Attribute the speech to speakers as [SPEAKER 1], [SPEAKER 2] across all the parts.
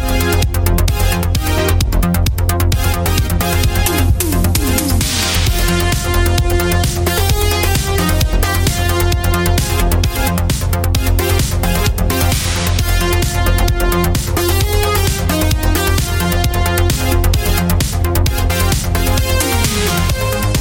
[SPEAKER 1] point.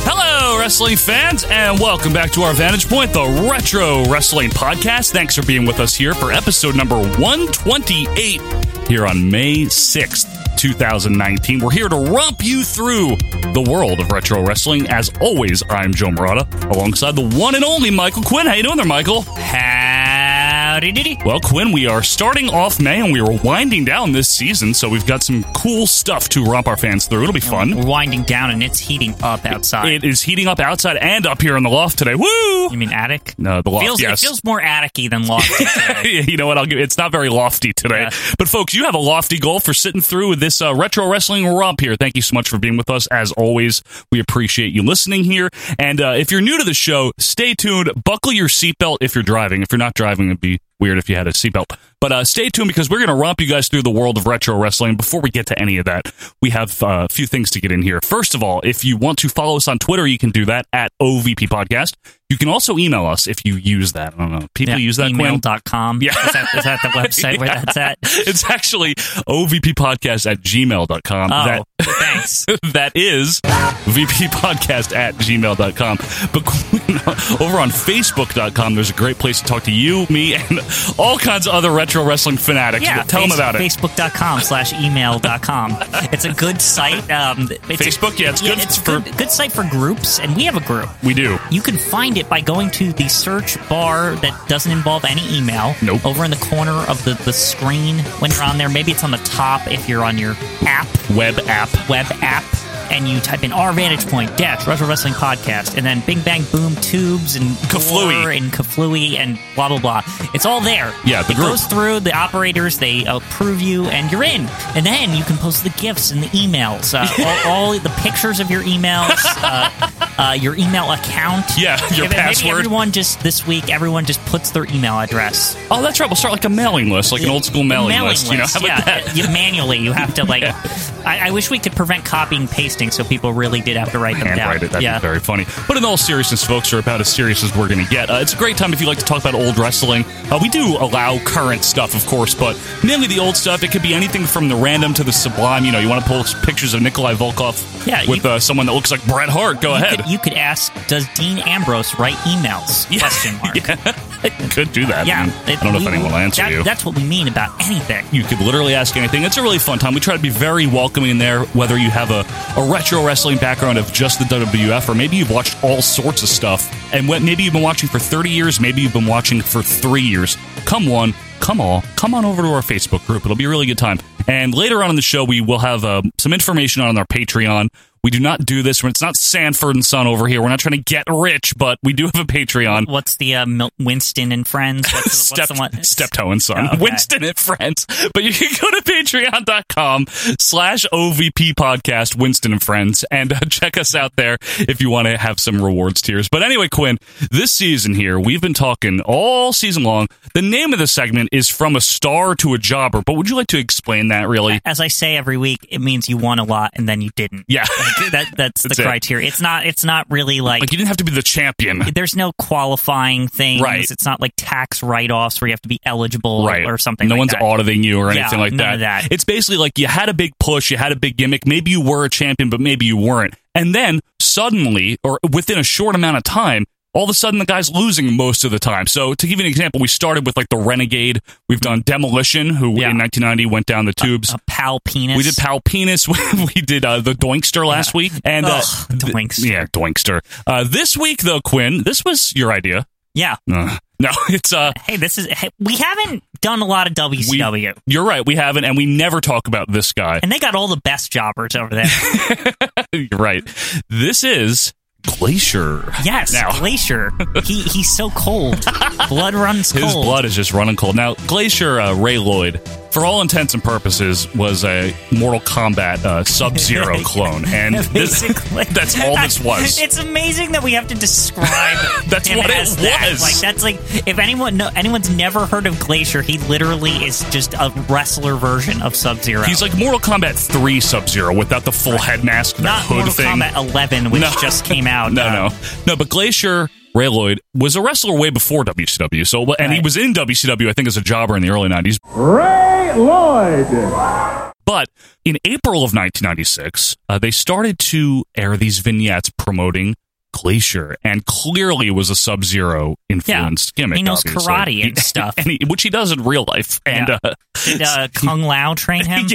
[SPEAKER 2] Hello, wrestling fans, and welcome back to our Vantage Point, the Retro Wrestling Podcast. Thanks for being with us here for episode number 128 here on May 6th, 2019. We're here to romp you through the world of retro wrestling. As always, I'm Joe Morata, alongside the one and only Michael Quinn. How you doing there, Michael? Howdy diddy. Well, Quinn, we are starting off May, and we are winding down this season, so we've got some cool stuff to romp our fans through. It'll be fun.
[SPEAKER 3] We're winding down and it's heating up outside.
[SPEAKER 2] It is heating up outside and up here in the loft today. Woo!
[SPEAKER 3] you mean attic?
[SPEAKER 2] No, uh, the loft.
[SPEAKER 3] Feels,
[SPEAKER 2] yes.
[SPEAKER 3] It feels more atticky than lofty. today.
[SPEAKER 2] you know what? I'll give. It's not very lofty today,
[SPEAKER 3] Yeah.
[SPEAKER 2] but folks, you have a lofty goal for sitting through this uh, retro wrestling romp here. Thank you so much for being with us. As always, we appreciate you listening here. And uh, if you're new to the show, stay tuned. Buckle your seatbelt if you're driving. If you're not driving, it'd be weird if you had a seatbelt. But uh, stay tuned because we're going to romp you guys through the world of retro wrestling. Before we get to any of that, we have uh, a few things to get in here. First of all, if you want to follow us on Twitter, you can do that at OVP Podcast. You can also email us if you use that. I don't know. People use that. Quinn?
[SPEAKER 3] Email.com.
[SPEAKER 2] Yeah.
[SPEAKER 3] Is that, is that the website where that's at?
[SPEAKER 2] It's actually ovppodcast at gmail.com.
[SPEAKER 3] Oh,
[SPEAKER 2] That,
[SPEAKER 3] thanks.
[SPEAKER 2] that is vppodcast at gmail.com. But Quinn, over on facebook.com, there's a great place to talk to you, me, and all kinds of other retro wrestling fanatics.
[SPEAKER 3] Yeah,
[SPEAKER 2] Tell them about it.
[SPEAKER 3] Facebook.com slash email.com. It's a good site. Um, it's
[SPEAKER 2] Facebook, yeah, it's good
[SPEAKER 3] it's
[SPEAKER 2] for-
[SPEAKER 3] good, good site for groups, and we have a group.
[SPEAKER 2] We do.
[SPEAKER 3] You can find it by going to the search bar that doesn't involve any email.
[SPEAKER 2] Nope.
[SPEAKER 3] Over in the corner of the, the screen when you're on there. Maybe it's on the top if you're on your app,
[SPEAKER 2] Web app.
[SPEAKER 3] web app, and you type in our vantage point, dash, Retro Wrestling Podcast, and then Bing Bang Boom Tubes and
[SPEAKER 2] Kaflooey.
[SPEAKER 3] Blur and Kaflooey and blah, blah, blah. It's all there.
[SPEAKER 2] Yeah, the
[SPEAKER 3] It
[SPEAKER 2] group.
[SPEAKER 3] goes through the operators, they approve you, and you're in. And then you can post the gifts and the emails, uh, all, all the pictures of your emails, uh, uh, your email account.
[SPEAKER 2] Yeah, your
[SPEAKER 3] Maybe- maybe
[SPEAKER 2] password.
[SPEAKER 3] everyone just this week, everyone just puts their email address.
[SPEAKER 2] Oh, that's right. We'll start like a mailing list, like an old school mailing, list. You know, how about
[SPEAKER 3] yeah.
[SPEAKER 2] that?
[SPEAKER 3] You manually, you have to like. I, I wish we could prevent copying and pasting, so people really did have to write them down.
[SPEAKER 2] handwrite it. That'd
[SPEAKER 3] yeah.
[SPEAKER 2] be very funny. But in all seriousness, folks, are about as serious as we're going to get. Uh, it's a great time if you like to talk about old wrestling. Uh, we do allow current stuff, of course, but mainly the old stuff. It could be anything from the random to the sublime. You know, you want to post pictures of Nikolai Volkov
[SPEAKER 3] Yeah,
[SPEAKER 2] with
[SPEAKER 3] you-
[SPEAKER 2] uh, someone that looks like Bret Hart. Go
[SPEAKER 3] You
[SPEAKER 2] ahead.
[SPEAKER 3] could, you could ask, does Dean Ambrose write emails? Question mark. Yeah.
[SPEAKER 2] could do that. I, mean,
[SPEAKER 3] it-
[SPEAKER 2] I don't know if
[SPEAKER 3] we-
[SPEAKER 2] anyone will answer
[SPEAKER 3] that-
[SPEAKER 2] you.
[SPEAKER 3] That's what we mean about anything.
[SPEAKER 2] You could literally ask anything. It's a really fun time. We try to be very welcoming in there, whether you have a, a retro wrestling background of just the WWF, or maybe you've watched all sorts of stuff. And what, maybe you've been watching for 30 years, maybe you've been watching for three years. Come one, come all, come on over to our Facebook group. It'll be a really good time. And later on in the show, we will have uh, some information on our Patreon. We do not do this when it's not Sanford and Son over here. We're not trying to get rich, but we do have a Patreon.
[SPEAKER 3] What's the uh, Mil- Winston and Friends? What's, the-
[SPEAKER 2] Step,
[SPEAKER 3] what's the one?
[SPEAKER 2] Steptoe and Son,
[SPEAKER 3] Oh, okay.
[SPEAKER 2] Winston and Friends. But you can go to patreon.com slash OVP podcast, Winston and Friends, and uh, check us out there if you want to have some rewards tiers. But anyway, Quinn, this season here, we've been talking all season long. The name of the segment is From a Star to a Jobber, but would you like to explain that really?
[SPEAKER 3] As I say every week, it means you won a lot and then you didn't.
[SPEAKER 2] Yeah.
[SPEAKER 3] Like, that, that's the
[SPEAKER 2] That's it.
[SPEAKER 3] criteria. It's not. It's not really like
[SPEAKER 2] Like, you didn't have to be the champion.
[SPEAKER 3] there's no qualifying things.
[SPEAKER 2] Right.
[SPEAKER 3] It's not like tax write offs where you have to be eligible
[SPEAKER 2] Right.
[SPEAKER 3] or something
[SPEAKER 2] No
[SPEAKER 3] like
[SPEAKER 2] one's
[SPEAKER 3] that.
[SPEAKER 2] auditing you or
[SPEAKER 3] Yeah,
[SPEAKER 2] anything like
[SPEAKER 3] none
[SPEAKER 2] that.
[SPEAKER 3] of that.
[SPEAKER 2] It's basically like you had a big push, you had a big gimmick. Maybe you were a champion, but maybe you weren't. And then suddenly, or within a short amount of time, all of a sudden the guy's losing most of the time. So to give you an example, we started with like the Renegade. We've done Demolition, who
[SPEAKER 3] Yeah. Uh,
[SPEAKER 2] in 1990 went down the tubes.
[SPEAKER 3] A pal penis.
[SPEAKER 2] we did Pal Penis. we did uh, the Doinkster last week, and uh,
[SPEAKER 3] Ugh, Doinkster.
[SPEAKER 2] yeah, Doinkster. Uh, this week though, Quinn, this was your idea.
[SPEAKER 3] yeah.
[SPEAKER 2] Uh, no, it's uh,
[SPEAKER 3] Hey, this is. Hey, we haven't done a lot of WCW,
[SPEAKER 2] You're right. We haven't, and we never talk about this guy.
[SPEAKER 3] and they got all the best jobbers over there.
[SPEAKER 2] You're right. This is Glacier.
[SPEAKER 3] Yes,
[SPEAKER 2] Now,
[SPEAKER 3] Glacier. He he's so cold. blood runs
[SPEAKER 2] his
[SPEAKER 3] cold.
[SPEAKER 2] blood is just running cold. Now, Glacier uh, Ray Lloyd for all intents and purposes, was a Mortal Kombat uh, Sub Zero clone, and this,
[SPEAKER 3] Basically,
[SPEAKER 2] that's all this was.
[SPEAKER 3] It's amazing that we have to describe.
[SPEAKER 2] That's
[SPEAKER 3] him
[SPEAKER 2] what it
[SPEAKER 3] as that.
[SPEAKER 2] was.
[SPEAKER 3] Like that's like if anyone no, anyone's never heard of Glacier, he literally is just a wrestler version of Sub Zero.
[SPEAKER 2] He's like Mortal Kombat Three Sub Zero without the full head mask, the
[SPEAKER 3] not
[SPEAKER 2] hood
[SPEAKER 3] Mortal
[SPEAKER 2] thing.
[SPEAKER 3] Kombat 11, which
[SPEAKER 2] No.
[SPEAKER 3] just came out.
[SPEAKER 2] No,
[SPEAKER 3] uh,
[SPEAKER 2] no, no. But Glacier Rayloid was a wrestler way before WCW. So, and he
[SPEAKER 3] Right.
[SPEAKER 2] was in WCW, I think, as a jobber in the early '90s.
[SPEAKER 4] Ray Lloyd.
[SPEAKER 2] But in April of 1996, uh, they started to air these vignettes promoting Glacier, and clearly was a Sub Zero influenced
[SPEAKER 3] Yeah.
[SPEAKER 2] gimmick.
[SPEAKER 3] He knows
[SPEAKER 2] obviously.
[SPEAKER 3] karate and stuff.
[SPEAKER 2] and he, which he does in real life. And
[SPEAKER 3] Yeah.
[SPEAKER 2] uh,
[SPEAKER 3] Did uh, Kung Lao train him?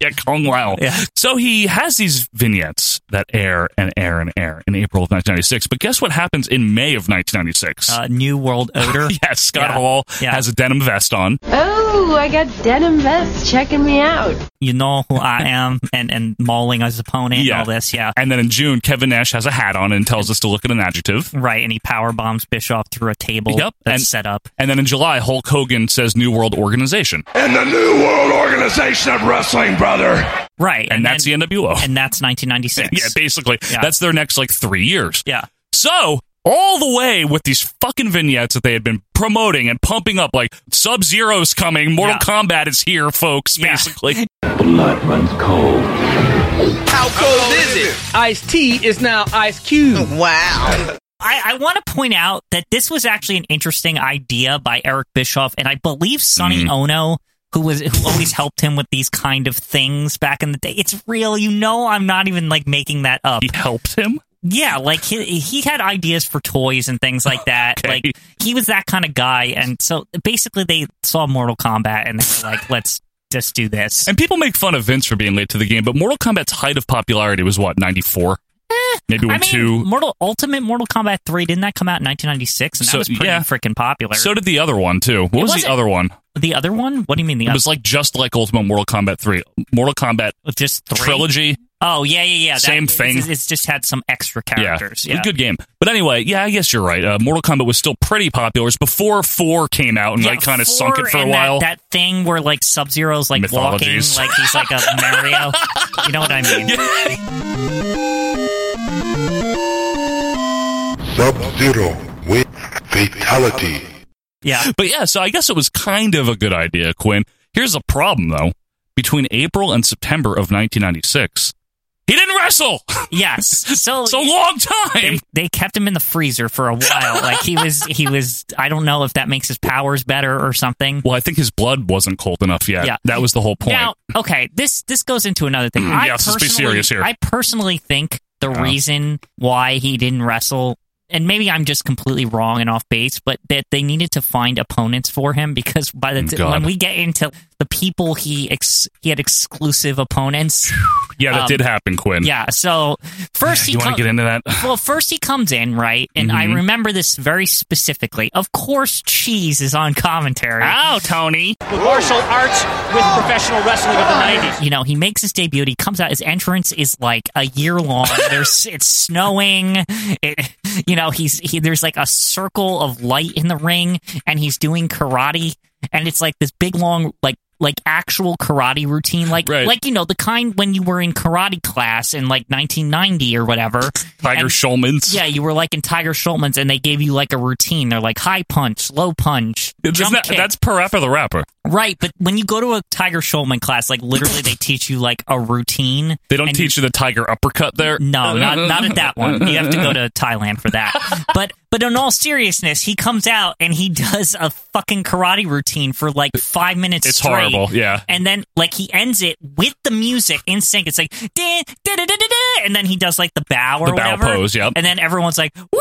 [SPEAKER 2] yeah, Kong Lao.
[SPEAKER 3] Yeah.
[SPEAKER 2] So he has these vignettes that air and air and air in April of 1996. But guess what happens in May of 1996?
[SPEAKER 3] Uh, New World Odor.
[SPEAKER 2] yes, Scott
[SPEAKER 3] yeah,
[SPEAKER 2] Hall
[SPEAKER 3] yeah.
[SPEAKER 2] has a denim vest on.
[SPEAKER 5] Oh, I got denim vests checking me out.
[SPEAKER 3] You know who I am, and and mauling his opponent.
[SPEAKER 2] Yeah.
[SPEAKER 3] and all this. Yeah.
[SPEAKER 2] And then in June, Kevin Nash has a hat on and tells us to look at an adjective.
[SPEAKER 3] Right, and he power bombs Bischoff through a table
[SPEAKER 2] Yep,
[SPEAKER 3] that's
[SPEAKER 2] and-
[SPEAKER 3] set up.
[SPEAKER 2] And then in July, Hulk Hogan says New World Organization.
[SPEAKER 1] And the New World Organization of Wrestling, brother.
[SPEAKER 3] Right,
[SPEAKER 2] And, that's
[SPEAKER 3] then-
[SPEAKER 2] the NWO.
[SPEAKER 3] And that's 1996.
[SPEAKER 2] yeah, basically.
[SPEAKER 3] Yeah.
[SPEAKER 2] That's their next like three years.
[SPEAKER 3] Yeah.
[SPEAKER 2] So, all the way with these fucking vignettes that they had been promoting and pumping up, like Sub Zero's coming, Mortal
[SPEAKER 3] Yeah.
[SPEAKER 2] Kombat is here, folks,
[SPEAKER 3] Yeah.
[SPEAKER 2] basically.
[SPEAKER 6] Blood runs cold.
[SPEAKER 7] How cold is it? Ice tea is now Ice Cube.
[SPEAKER 3] I, I want to point out that this was actually an interesting idea by Eric Bischoff, and I believe Sonny
[SPEAKER 2] Mm-hmm.
[SPEAKER 3] Ono, who was who always helped him with these kind of things back in the day. It's real, you know. I'm not even like making that up.
[SPEAKER 2] He helped him.
[SPEAKER 3] Yeah, like he he had ideas for toys and things like that.
[SPEAKER 2] Okay.
[SPEAKER 3] Like he was that kind of guy, and so basically they saw Mortal Kombat and they were like, let's just do this.
[SPEAKER 2] And people make fun of Vince for being late to the game, but Mortal Kombat's height of popularity was what, 94? Maybe when
[SPEAKER 3] Eh, I mean,
[SPEAKER 2] two.
[SPEAKER 3] Mortal Ultimate Mortal Kombat three didn't that come out in 1996 and
[SPEAKER 2] So-
[SPEAKER 3] that was pretty
[SPEAKER 2] yeah.
[SPEAKER 3] freaking popular.
[SPEAKER 2] So did the other one, too. What was the
[SPEAKER 3] wasn't-
[SPEAKER 2] other one?
[SPEAKER 3] the other one? What do you mean the
[SPEAKER 2] It
[SPEAKER 3] other?
[SPEAKER 2] was like just like Ultimate Mortal Kombat 3. Mortal Kombat
[SPEAKER 3] just three?
[SPEAKER 2] Trilogy.
[SPEAKER 3] Oh yeah, yeah, yeah. That-
[SPEAKER 2] Same
[SPEAKER 3] it's-
[SPEAKER 2] thing.
[SPEAKER 3] It's, just had some extra characters. Yeah,
[SPEAKER 2] It was a good game. But anyway, yeah, I guess you're right. Uh, Mortal Kombat was still pretty popular. It's before four came out and
[SPEAKER 3] Yeah,
[SPEAKER 2] like kind of sunk
[SPEAKER 3] four
[SPEAKER 2] it for a
[SPEAKER 3] and
[SPEAKER 2] while.
[SPEAKER 3] That, that thing where like Sub Zero's like walking,
[SPEAKER 2] Mythologies.
[SPEAKER 3] like he's like a Mario. You know what I mean?
[SPEAKER 8] Sub Zero with fatality.
[SPEAKER 3] Yeah.
[SPEAKER 2] but yeah, so I guess it was kind of a good idea, Quinn. Here's a problem though. Between April and September of 1996, he didn't wrestle.
[SPEAKER 3] Yes. So
[SPEAKER 2] it's a long time.
[SPEAKER 3] they, they kept him in the freezer for a while. Like he was, he was. I don't know if that makes his powers better or something.
[SPEAKER 2] Well, I think his blood wasn't cold enough yet.
[SPEAKER 3] Yeah.
[SPEAKER 2] That was the whole point. Mm,
[SPEAKER 3] Now, okay, this this goes into another thing. I
[SPEAKER 2] yes, let's be
[SPEAKER 3] personally-
[SPEAKER 2] serious here.
[SPEAKER 3] I personally think the reason why he didn't wrestle, and maybe I'm just completely wrong and off base, but that they needed to find opponents for him because by the
[SPEAKER 2] Mm,
[SPEAKER 3] t-
[SPEAKER 2] God.
[SPEAKER 3] when we get into the people he ex- he had exclusive opponents,
[SPEAKER 2] yeah, that
[SPEAKER 3] um,
[SPEAKER 2] did happen, Quinn.
[SPEAKER 3] yeah. So first he
[SPEAKER 2] You want
[SPEAKER 3] come-
[SPEAKER 2] to get Mm-hmm. into that?
[SPEAKER 3] well, first he comes in, right? And I remember this very specifically. Of course, Cheese is on commentary.
[SPEAKER 2] Ow, Tony.
[SPEAKER 7] Martial arts with professional wrestling of the 90s.
[SPEAKER 3] You know, he makes his debut. He comes out. His entrance is like a year long. There's it's snowing. It, you know, he's he, there's like a circle of light in the ring, and he's doing karate, and it's like this big long like like actual karate routine, like
[SPEAKER 2] Right.
[SPEAKER 3] like you know the kind when you were in karate class in like 1990 or whatever.
[SPEAKER 2] Tiger
[SPEAKER 3] And-
[SPEAKER 2] Schulman's.
[SPEAKER 3] Yeah, you were like in Tiger Schulman's, and they gave you like a routine. They're like high punch, low punch,
[SPEAKER 2] It's
[SPEAKER 3] jump
[SPEAKER 2] not-
[SPEAKER 3] kick.
[SPEAKER 2] that's Parappa the Rapper.
[SPEAKER 3] right. But when you go to a Tiger Schulman class, like literally, they teach you like a routine.
[SPEAKER 2] They don't
[SPEAKER 3] and
[SPEAKER 2] teach you the tiger uppercut there.
[SPEAKER 3] No, not not at that one. You have to go to Thailand for that. But but in all seriousness, he comes out and he does a fucking karate routine for like five minutes.
[SPEAKER 2] It's
[SPEAKER 3] straight.
[SPEAKER 2] horrible, yeah.
[SPEAKER 3] And then like he ends it with the music in sync. It's like da, da, da, da, da, da, and then he does like the bow or
[SPEAKER 2] The bow
[SPEAKER 3] whatever.
[SPEAKER 2] pose, yep.
[SPEAKER 3] And then everyone's like woo.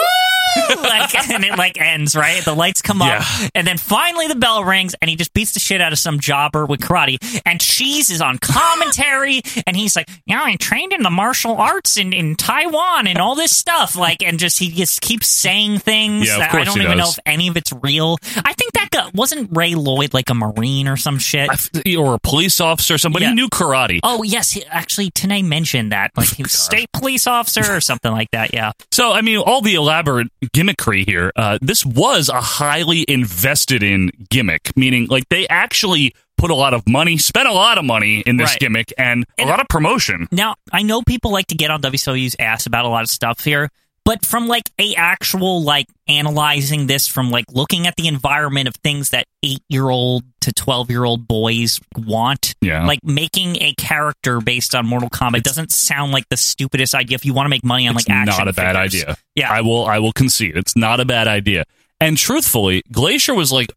[SPEAKER 3] like and it like ends right. The lights come up,
[SPEAKER 2] Yeah.
[SPEAKER 3] and then finally the bell rings, and he just beats the shit out of some jobber with karate. And Cheese is on commentary, and he's like, "Yeah, I trained in the martial arts in, in Taiwan and all this stuff." Like, and just he just keeps saying things.
[SPEAKER 2] Yeah, of
[SPEAKER 3] that I
[SPEAKER 2] course
[SPEAKER 3] don't
[SPEAKER 2] he
[SPEAKER 3] even know
[SPEAKER 2] does.
[SPEAKER 3] if any of it's real. I think that guy, wasn't Ray Lloyd like a marine or some shit.
[SPEAKER 2] I f- or a police officer, somebody
[SPEAKER 3] Yeah.
[SPEAKER 2] knew karate.
[SPEAKER 3] Oh yes, he, actually, Tanay mentioned that like he was state police officer or something like that. Yeah,
[SPEAKER 2] So, I mean, all the elaborate gimmickry here, uh, this was a highly invested in gimmick, meaning like they actually put a lot of money, spent a lot of money in this
[SPEAKER 3] Right.
[SPEAKER 2] gimmick, and,
[SPEAKER 3] And-
[SPEAKER 2] a lot of promotion.
[SPEAKER 3] Now, I know people like to get on WCW's ass about a lot of stuff here, but from like a actual like analyzing this from like looking at the environment of things that 8-year-old to 12-year-old boys want.
[SPEAKER 2] Yeah.
[SPEAKER 3] Like making a character based on Mortal Kombat doesn't sound like the stupidest idea if you want to make money on like
[SPEAKER 2] It's
[SPEAKER 3] action
[SPEAKER 2] not a bad
[SPEAKER 3] figures.
[SPEAKER 2] idea.
[SPEAKER 3] Yeah.
[SPEAKER 2] I will. I will concede it's not a bad idea. And truthfully, Glacier was like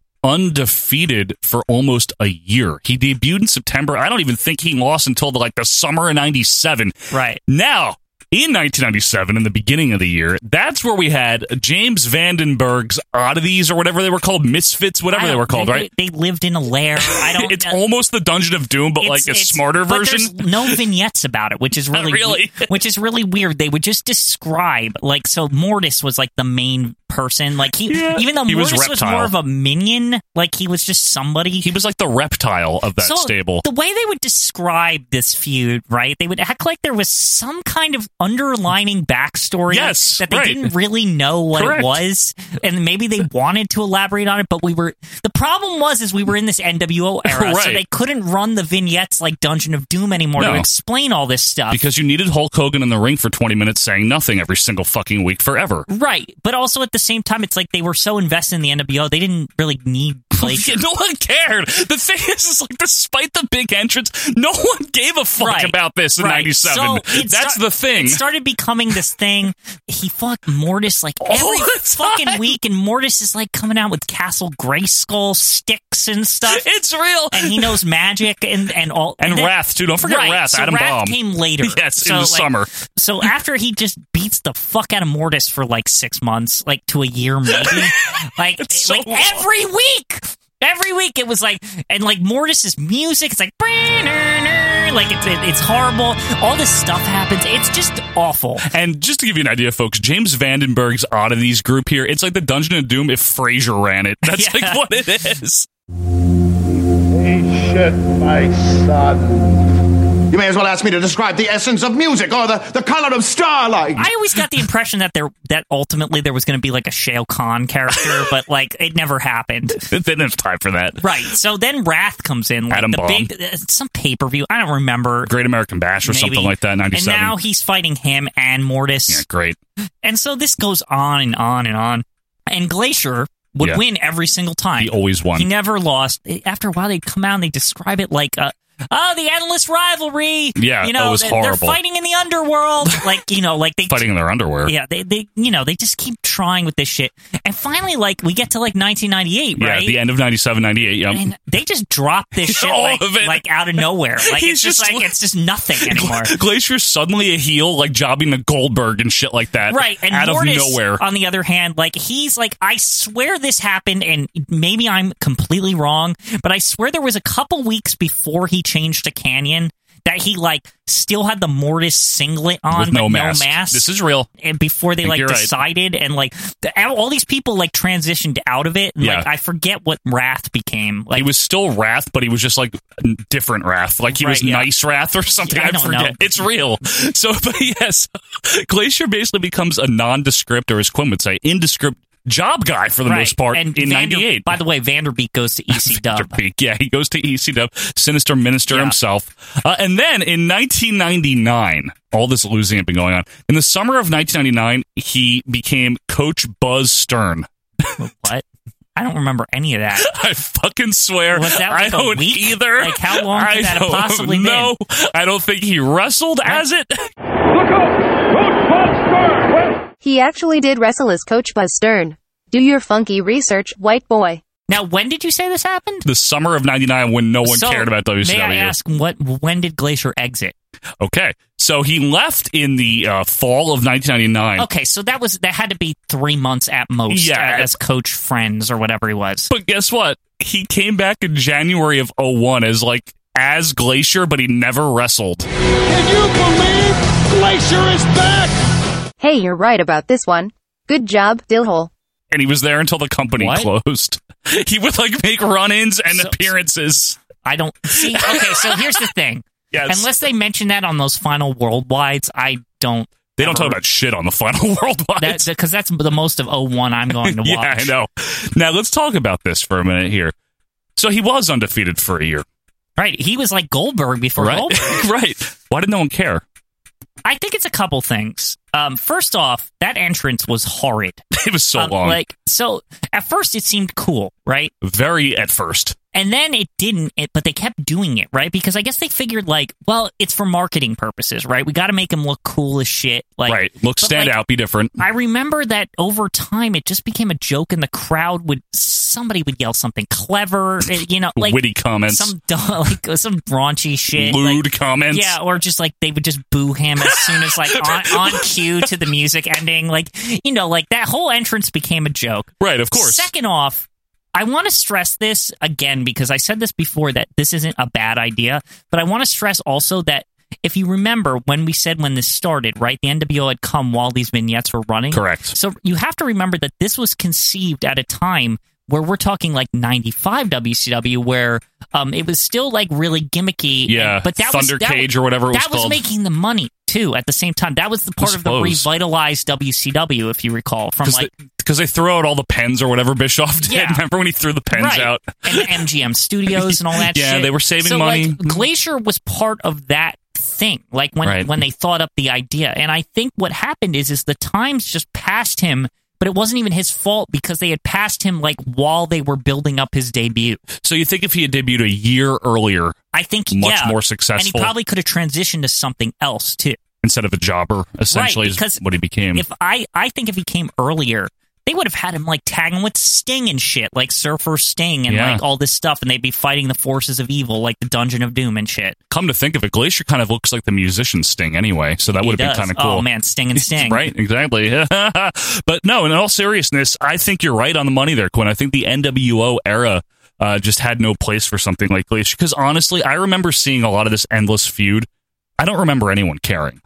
[SPEAKER 2] undefeated for almost a year. He debuted in September. I don't even think he lost until the, like the summer of '97.
[SPEAKER 3] right.
[SPEAKER 2] Now, in 1997, in the beginning of the year, that's where we had James Vandenberg's oddities or whatever they were called, misfits, whatever
[SPEAKER 3] I
[SPEAKER 2] they
[SPEAKER 3] don't-
[SPEAKER 2] were called,
[SPEAKER 3] they,
[SPEAKER 2] right?
[SPEAKER 3] They lived in a lair. I don't
[SPEAKER 2] it's
[SPEAKER 3] know.
[SPEAKER 2] almost the Dungeon of Doom, but
[SPEAKER 3] It's-
[SPEAKER 2] like a
[SPEAKER 3] it's-
[SPEAKER 2] smarter
[SPEAKER 3] but
[SPEAKER 2] version. Oh,
[SPEAKER 3] There's no vignettes about it, which is really,
[SPEAKER 2] Really?
[SPEAKER 3] which is really weird. They would just describe like so. Mortis was like the main person. Like he,
[SPEAKER 2] Yeah.
[SPEAKER 3] even though
[SPEAKER 2] He was
[SPEAKER 3] Mortis was,
[SPEAKER 2] Reptile.
[SPEAKER 3] more of a minion, like he was just somebody.
[SPEAKER 2] He was like the reptile of that
[SPEAKER 3] so
[SPEAKER 2] stable.
[SPEAKER 3] the way they would describe this feud, right? They would act like there was some kind of underlining backstory
[SPEAKER 2] Yes,
[SPEAKER 3] that they
[SPEAKER 2] right.
[SPEAKER 3] didn't really know what
[SPEAKER 2] Correct.
[SPEAKER 3] it was, and maybe they wanted to elaborate on it, but we were the problem was is we were in this NWO era, so
[SPEAKER 2] Right.
[SPEAKER 3] they couldn't run the vignettes like Dungeon of Doom anymore
[SPEAKER 2] No.
[SPEAKER 3] to explain all this stuff.
[SPEAKER 2] because you needed Hulk Hogan in the ring for 20 minutes saying nothing every single fucking week forever.
[SPEAKER 3] Right, but also at the same time, it's like they were so invested in the NWO, they didn't really need Glacier.
[SPEAKER 2] Yeah, no one cared. The thing is, is like, despite the big entrance, no one gave a fuck
[SPEAKER 3] Right.
[SPEAKER 2] about this in
[SPEAKER 3] Right.
[SPEAKER 2] '97.
[SPEAKER 3] So it
[SPEAKER 2] That's
[SPEAKER 3] sta-
[SPEAKER 2] the thing.
[SPEAKER 3] It started becoming this thing. He fucked Mortis like every
[SPEAKER 2] the time.
[SPEAKER 3] fucking week, and Mortis is like coming out with Castle Grayskull sticks and stuff,
[SPEAKER 2] it's real.
[SPEAKER 3] and he knows magic and and all
[SPEAKER 2] and
[SPEAKER 3] then-
[SPEAKER 2] Wrath too. Don't forget
[SPEAKER 3] Right,
[SPEAKER 2] Wrath.
[SPEAKER 3] so
[SPEAKER 2] Adam
[SPEAKER 3] Wrath
[SPEAKER 2] Bomb
[SPEAKER 3] came later.
[SPEAKER 2] Yes,
[SPEAKER 3] So,
[SPEAKER 2] in the
[SPEAKER 3] like,
[SPEAKER 2] summer.
[SPEAKER 3] So after he just beats the fuck out of Mortis for like six months, like to a year maybe, like
[SPEAKER 2] It's so
[SPEAKER 3] like
[SPEAKER 2] long.
[SPEAKER 3] every week, every week it was like and like Mortis's music, it's like like it's it, it's horrible. All this stuff happens. It's just awful.
[SPEAKER 2] And just to give you an idea, folks, James Vandenberg's oddities group here. It's like the Dungeon of Doom if Frasier ran it. That's
[SPEAKER 3] Yeah.
[SPEAKER 2] like what it is.
[SPEAKER 4] Patient, my son.
[SPEAKER 9] You may as well ask me to describe the essence of music or the, the color of starlight.
[SPEAKER 3] I always got the impression that there that ultimately there was going to be like a Shao Kahn character, but like it never happened.
[SPEAKER 2] they didn't have time for that.
[SPEAKER 3] Right. So then Wrath comes in, like
[SPEAKER 2] Adam
[SPEAKER 3] the
[SPEAKER 2] Bomb.
[SPEAKER 3] big uh, some pay per view. I don't remember.
[SPEAKER 2] Great American Bash or something
[SPEAKER 3] maybe.
[SPEAKER 2] like that. '97.
[SPEAKER 3] And now he's fighting him and Mortis.
[SPEAKER 2] yeah, great.
[SPEAKER 3] And so this goes on and on and on. And Glacier would
[SPEAKER 2] Yeah.
[SPEAKER 3] win every single time.
[SPEAKER 2] He always won.
[SPEAKER 3] He never lost. After a while, they'd come out and they describe it like, uh, oh, the endless rivalry.
[SPEAKER 2] Yeah,
[SPEAKER 3] you know,
[SPEAKER 2] it was
[SPEAKER 3] they're,
[SPEAKER 2] horrible.
[SPEAKER 3] they're fighting in the underworld. like, you know, like they
[SPEAKER 2] Fighting in their underwear.
[SPEAKER 3] yeah, they, they, you know, they just keep trying with this shit. And finally, like, we get to like 1998,
[SPEAKER 2] Yeah,
[SPEAKER 3] right?
[SPEAKER 2] the end of 97, 98. Yeah.
[SPEAKER 3] and they just drop this shit
[SPEAKER 2] All
[SPEAKER 3] like,
[SPEAKER 2] of it.
[SPEAKER 3] like out of nowhere. Like
[SPEAKER 2] He's
[SPEAKER 3] it's just,
[SPEAKER 2] just
[SPEAKER 3] like
[SPEAKER 2] li-
[SPEAKER 3] it's just nothing anymore.
[SPEAKER 2] Glacier's suddenly a heel, like jobbing the Goldberg and shit like that.
[SPEAKER 3] Right, and
[SPEAKER 2] out
[SPEAKER 3] Mortis,
[SPEAKER 2] of nowhere.
[SPEAKER 3] on the other hand, like he's like, I swear this happened, and maybe I'm completely wrong, but I swear there was a couple weeks before he changed to Canyon that he like still had the Mortis singlet on
[SPEAKER 2] with no mask.
[SPEAKER 3] no mask.
[SPEAKER 2] This is real.
[SPEAKER 3] and before they
[SPEAKER 2] think
[SPEAKER 3] like
[SPEAKER 2] you're right.
[SPEAKER 3] decided and like the, all these people like transitioned out of it and
[SPEAKER 2] Yeah.
[SPEAKER 3] like I forget what Wrath became like
[SPEAKER 2] he was still Wrath, but he was just like different Wrath. Like he was
[SPEAKER 3] Right, yeah.
[SPEAKER 2] nice Wrath or something.
[SPEAKER 3] Yeah, I
[SPEAKER 2] I,
[SPEAKER 3] don't
[SPEAKER 2] forget.
[SPEAKER 3] know.
[SPEAKER 2] It's real. So, but yes, Glacier basically becomes a nondescript, or as Quinn would say, indescript job guy for the
[SPEAKER 3] Right.
[SPEAKER 2] most part
[SPEAKER 3] and
[SPEAKER 2] in
[SPEAKER 3] Vander-
[SPEAKER 2] '98.
[SPEAKER 3] By the way, Vanderbeek goes to E
[SPEAKER 2] Mr.
[SPEAKER 3] EC Dub.
[SPEAKER 2] Peak. Yeah, he goes to ECW, Sinister Minister
[SPEAKER 3] Uh, Yeah.
[SPEAKER 2] himself. Uh, and then in 1999, all this losing had been going on. In the summer of 1999, he became Coach Buzz Stern.
[SPEAKER 3] what? I don't remember any of that.
[SPEAKER 2] I fucking swear.
[SPEAKER 3] Was that
[SPEAKER 2] I
[SPEAKER 3] like a
[SPEAKER 2] don't
[SPEAKER 3] week?
[SPEAKER 2] either.
[SPEAKER 3] Like, how long could
[SPEAKER 2] I
[SPEAKER 3] that have
[SPEAKER 2] don't
[SPEAKER 3] possibly been?
[SPEAKER 2] know. I don't think he wrestled as it.
[SPEAKER 4] Look out! Coach Bud Stern! Well,
[SPEAKER 5] He actually did wrestle as Coach Buzz Stern. Do your funky research, white boy.
[SPEAKER 3] Now, when did you say this happened?
[SPEAKER 2] The summer of 99 when no one
[SPEAKER 3] So,
[SPEAKER 2] cared about WCW.
[SPEAKER 3] May I ask what? When did Glacier exit?
[SPEAKER 2] Okay. So he left in the uh, fall of 1999.
[SPEAKER 3] Okay, so that was that had to be three months at most.
[SPEAKER 2] Yeah.
[SPEAKER 3] uh, as coach friends or whatever he was.
[SPEAKER 2] But guess what? He came back in January of 01 as like as Glacier, but he never wrestled.
[SPEAKER 4] Can you believe Glacier is back?
[SPEAKER 5] Hey, you're right about this one. Good job, Dillhole.
[SPEAKER 2] And he was there until the company
[SPEAKER 3] What?
[SPEAKER 2] closed. he would like make run-ins and
[SPEAKER 3] So-
[SPEAKER 2] appearances.
[SPEAKER 3] I don't see. Okay, so here's the thing.
[SPEAKER 2] Yes.
[SPEAKER 3] Unless they mention that on those final worldwides, I don't.
[SPEAKER 2] They don't talk about shit on the final worldwide.
[SPEAKER 3] that because that's the most of 01 I'm going to watch.
[SPEAKER 2] Yeah, I know. Now let's talk about this for a minute here. So he was undefeated for a year.
[SPEAKER 3] Right. He was like Goldberg before
[SPEAKER 2] Right.
[SPEAKER 3] Goldberg.
[SPEAKER 2] right. Why did no one care?
[SPEAKER 3] I think it's a couple things. Um, first off, that entrance was horrid.
[SPEAKER 2] It was so
[SPEAKER 3] Um,
[SPEAKER 2] long.
[SPEAKER 3] Like so, at first it seemed cool, right?
[SPEAKER 2] Very at first.
[SPEAKER 3] And then it didn't, it, but they kept doing it, right? Because I guess they figured, like, well, it's for marketing purposes, right? We got to make him look cool as shit. Like,
[SPEAKER 2] right. Look,
[SPEAKER 3] but,
[SPEAKER 2] stand
[SPEAKER 3] like,
[SPEAKER 2] out, be different.
[SPEAKER 3] I remember that over time it just became a joke, and the crowd would somebody would yell something clever, uh, you know, like
[SPEAKER 2] Witty comments.
[SPEAKER 3] some dumb, like some raunchy shit,
[SPEAKER 2] lewd
[SPEAKER 3] like-
[SPEAKER 2] comments.
[SPEAKER 3] yeah, or just like they would just boo him as soon as like on, on cue to the music ending, like you know, like that whole entrance became a joke.
[SPEAKER 2] Right, of course.
[SPEAKER 3] Second off, I want to stress this again because I said this before that this isn't a bad idea, but I want to stress also that if you remember when we said when this started, right, the NWO had come while these vignettes were running.
[SPEAKER 2] Correct.
[SPEAKER 3] So you have to remember that this was conceived at a time where we're talking like 95 WCW where um it was still like really gimmicky and-
[SPEAKER 2] Yeah,
[SPEAKER 3] but that
[SPEAKER 2] Thunder
[SPEAKER 3] was, that,
[SPEAKER 2] Cage or whatever it was
[SPEAKER 3] that was
[SPEAKER 2] called.
[SPEAKER 3] making the money too at the same time that was the part of the
[SPEAKER 2] suppose.
[SPEAKER 3] revitalized WCW if you recall from
[SPEAKER 2] Because
[SPEAKER 3] like
[SPEAKER 2] they, 'cause they throw out all the pens or whatever Bischoff did.
[SPEAKER 3] Yeah.
[SPEAKER 2] Remember when he threw the pens
[SPEAKER 3] right.
[SPEAKER 2] out?
[SPEAKER 3] and the MGM Studios and all that.
[SPEAKER 2] Yeah,
[SPEAKER 3] shit.
[SPEAKER 2] they were saving
[SPEAKER 3] So,
[SPEAKER 2] money. Mm-hmm.
[SPEAKER 3] Like, Glacier was part of that thing. Like when
[SPEAKER 2] Right.
[SPEAKER 3] when they thought up the idea, and I think what happened is is the times just passed him. But it wasn't even his fault because they had passed him like while they were building up his debut.
[SPEAKER 2] So you think if he had debuted a year earlier
[SPEAKER 3] I think
[SPEAKER 2] Much
[SPEAKER 3] yeah,
[SPEAKER 2] more
[SPEAKER 3] and he
[SPEAKER 2] successful.
[SPEAKER 3] probably could have transitioned to something else too.
[SPEAKER 2] instead of a jobber, essentially
[SPEAKER 3] right, because
[SPEAKER 2] is what he became.
[SPEAKER 3] If I, I think if he came earlier, they would have had him like tagging with Sting and shit, like Surfer Sting and
[SPEAKER 2] Yeah.
[SPEAKER 3] like all this stuff, and they'd be fighting the forces of evil, like the Dungeon of Doom and shit.
[SPEAKER 2] Come to think of it, Glacier kind of looks like the musician Sting anyway, so that
[SPEAKER 3] He
[SPEAKER 2] would have been
[SPEAKER 3] does.
[SPEAKER 2] kind of cool.
[SPEAKER 3] Oh man, Sting and Sting.
[SPEAKER 2] Right, exactly. but no, in all seriousness, I think you're right on the money there, Quinn. I think the NWO era uh, just had no place for something like Glacier. Because honestly, I remember seeing a lot of this endless feud. I don't remember anyone caring.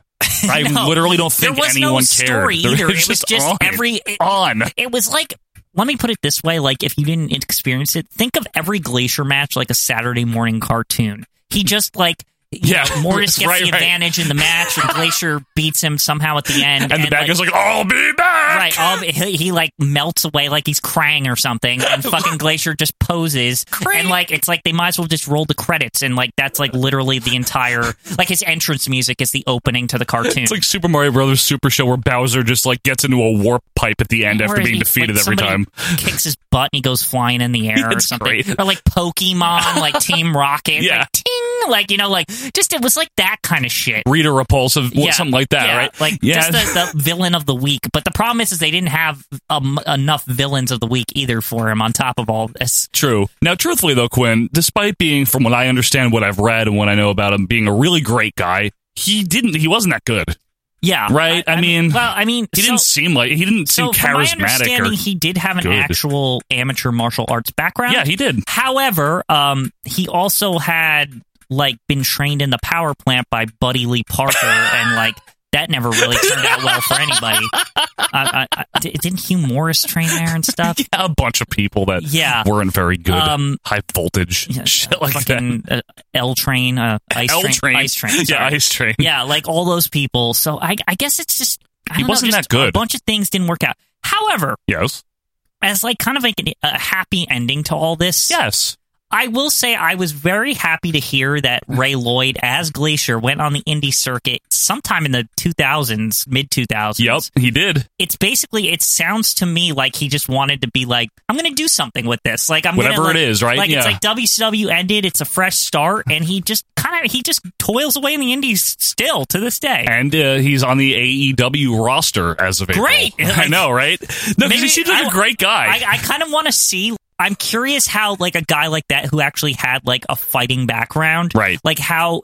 [SPEAKER 2] I
[SPEAKER 3] No.
[SPEAKER 2] literally don't think
[SPEAKER 3] there was
[SPEAKER 2] anyone
[SPEAKER 3] no
[SPEAKER 2] cared.
[SPEAKER 3] story
[SPEAKER 2] There-
[SPEAKER 3] either. It was just
[SPEAKER 2] on.
[SPEAKER 3] every it-
[SPEAKER 2] on.
[SPEAKER 3] It was like. Let me put it this way: like if you didn't experience it, think of every glacier match like a Saturday morning cartoon. He just like you
[SPEAKER 2] Yeah,
[SPEAKER 3] know, Mortis gets
[SPEAKER 2] right,
[SPEAKER 3] the
[SPEAKER 2] right.
[SPEAKER 3] advantage in the match, and Glacier beats him somehow at the end.
[SPEAKER 2] And, the bad
[SPEAKER 3] like,
[SPEAKER 2] guy's like, "I'll be back."
[SPEAKER 3] Right. All, he, he like melts away like he's Krang or something, and fucking Glacier just poses, and like it's like they might as well just roll the credits, and like that's like literally the entire like his entrance music is the opening to the cartoon.
[SPEAKER 2] It's like Super Mario Brothers Super Show, where Bowser just like gets into a warp pipe at the end after
[SPEAKER 3] Or
[SPEAKER 2] being
[SPEAKER 3] he,
[SPEAKER 2] defeated
[SPEAKER 3] like,
[SPEAKER 2] every
[SPEAKER 3] somebody
[SPEAKER 2] time.
[SPEAKER 3] Kicks his butt and he goes flying in the air or
[SPEAKER 2] It's
[SPEAKER 3] something.
[SPEAKER 2] great.
[SPEAKER 3] Or like Pokemon, like Team Rocket,
[SPEAKER 2] Yeah.
[SPEAKER 3] like ting, like you know, like just it was like that kind of shit.
[SPEAKER 2] Rita Repulsive,
[SPEAKER 3] Yeah,
[SPEAKER 2] something like that,
[SPEAKER 3] yeah,
[SPEAKER 2] right?
[SPEAKER 3] Like
[SPEAKER 2] yeah,
[SPEAKER 3] just the, the villain of the week. But the problem is, is they didn't have um, enough villains of the week either for him. On top of all this,
[SPEAKER 2] True. Now, truthfully, though, Quinn, despite being, from what I understand, what I've read and what I know about him, being a really great guy, he didn't. He wasn't that good,
[SPEAKER 3] yeah,
[SPEAKER 2] right? I, mean,
[SPEAKER 3] well, I mean,
[SPEAKER 2] he didn't
[SPEAKER 3] so-
[SPEAKER 2] seem like he didn't
[SPEAKER 3] So,
[SPEAKER 2] seem
[SPEAKER 3] from my
[SPEAKER 2] charismatic.
[SPEAKER 3] understanding,
[SPEAKER 2] or-
[SPEAKER 3] he did have an
[SPEAKER 2] good.
[SPEAKER 3] actual amateur martial arts background.
[SPEAKER 2] yeah, he did.
[SPEAKER 3] However, um, he also had like been trained in the power plant by Buddy Lee Parker, and like that never really turned out well for anybody. Uh, I, I, di- didn't Hugh Morris train there and stuff?
[SPEAKER 2] A bunch of people that
[SPEAKER 3] Yeah.
[SPEAKER 2] weren't very good,
[SPEAKER 3] Um,
[SPEAKER 2] high voltage,
[SPEAKER 3] Yeah,
[SPEAKER 2] shit like that.
[SPEAKER 3] fucking, Uh, L train, uh, ice
[SPEAKER 2] L train,
[SPEAKER 3] ice train.
[SPEAKER 2] yeah,
[SPEAKER 3] sorry.
[SPEAKER 2] ice train.
[SPEAKER 3] yeah, like all those people. So I, I guess it's just I
[SPEAKER 2] He
[SPEAKER 3] don't know,
[SPEAKER 2] wasn't
[SPEAKER 3] just
[SPEAKER 2] that good.
[SPEAKER 3] A bunch of things didn't work out. However,
[SPEAKER 2] Yes,
[SPEAKER 3] as like kind of like an- a happy ending to all this,
[SPEAKER 2] yes.
[SPEAKER 3] I will say I was very happy to hear that Ray Lloyd as Glacier went on the indie circuit sometime in the 2000s, mid 2000s.
[SPEAKER 2] Yep, he did.
[SPEAKER 3] It's basically it sounds to me like he just wanted to be like I'm going to do something with this. Like I'm
[SPEAKER 2] Whatever
[SPEAKER 3] gonna, like,
[SPEAKER 2] it is, right?
[SPEAKER 3] Like
[SPEAKER 2] Yeah.
[SPEAKER 3] it's like WCW ended, it's a fresh start and he just kind of he just toils away in the indies still to this day.
[SPEAKER 2] And uh, he's on the AEW roster as of April.
[SPEAKER 3] Great!
[SPEAKER 2] I know, right? No, 'cause he
[SPEAKER 3] Maybe-
[SPEAKER 2] seems like a
[SPEAKER 3] I-
[SPEAKER 2] great guy.
[SPEAKER 3] I, I kind of want to see. I'm curious how like a guy like that who actually had like a fighting background,
[SPEAKER 2] Right.
[SPEAKER 3] Like how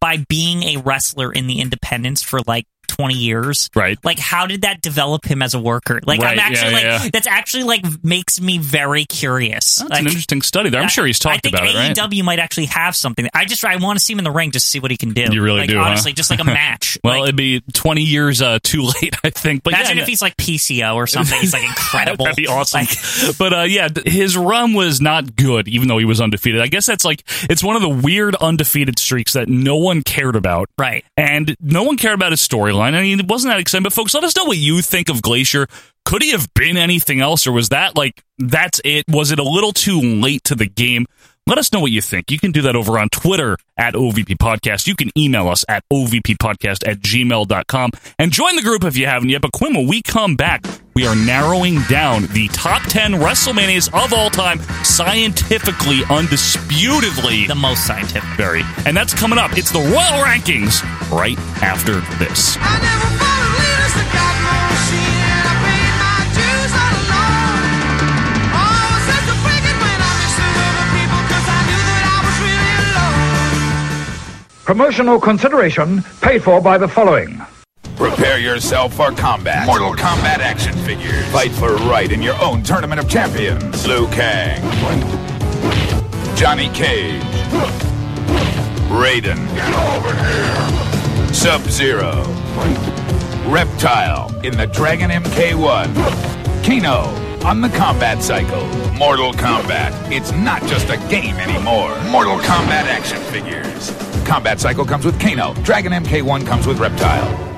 [SPEAKER 3] by being a wrestler in the independents for like 20 years,
[SPEAKER 2] Right.
[SPEAKER 3] Like how did that develop him as a worker? Like
[SPEAKER 2] Right,
[SPEAKER 3] I'm
[SPEAKER 2] yeah,
[SPEAKER 3] actually like
[SPEAKER 2] yeah.
[SPEAKER 3] that's actually like makes me very curious.
[SPEAKER 2] That's
[SPEAKER 3] like,
[SPEAKER 2] an interesting study there. I'm sure he's
[SPEAKER 3] I
[SPEAKER 2] talked
[SPEAKER 3] think
[SPEAKER 2] about it, right?
[SPEAKER 3] AEW might actually have something. I just I want to see him in the ring just to see what he can do.
[SPEAKER 2] You really
[SPEAKER 3] Like,
[SPEAKER 2] do, huh?
[SPEAKER 3] honestly, just like a match.
[SPEAKER 2] Well,
[SPEAKER 3] Like,
[SPEAKER 2] it'd be 20 years uh, too late, I think. But
[SPEAKER 3] imagine
[SPEAKER 2] yeah,
[SPEAKER 3] if he's like PCO or something. He's like incredible.
[SPEAKER 2] That'd be awesome.
[SPEAKER 3] Like,
[SPEAKER 2] but uh, yeah, th- his run was not good, even though he was undefeated. I guess that's like it's one of the weird undefeated streaks that no one cared about.
[SPEAKER 3] Right.
[SPEAKER 2] And no one cared about his storyline. I mean, it wasn't that exciting. But folks, let us know what you think of Glacier. Could he have been anything else, or was that like that's it? Was it a little too late to the game? Let us know what you think. You can do that over on Twitter at OVP Podcast. You can email us at OVPPodcast at gmail.com. And join the group if you haven't yet. But Quinn, when we come back, we are narrowing down the top 10 WrestleManias of all time, scientifically, undisputedly.
[SPEAKER 3] The most scientific.
[SPEAKER 2] Barry. And that's coming up. It's the Royal Rankings right after this.
[SPEAKER 10] Promotional consideration paid for by the following.
[SPEAKER 11] Prepare yourself for combat. Mortal Kombat action figures. Fight for right in your own tournament of champions. Liu Kang. Johnny Cage. Raiden. Get over here. Sub Zero. Reptile in the Dragon MK1. Kino on the combat cycle. Mortal Kombat. It's not just a game anymore. Mortal Kombat action figures. Combat cycle comes with Kano. Dragon MK1 comes with Reptile.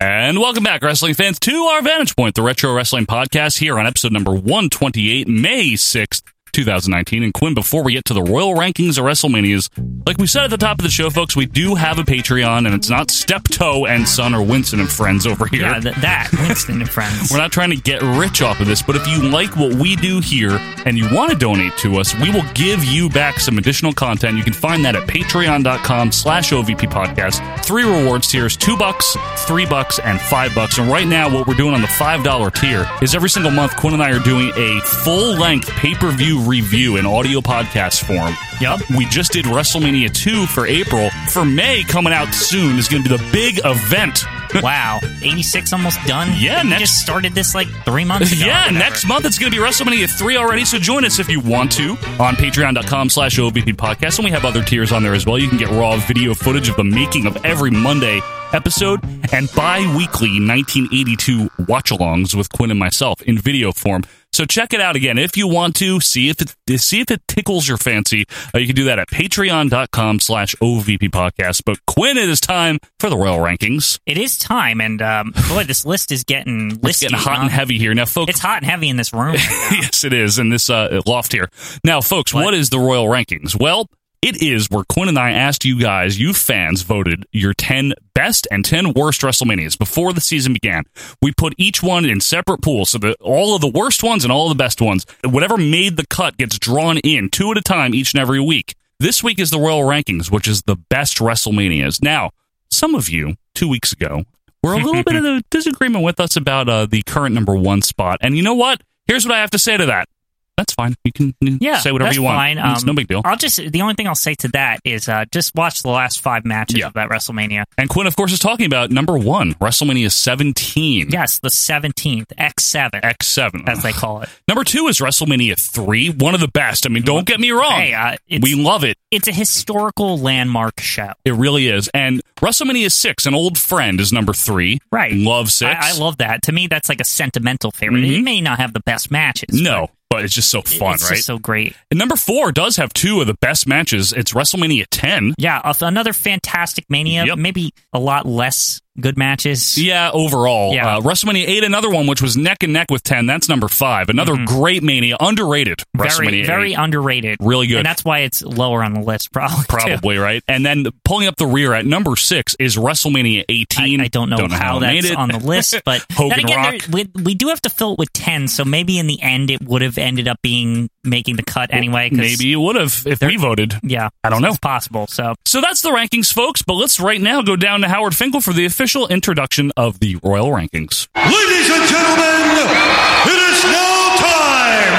[SPEAKER 2] And welcome back, wrestling fans, to our Vantage Point, the Retro Wrestling Podcast, here on episode number 128, May 6th. 2019 and Quinn before we get to the royal rankings of WrestleManias like we said at the top of the show folks we do have a Patreon and it's not Steptoe and Son or Winston and Friends over here
[SPEAKER 3] Yeah, th- that Winston and friends.
[SPEAKER 2] we're not trying to get rich off of this, but if you like what we do here and you want to donate to us, we will give you back some additional content. You can find that at patreon.com slash OVP podcast. Three rewards tiers, two bucks, three bucks, and five bucks. And right now, what we're doing on the $5 tier is every single month, Quinn and I are doing a full length pay per view review in audio podcast form.
[SPEAKER 3] Yep.
[SPEAKER 2] We just did WrestleMania 2 for April. For May, coming out soon, is going to be the big event.
[SPEAKER 3] wow, eighty six almost done.
[SPEAKER 2] Yeah,
[SPEAKER 3] we
[SPEAKER 2] next-
[SPEAKER 3] just started this like three months ago.
[SPEAKER 2] Yeah,
[SPEAKER 3] or whatever.
[SPEAKER 2] next month it's going to be WrestleMania 3 already, so join us if you want to on patreon.com slash OVP podcast. And we have other tiers on there as well. You can get raw video footage of the making of every Monday episode and bi weekly 1982 watch alongs with Quinn and myself in video form. So check it out again if you want to. See if it see if it tickles your fancy. Uh, you can do that at patreon.com slash OVP podcast. But Quinn, it is time for the Royal Rankings.
[SPEAKER 3] It is time, and um, boy, this list is getting listy.
[SPEAKER 2] It's getting hot
[SPEAKER 3] huh?
[SPEAKER 2] and heavy here. Now, folks,
[SPEAKER 3] It's hot and heavy in this room.
[SPEAKER 2] yes, it is in this uh, loft here. Now, folks, what
[SPEAKER 3] What?
[SPEAKER 2] is the Royal Rankings? Well, it is where Quinn and I asked you guys, you fans voted your 10 best and 10 worst WrestleManias before the season began. We put each one in separate pools so that all of the worst ones and all of the best ones, whatever made the cut gets drawn in two at a time each and every week. This week is the Royal Rankings, which is the best WrestleManias. Now, some of you, two weeks ago, were a little bit of a disagreement with us about uh, the current number one spot. And you know what? Here's what I have to say to that. That's fine. You can you
[SPEAKER 3] Yeah,
[SPEAKER 2] say whatever
[SPEAKER 3] that's
[SPEAKER 2] you want.
[SPEAKER 3] Fine. um, uh,
[SPEAKER 2] it's no big deal.
[SPEAKER 3] I'll just the only thing I'll say to that is uh, just watch the last five matches
[SPEAKER 2] Yeah.
[SPEAKER 3] of that WrestleMania.
[SPEAKER 2] and Quinn, of course, is talking about number one, WrestleMania 17.
[SPEAKER 3] Yes, the seventeenth X seven,
[SPEAKER 2] X7.
[SPEAKER 3] as they call it.
[SPEAKER 2] number two is WrestleMania 3, one of the best. I mean, don't get me wrong.
[SPEAKER 3] Hey, uh, it's-
[SPEAKER 2] Oh, we love it.
[SPEAKER 3] It's a historical landmark show.
[SPEAKER 2] It really is. And WrestleMania 6, an old friend, is number three.
[SPEAKER 3] Right.
[SPEAKER 2] Love 6.
[SPEAKER 3] I, I love that. To me, that's like a sentimental favorite.
[SPEAKER 2] Mm-hmm.
[SPEAKER 3] It may not have the best matches.
[SPEAKER 2] No, but it's just so
[SPEAKER 3] but
[SPEAKER 2] fun,
[SPEAKER 3] it's
[SPEAKER 2] right?
[SPEAKER 3] Just so great.
[SPEAKER 2] And number four does have two of the best matches. It's WrestleMania 10.
[SPEAKER 3] Yeah, a- another fantastic mania.
[SPEAKER 2] Yep.
[SPEAKER 3] Maybe a lot less good matches.
[SPEAKER 2] Yeah, overall.
[SPEAKER 3] Yeah.
[SPEAKER 2] Uh, WrestleMania 8, another one which was neck and neck with 10. That's number five. Another great mania, underrated WrestleMania
[SPEAKER 3] Mm-hmm. Very,
[SPEAKER 2] 8.
[SPEAKER 3] very underrated.
[SPEAKER 2] Really good.
[SPEAKER 3] And that's why it's lower on the list, probably. too.
[SPEAKER 2] Probably right, and then pulling up the rear at number six is WrestleMania
[SPEAKER 3] I,
[SPEAKER 2] 18.
[SPEAKER 3] I don't know how
[SPEAKER 2] it made
[SPEAKER 3] that's
[SPEAKER 2] it.
[SPEAKER 3] on the list, but
[SPEAKER 2] Hogan
[SPEAKER 3] then again,
[SPEAKER 2] Rock.
[SPEAKER 3] there- we, we do have to fill it with ten, so maybe in the end it would have ended up being making the cut anyway. 'cause-
[SPEAKER 2] Maybe it would have if we voted.
[SPEAKER 3] yeah,
[SPEAKER 2] I don't know.
[SPEAKER 3] It's possible. So
[SPEAKER 2] So that's the rankings, folks. But let's right now go down to Howard Finkel for the official introduction of the Royal Rankings.
[SPEAKER 4] Ladies and gentlemen, it is now time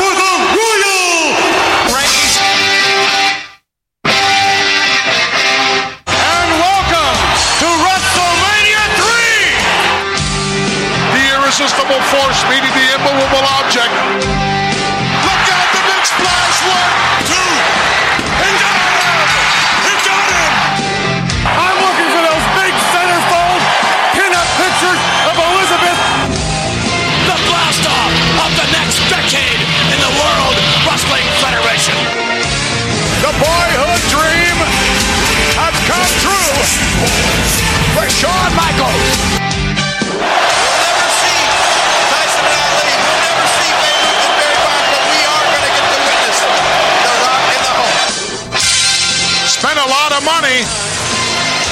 [SPEAKER 4] for the Royal And welcome to WrestleMania 3! The irresistible force meeting the immovable object. Look out, the big splash! One, two, and got him! He got him! I'm looking for those big centerfold pinup pictures of Elizabeth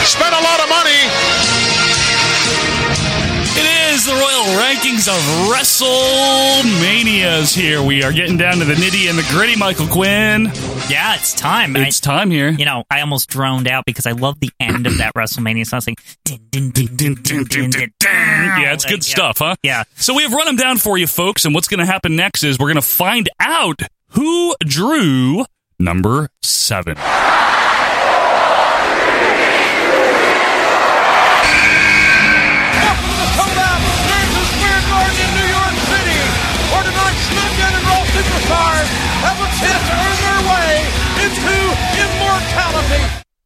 [SPEAKER 4] spent a lot of money.
[SPEAKER 2] It is the Royal Rankings of WrestleManias here. We are getting down to the nitty and the gritty, Michael Quinn.
[SPEAKER 3] Yeah, it's time.
[SPEAKER 2] It's time here.
[SPEAKER 3] You know, I almost droned out because I love the end of that WrestleMania song. It's like, dun, dun, dun, dun, dun, dun, dun, dun.
[SPEAKER 2] Yeah, it's
[SPEAKER 3] Like,
[SPEAKER 2] good stuff, huh?
[SPEAKER 3] Yeah.
[SPEAKER 2] So we have run them down for you, folks, and what's going to happen next is we're going to find out who drew number seven.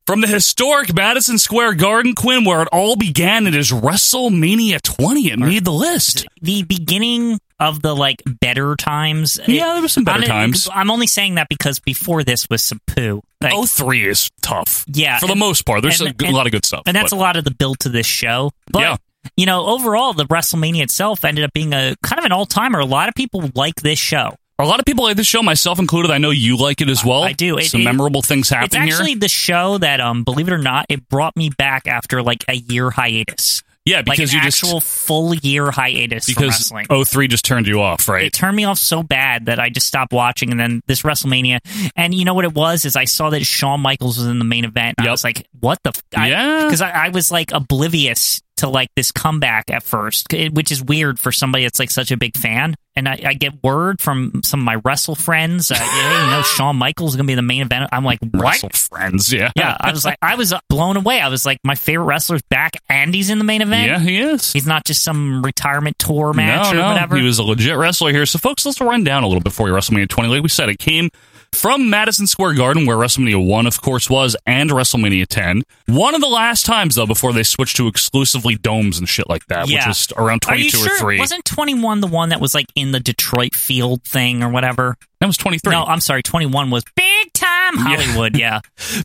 [SPEAKER 2] From the historic Madison Square Garden, Quinn, where it all began, it is WrestleMania 20, and we need the list.
[SPEAKER 3] The beginning of the like better times.
[SPEAKER 2] Yeah, there was some better
[SPEAKER 3] I'm-
[SPEAKER 2] times.
[SPEAKER 3] I'm only saying that because before this was some poo. Like,
[SPEAKER 2] Oh three is tough.
[SPEAKER 3] Yeah,
[SPEAKER 2] For the
[SPEAKER 3] and-
[SPEAKER 2] most part, there's a
[SPEAKER 3] and-
[SPEAKER 2] good-
[SPEAKER 3] and-
[SPEAKER 2] lot of good stuff.
[SPEAKER 3] and that's
[SPEAKER 2] but-
[SPEAKER 3] a lot of the build to this show. But
[SPEAKER 2] Yeah.
[SPEAKER 3] you know, overall, the WrestleMania itself ended up being a kind of an all timer. A lot of people like this show.
[SPEAKER 2] A lot of people like this show, myself included. I know you like it as well.
[SPEAKER 3] I do. It-
[SPEAKER 2] Some
[SPEAKER 3] it-
[SPEAKER 2] memorable things happen
[SPEAKER 3] It's actually
[SPEAKER 2] here.
[SPEAKER 3] the show that, um, believe it or not, it brought me back after like a year hiatus,
[SPEAKER 2] Yeah, because
[SPEAKER 3] like an
[SPEAKER 2] you
[SPEAKER 3] actual full year hiatus
[SPEAKER 2] just
[SPEAKER 3] from
[SPEAKER 2] because
[SPEAKER 3] wrestling.
[SPEAKER 2] 03 just turned you off, right?
[SPEAKER 3] It turned me off so bad that I just stopped watching. And then this WrestleMania, and you know what it was is I saw that Shawn Michaels was in the main event. And I
[SPEAKER 2] Yep.
[SPEAKER 3] was like, what the? F-? I,
[SPEAKER 2] Yeah.
[SPEAKER 3] because I, I was like oblivious to like this comeback at first, it- which is weird for somebody that's like such a big fan. And I, I get word from some of my wrestle friends, uh, hey, you know, Shawn Michaels is going to be in the main event. I'm like, what?
[SPEAKER 2] Wrestle friends, yeah.
[SPEAKER 3] Yeah, I was like, I was blown away. I was like, my favorite wrestler's back, and he's in the main event.
[SPEAKER 2] yeah, he is.
[SPEAKER 3] He's not just some retirement tour match
[SPEAKER 2] no,
[SPEAKER 3] or
[SPEAKER 2] no,
[SPEAKER 3] whatever.
[SPEAKER 2] he was a legit wrestler here. So, folks, let's run down a little bit for you. WrestleMania 20, like we said, it came from Madison Square Garden, where WrestleMania 1, of course, was, and WrestleMania 10. One of the last times, though, before they switched to exclusively domes and shit like that, which
[SPEAKER 3] Yeah.
[SPEAKER 2] was around
[SPEAKER 3] Are you
[SPEAKER 2] 22
[SPEAKER 3] sure?
[SPEAKER 2] or 3.
[SPEAKER 3] Wasn't 21 the one that was like in the Detroit field thing or whatever?
[SPEAKER 2] that was 23.
[SPEAKER 3] No, I'm sorry. 21 was big time Hollywood. Yeah.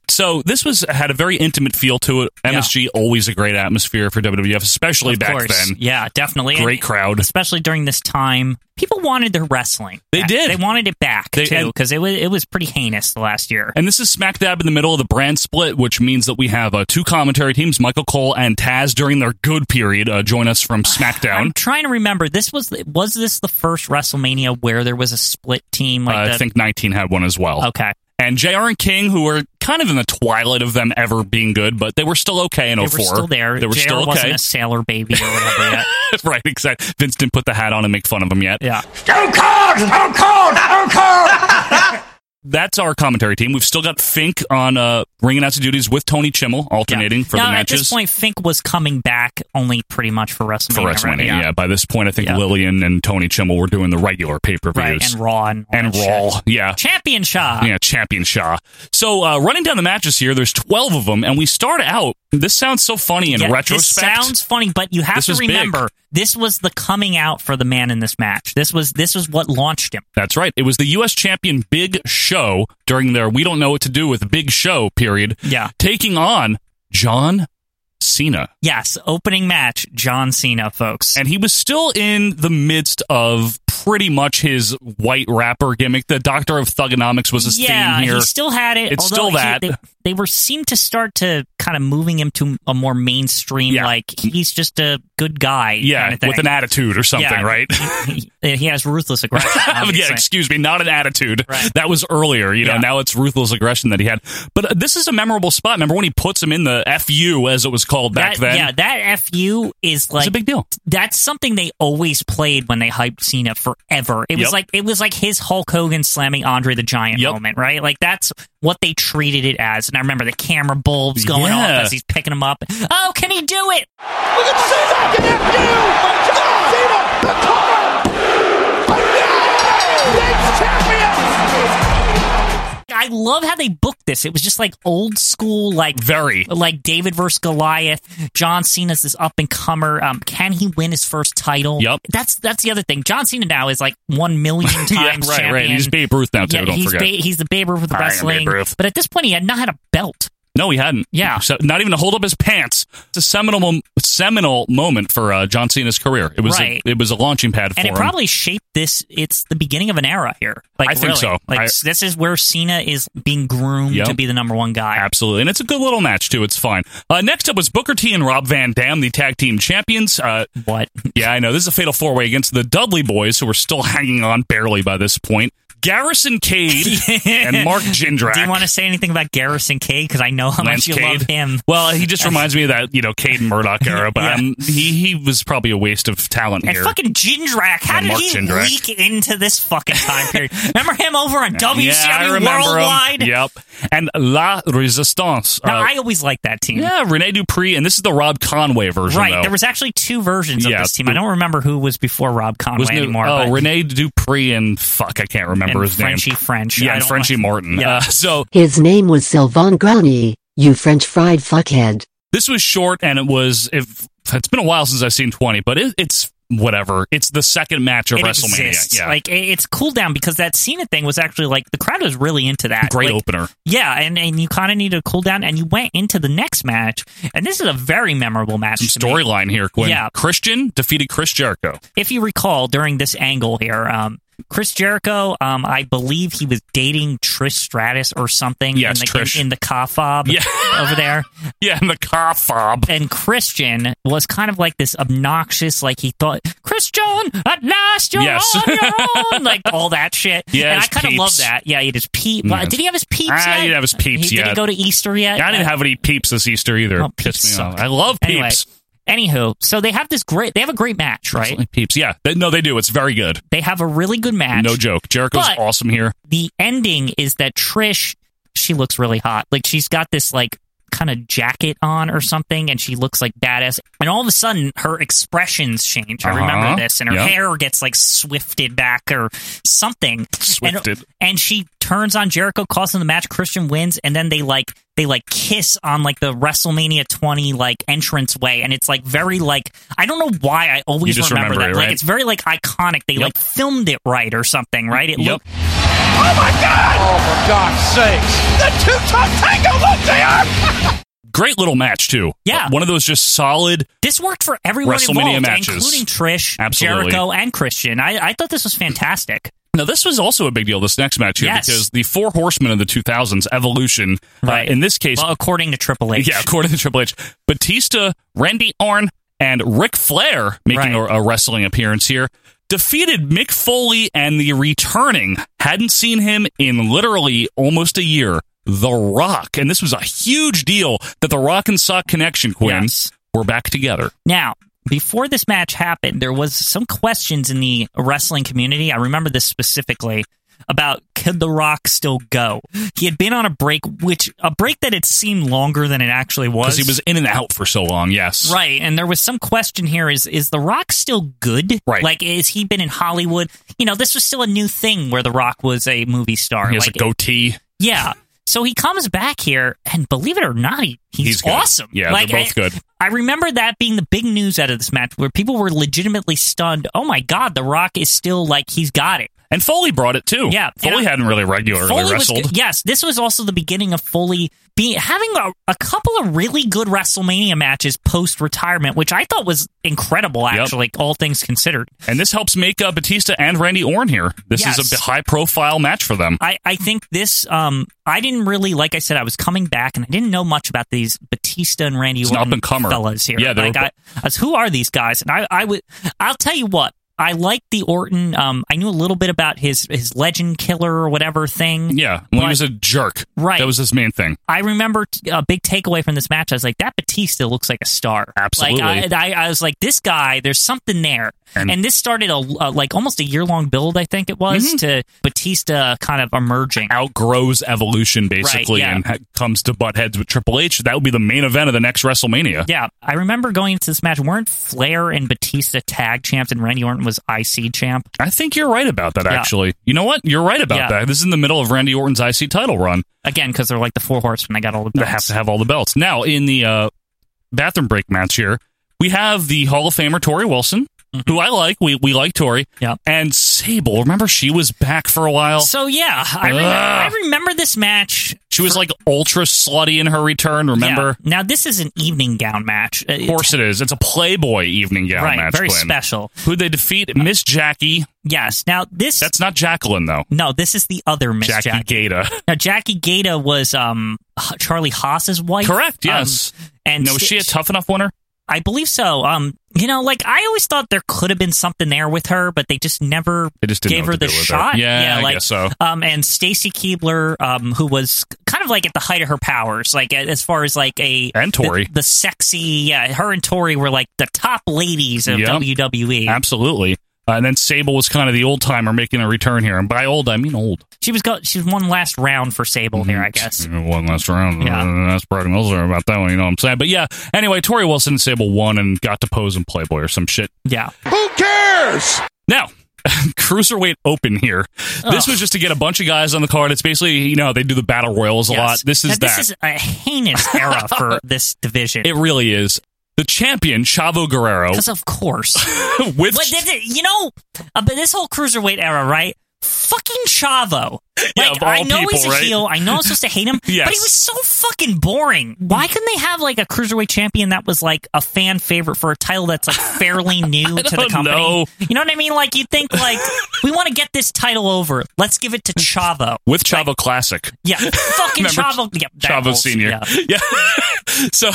[SPEAKER 2] So this was had a very intimate feel to it. MSG always a great atmosphere for WWF, especially
[SPEAKER 3] of
[SPEAKER 2] back
[SPEAKER 3] course.
[SPEAKER 2] then.
[SPEAKER 3] Yeah, definitely. And
[SPEAKER 2] Great crowd.
[SPEAKER 3] Especially during this time, people wanted their wrestling.
[SPEAKER 2] They
[SPEAKER 3] back.
[SPEAKER 2] did.
[SPEAKER 3] They wanted it back
[SPEAKER 2] They-
[SPEAKER 3] too
[SPEAKER 2] and-
[SPEAKER 3] because it was it was pretty heinous the last year.
[SPEAKER 2] And this is smack dab in the middle of the brand split, which means that we have uh, two commentary teams, Michael Cole and Taz, during their good period, uh, join us from
[SPEAKER 3] I'm
[SPEAKER 2] SmackDown.
[SPEAKER 3] trying to remember. This was was this the first WrestleMania where there was a split team? Like
[SPEAKER 2] Uh,
[SPEAKER 3] the,
[SPEAKER 2] I think 19 had one as well.
[SPEAKER 3] okay.
[SPEAKER 2] And JR and King, who were kind of in the twilight of them ever being good, but they were still okay in
[SPEAKER 3] They
[SPEAKER 2] 04.
[SPEAKER 3] were still there.
[SPEAKER 2] They were
[SPEAKER 3] JR
[SPEAKER 2] still okay.
[SPEAKER 3] wasn't a sailor baby or whatever yet.
[SPEAKER 2] right, exactly. Vince didn't put the hat on and make fun of him yet.
[SPEAKER 3] Yeah.
[SPEAKER 1] Stone Cold! Stone Cold! Stone Cold!
[SPEAKER 2] that's our commentary team. We've still got Fink on uh, ring announcer duties with Tony Chimmel alternating for
[SPEAKER 3] now,
[SPEAKER 2] the matches.
[SPEAKER 3] At this point, Fink was coming back only pretty much for WrestleMania.
[SPEAKER 2] for WrestleMania,
[SPEAKER 3] right?
[SPEAKER 2] yeah. By this point, I think
[SPEAKER 3] Yeah.
[SPEAKER 2] Lillian and Tony Chimmel were doing the regular pay per
[SPEAKER 3] Right,
[SPEAKER 2] views
[SPEAKER 3] and Raw and, all that shit.
[SPEAKER 2] Raw, yeah.
[SPEAKER 3] Champion Shaw.
[SPEAKER 2] yeah, Champion Shaw. So uh, running down the matches here, there's 12 of them, and we start out. This sounds so funny in
[SPEAKER 3] Yeah,
[SPEAKER 2] retrospect.
[SPEAKER 3] This sounds funny, but you have
[SPEAKER 2] This
[SPEAKER 3] to
[SPEAKER 2] was big.
[SPEAKER 3] remember this was the coming out for the man in this match. This was this was what launched him.
[SPEAKER 2] That's right. It was the U.S. champion Big Show during their "We Don't Know What to Do with Big Show" period.
[SPEAKER 3] Yeah.
[SPEAKER 2] taking on John Cena.
[SPEAKER 3] Yes, opening match, John Cena, folks.
[SPEAKER 2] and he was still in the midst of pretty much his white rapper gimmick. The Doctor of Thugonomics was his
[SPEAKER 3] yeah,
[SPEAKER 2] theme here.
[SPEAKER 3] he still had it.
[SPEAKER 2] It's still
[SPEAKER 3] although he-
[SPEAKER 2] that.
[SPEAKER 3] they, they were seemed to start to kind of moving him to a more mainstream.
[SPEAKER 2] Yeah.
[SPEAKER 3] Like he's just a good guy.
[SPEAKER 2] yeah,
[SPEAKER 3] kind of thing.
[SPEAKER 2] with an attitude or something,
[SPEAKER 3] Yeah.
[SPEAKER 2] right?
[SPEAKER 3] he, he has ruthless aggression.
[SPEAKER 2] yeah,
[SPEAKER 3] obviously.
[SPEAKER 2] excuse me, not an attitude.
[SPEAKER 3] Right.
[SPEAKER 2] That was earlier, you know.
[SPEAKER 3] Yeah.
[SPEAKER 2] Now it's ruthless aggression that he had. But uh, this is a memorable spot. Remember when he puts him in the FU as it was called back
[SPEAKER 3] that,
[SPEAKER 2] then?
[SPEAKER 3] Yeah, that fu is like
[SPEAKER 2] it's a big deal.
[SPEAKER 3] That's something they always played when they hyped Cena forever. It was
[SPEAKER 2] Yep.
[SPEAKER 3] like it was like his Hulk Hogan slamming Andre the Giant
[SPEAKER 2] Yep.
[SPEAKER 3] moment, right? Like that's what they treated it as. And I remember the camera bulbs going off
[SPEAKER 2] Yeah.
[SPEAKER 3] as he's picking him up. Oh, can he do it? I love how they booked this. It was just like old school, like
[SPEAKER 2] Very.
[SPEAKER 3] like David versus Goliath. John Cena's this up and comer. Um, can he win his first title?
[SPEAKER 2] Yep.
[SPEAKER 3] That's that's the other thing. John Cena now is like one million times
[SPEAKER 2] yeah, right,
[SPEAKER 3] champion.
[SPEAKER 2] right. He's Babe Ruth now too.
[SPEAKER 3] Yeah,
[SPEAKER 2] don't
[SPEAKER 3] he's,
[SPEAKER 2] forget.
[SPEAKER 3] Ba- he's the Babe Ruth of
[SPEAKER 2] I am Babe
[SPEAKER 3] wrestling.
[SPEAKER 2] Ruth.
[SPEAKER 3] But at this point, he had not had a belt.
[SPEAKER 2] No, he hadn't.
[SPEAKER 3] Yeah.
[SPEAKER 2] So, not even to hold up his pants. It's a seminal mom- seminal moment for uh, John Cena's career. It was
[SPEAKER 3] Right.
[SPEAKER 2] a, it was a launching pad for
[SPEAKER 3] and it
[SPEAKER 2] him.
[SPEAKER 3] probably shaped this. It's the beginning of an era here. Like,
[SPEAKER 2] I think
[SPEAKER 3] really.
[SPEAKER 2] so.
[SPEAKER 3] Like
[SPEAKER 2] I-
[SPEAKER 3] this is where Cena is being groomed
[SPEAKER 2] Yep.
[SPEAKER 3] to be the number one guy.
[SPEAKER 2] Absolutely. And it's a good little match, too. It's fine. Uh, next up was Booker T and Rob Van Dam, the tag team champions. Uh,
[SPEAKER 3] What?
[SPEAKER 2] yeah, I know. This is a fatal four way against the Dudley boys, who are still hanging on barely by this point. Garrison Cade and Mark Jindrak.
[SPEAKER 3] Do you want to say anything about Garrison Cade? Because I know how
[SPEAKER 2] Lance
[SPEAKER 3] much you
[SPEAKER 2] Cade.
[SPEAKER 3] love him.
[SPEAKER 2] Well, he just reminds me of that, you know, Cade and Murdoch era, but
[SPEAKER 3] Yeah.
[SPEAKER 2] um, he, he was probably a waste of talent
[SPEAKER 3] And
[SPEAKER 2] here.
[SPEAKER 3] fucking Jindrak, how
[SPEAKER 2] And
[SPEAKER 3] did
[SPEAKER 2] Mark
[SPEAKER 3] he
[SPEAKER 2] Jindrak.
[SPEAKER 3] leak into this fucking time period? Remember him over on WCW
[SPEAKER 2] yeah, I remember him.
[SPEAKER 3] Worldwide?
[SPEAKER 2] Yep. And La Resistance.
[SPEAKER 3] Now,
[SPEAKER 2] uh,
[SPEAKER 3] I always liked that team.
[SPEAKER 2] yeah, Rene Dupree, and this is the Rob Conway version,
[SPEAKER 3] right.
[SPEAKER 2] though.
[SPEAKER 3] There was actually two versions
[SPEAKER 2] Yeah,
[SPEAKER 3] of this team. I don't remember who was before Rob Conway
[SPEAKER 2] Wasn't it-
[SPEAKER 3] anymore.
[SPEAKER 2] Oh,
[SPEAKER 3] but-
[SPEAKER 2] Rene Dupree and fuck, I can't remember
[SPEAKER 3] and
[SPEAKER 2] his
[SPEAKER 3] Frenchie
[SPEAKER 2] name.
[SPEAKER 3] French. I
[SPEAKER 2] Yeah, and
[SPEAKER 3] don't
[SPEAKER 2] Frenchie
[SPEAKER 3] like-
[SPEAKER 2] Morton.
[SPEAKER 3] Yeah.
[SPEAKER 2] Uh, so
[SPEAKER 12] His name was Sylvain Granier, you French fried fuckhead.
[SPEAKER 2] this was short, and it was. If it's been a while since I've seen twenty, but it, it's whatever. It's the second match of
[SPEAKER 3] it
[SPEAKER 2] WrestleMania.
[SPEAKER 3] exists.
[SPEAKER 2] Yeah,
[SPEAKER 3] Like it- it's cool down because that Cena thing was actually like the crowd was really into that.
[SPEAKER 2] great
[SPEAKER 3] Like,
[SPEAKER 2] opener.
[SPEAKER 3] Yeah, and, and you kind of need to cool down, and you went into the next match, and this is a very memorable match.
[SPEAKER 2] Some
[SPEAKER 3] to me.
[SPEAKER 2] storyline here, Quinn.
[SPEAKER 3] Yeah.
[SPEAKER 2] Christian defeated Chris Jericho.
[SPEAKER 3] If you recall, during this angle here, um, Chris Jericho, um, I believe he was dating Trish Stratus or something
[SPEAKER 2] Yes,
[SPEAKER 3] in the
[SPEAKER 2] Trish.
[SPEAKER 3] in, in the cofob
[SPEAKER 2] Yeah.
[SPEAKER 3] over there.
[SPEAKER 2] Yeah, and the car fob.
[SPEAKER 3] And Christian was kind of like this obnoxious, like he thought, Christian, at last you're
[SPEAKER 2] Yes.
[SPEAKER 3] on your own, like all that shit.
[SPEAKER 2] Yeah,
[SPEAKER 3] and I
[SPEAKER 2] his
[SPEAKER 3] kind of love
[SPEAKER 2] peeps.
[SPEAKER 3] that. Yeah, he just peep.
[SPEAKER 2] Yeah.
[SPEAKER 3] well, Did he have his peeps?
[SPEAKER 2] Ah,
[SPEAKER 3] yet?
[SPEAKER 2] he didn't have his peeps
[SPEAKER 3] He- Did he
[SPEAKER 2] yet.
[SPEAKER 3] go to Easter yet?
[SPEAKER 2] I didn't have any peeps this Easter either.
[SPEAKER 3] Oh,
[SPEAKER 2] Pissed
[SPEAKER 3] peeps
[SPEAKER 2] me off.
[SPEAKER 3] suck.
[SPEAKER 2] I love peeps.
[SPEAKER 3] Anyway, anywho, so they have this great. They have a great match, right?
[SPEAKER 2] Absolutely Peeps. Yeah. They- no, they do. It's very good.
[SPEAKER 3] They have a really good match.
[SPEAKER 2] No joke. Jericho's
[SPEAKER 3] But-
[SPEAKER 2] awesome here.
[SPEAKER 3] the ending is that Trish, she looks really hot. Like she's got this like kind of jacket on or something, and she looks like badass. And all of a sudden, her expressions change. I
[SPEAKER 2] Uh-huh.
[SPEAKER 3] remember this, and her
[SPEAKER 2] Yep.
[SPEAKER 3] hair gets like swifted back or something. And-
[SPEAKER 2] Swifted.
[SPEAKER 3] And, she turns on Jericho, calls him the match. Christian wins, and then they like they like kiss on like the WrestleMania 20 like entrance way, and it's like very like I don't know why I always
[SPEAKER 2] just
[SPEAKER 3] remember,
[SPEAKER 2] remember
[SPEAKER 3] that.
[SPEAKER 2] it,
[SPEAKER 3] Like
[SPEAKER 2] right?
[SPEAKER 3] it's very like iconic. They like filmed it right or something, right? It
[SPEAKER 2] Yep.
[SPEAKER 3] looked
[SPEAKER 4] Oh my God! Oh, for God's sakes! The two-top tango look they are.
[SPEAKER 2] Great little match too.
[SPEAKER 3] Yeah.
[SPEAKER 2] Uh, one of those just solid.
[SPEAKER 3] This worked for everyone
[SPEAKER 2] WrestleMania
[SPEAKER 3] involved,
[SPEAKER 2] matches.
[SPEAKER 3] including Trish,
[SPEAKER 2] Absolutely.
[SPEAKER 3] Jericho, and Christian. I, I thought this was fantastic.
[SPEAKER 2] Now this was also a big deal. This next match here
[SPEAKER 3] Yes.
[SPEAKER 2] because the Four Horsemen of the 2000s Evolution. uh,
[SPEAKER 3] Right.
[SPEAKER 2] in this case,
[SPEAKER 3] Well, according to Triple H.
[SPEAKER 2] yeah, according to Triple H, Batista, Randy Orton, and Ric Flair making
[SPEAKER 3] Right.
[SPEAKER 2] a, a wrestling appearance here. Defeated Mick Foley and the returning, hadn't seen him in literally almost a year, The Rock. And this was a huge deal that The Rock and Sock Connection, Quinn,
[SPEAKER 3] Yes.
[SPEAKER 2] were back together.
[SPEAKER 3] Now, before this match happened, there was some questions in the wrestling community. I remember this specifically about could The Rock still go? He had been on a break, which a break that had seemed longer than it actually was.
[SPEAKER 2] Because he was in and out for so long, yes.
[SPEAKER 3] Right, and there was some question here: is is The Rock still good?
[SPEAKER 2] Right.
[SPEAKER 3] like is he been in Hollywood? You know, this was still a new thing where The Rock was a movie star.
[SPEAKER 2] He has
[SPEAKER 3] like,
[SPEAKER 2] a goatee.
[SPEAKER 3] Yeah. So he comes back here, and believe it or not, he,
[SPEAKER 2] He's
[SPEAKER 3] he's,
[SPEAKER 2] good.
[SPEAKER 3] awesome.
[SPEAKER 2] Yeah, they're both
[SPEAKER 3] I,
[SPEAKER 2] good.
[SPEAKER 3] I remember that being the big news out of this match, where people were legitimately stunned. Oh my God, The Rock is still like he's got it.
[SPEAKER 2] And Foley brought it too.
[SPEAKER 3] Yeah,
[SPEAKER 2] Foley
[SPEAKER 3] and I-
[SPEAKER 2] hadn't really regularly
[SPEAKER 3] was
[SPEAKER 2] wrestled.
[SPEAKER 3] good. yes. This was also the beginning of Foley being having a, a couple of really good WrestleMania matches post retirement, which I thought was incredible.
[SPEAKER 2] Yep.
[SPEAKER 3] Actually, all things considered,
[SPEAKER 2] And this helps make uh, Batista and Randy Orton here. This is
[SPEAKER 3] Yes.
[SPEAKER 2] a high profile match for them.
[SPEAKER 3] I, I think this um I didn't really like I said I was coming back and I didn't know much about these Batista and Randy
[SPEAKER 2] It's an
[SPEAKER 3] Orton
[SPEAKER 2] up-and-comer.
[SPEAKER 3] fellas here.
[SPEAKER 2] Yeah, they
[SPEAKER 3] like
[SPEAKER 2] were-
[SPEAKER 3] I, I was, who are these guys? And I I would I'll tell you what I liked the Orton. Um, I knew a little bit about his his Legend Killer or whatever thing.
[SPEAKER 2] Yeah, when he
[SPEAKER 3] But-
[SPEAKER 2] was a jerk.
[SPEAKER 3] Right.
[SPEAKER 2] That was his main thing.
[SPEAKER 3] I remember t- a big takeaway from this match. I was like, that Batista looks like a star.
[SPEAKER 2] Absolutely.
[SPEAKER 3] Like, I, I, I was like, this guy, there's something there.
[SPEAKER 2] And-
[SPEAKER 3] And, this started a, a like almost a year long build, I think it was,
[SPEAKER 2] Mm-hmm.
[SPEAKER 3] to Batista kind of emerging.
[SPEAKER 2] Outgrows evolution, basically,
[SPEAKER 3] yeah.
[SPEAKER 2] and ha- comes to butt heads with Triple H. That would be the main event of the next WrestleMania.
[SPEAKER 3] Yeah, I remember going into this match. Weren't Flair and Batista tag champs, and Randy Orton was IC champ?
[SPEAKER 2] I think you're right about that,
[SPEAKER 3] Yeah.
[SPEAKER 2] actually. You know what? You're right about
[SPEAKER 3] Yeah.
[SPEAKER 2] that. This is in the middle of Randy Orton's IC title run.
[SPEAKER 3] Again, because they're like the four horsemen. They got all the
[SPEAKER 2] They have
[SPEAKER 3] belts.
[SPEAKER 2] to have all the belts. Now, in the uh, bathroom break match here, we have the Hall of Famer Tori Wilson
[SPEAKER 3] Mm-hmm.
[SPEAKER 2] who I like. We we like Tori. Yeah. And Sable, remember she was back for a while.
[SPEAKER 3] So yeah, I, rem- I
[SPEAKER 2] Ugh.
[SPEAKER 3] remember this match.
[SPEAKER 2] she was like ultra slutty in her return. Remember?
[SPEAKER 3] Now this is an evening gown match. Uh,
[SPEAKER 2] Of course it is. It's a Playboy evening gown
[SPEAKER 3] Right,
[SPEAKER 2] match.
[SPEAKER 3] very
[SPEAKER 2] Glenn.
[SPEAKER 3] special.
[SPEAKER 2] Who they defeat? Miss Jackie.
[SPEAKER 3] Yes. Now this
[SPEAKER 2] That's not Jacqueline though.
[SPEAKER 3] no, this is the other Miss
[SPEAKER 2] Jackie,
[SPEAKER 3] Jackie.
[SPEAKER 2] Gata.
[SPEAKER 3] Now Jackie Gata was um H- Charlie Haas's wife.
[SPEAKER 2] Correct.
[SPEAKER 3] Um,
[SPEAKER 2] Yes.
[SPEAKER 3] and
[SPEAKER 2] no, was she a
[SPEAKER 3] sh-
[SPEAKER 2] tough enough winner?
[SPEAKER 3] I believe so. Um, you know, like I always thought there could have been something there with her, but they just never
[SPEAKER 2] They just didn't
[SPEAKER 3] gave
[SPEAKER 2] know what to
[SPEAKER 3] her the
[SPEAKER 2] do with her.
[SPEAKER 3] shot.
[SPEAKER 2] Yeah, I
[SPEAKER 3] like,
[SPEAKER 2] guess so.
[SPEAKER 3] Um, and Stacy Keebler, um, who was kind of like at the height of her powers, like a- as far as like a
[SPEAKER 2] And Tori.
[SPEAKER 3] the, the sexy. Yeah, her and Tori were like the top ladies of E.
[SPEAKER 2] Yep.
[SPEAKER 3] WWE.
[SPEAKER 2] Absolutely. Uh, and then Sable was kind of the old timer making a return here, and by old I mean old.
[SPEAKER 3] She was go. She's one last round for Sable
[SPEAKER 2] Mhm.
[SPEAKER 3] here, I guess.
[SPEAKER 2] One last round.
[SPEAKER 3] Yeah.
[SPEAKER 2] Uh, that's Brody Miller about that one. You know what I'm saying? But yeah. Anyway, Tori Wilson and Sable won and got to pose in Playboy or some shit.
[SPEAKER 3] Yeah.
[SPEAKER 4] Who cares?
[SPEAKER 2] Now, cruiserweight open here. This
[SPEAKER 3] Ugh.
[SPEAKER 2] was just to get a bunch of guys on the card. It's basically you know they do the battle royals a
[SPEAKER 3] Yes.
[SPEAKER 2] lot. This
[SPEAKER 3] Now,
[SPEAKER 2] is that.
[SPEAKER 3] This is a heinous era for this division.
[SPEAKER 2] it really is. The champion Chavo Guerrero
[SPEAKER 3] Because of course.
[SPEAKER 2] with
[SPEAKER 3] But th- th- you know, uh, but this whole cruiserweight era, right? Fucking Chavo. Like,
[SPEAKER 2] Yeah, of all
[SPEAKER 3] I know he's a
[SPEAKER 2] people, right?
[SPEAKER 3] heel. I know I'm supposed to hate him,
[SPEAKER 2] Yes.
[SPEAKER 3] but he was so fucking boring. Why couldn't they have like a cruiserweight champion that was like a fan favorite for a title that's like fairly new to the
[SPEAKER 2] don't
[SPEAKER 3] company?
[SPEAKER 2] know.
[SPEAKER 3] You know what I mean? Like you think like we want to get this title over. Let's give it to Chavo.
[SPEAKER 2] with Chavo Classic.
[SPEAKER 3] Yeah, fucking
[SPEAKER 2] Remember
[SPEAKER 3] Chavo. Yeah, that
[SPEAKER 2] Chavo
[SPEAKER 3] whole-
[SPEAKER 2] Senior.
[SPEAKER 3] yeah.
[SPEAKER 2] Yeah. so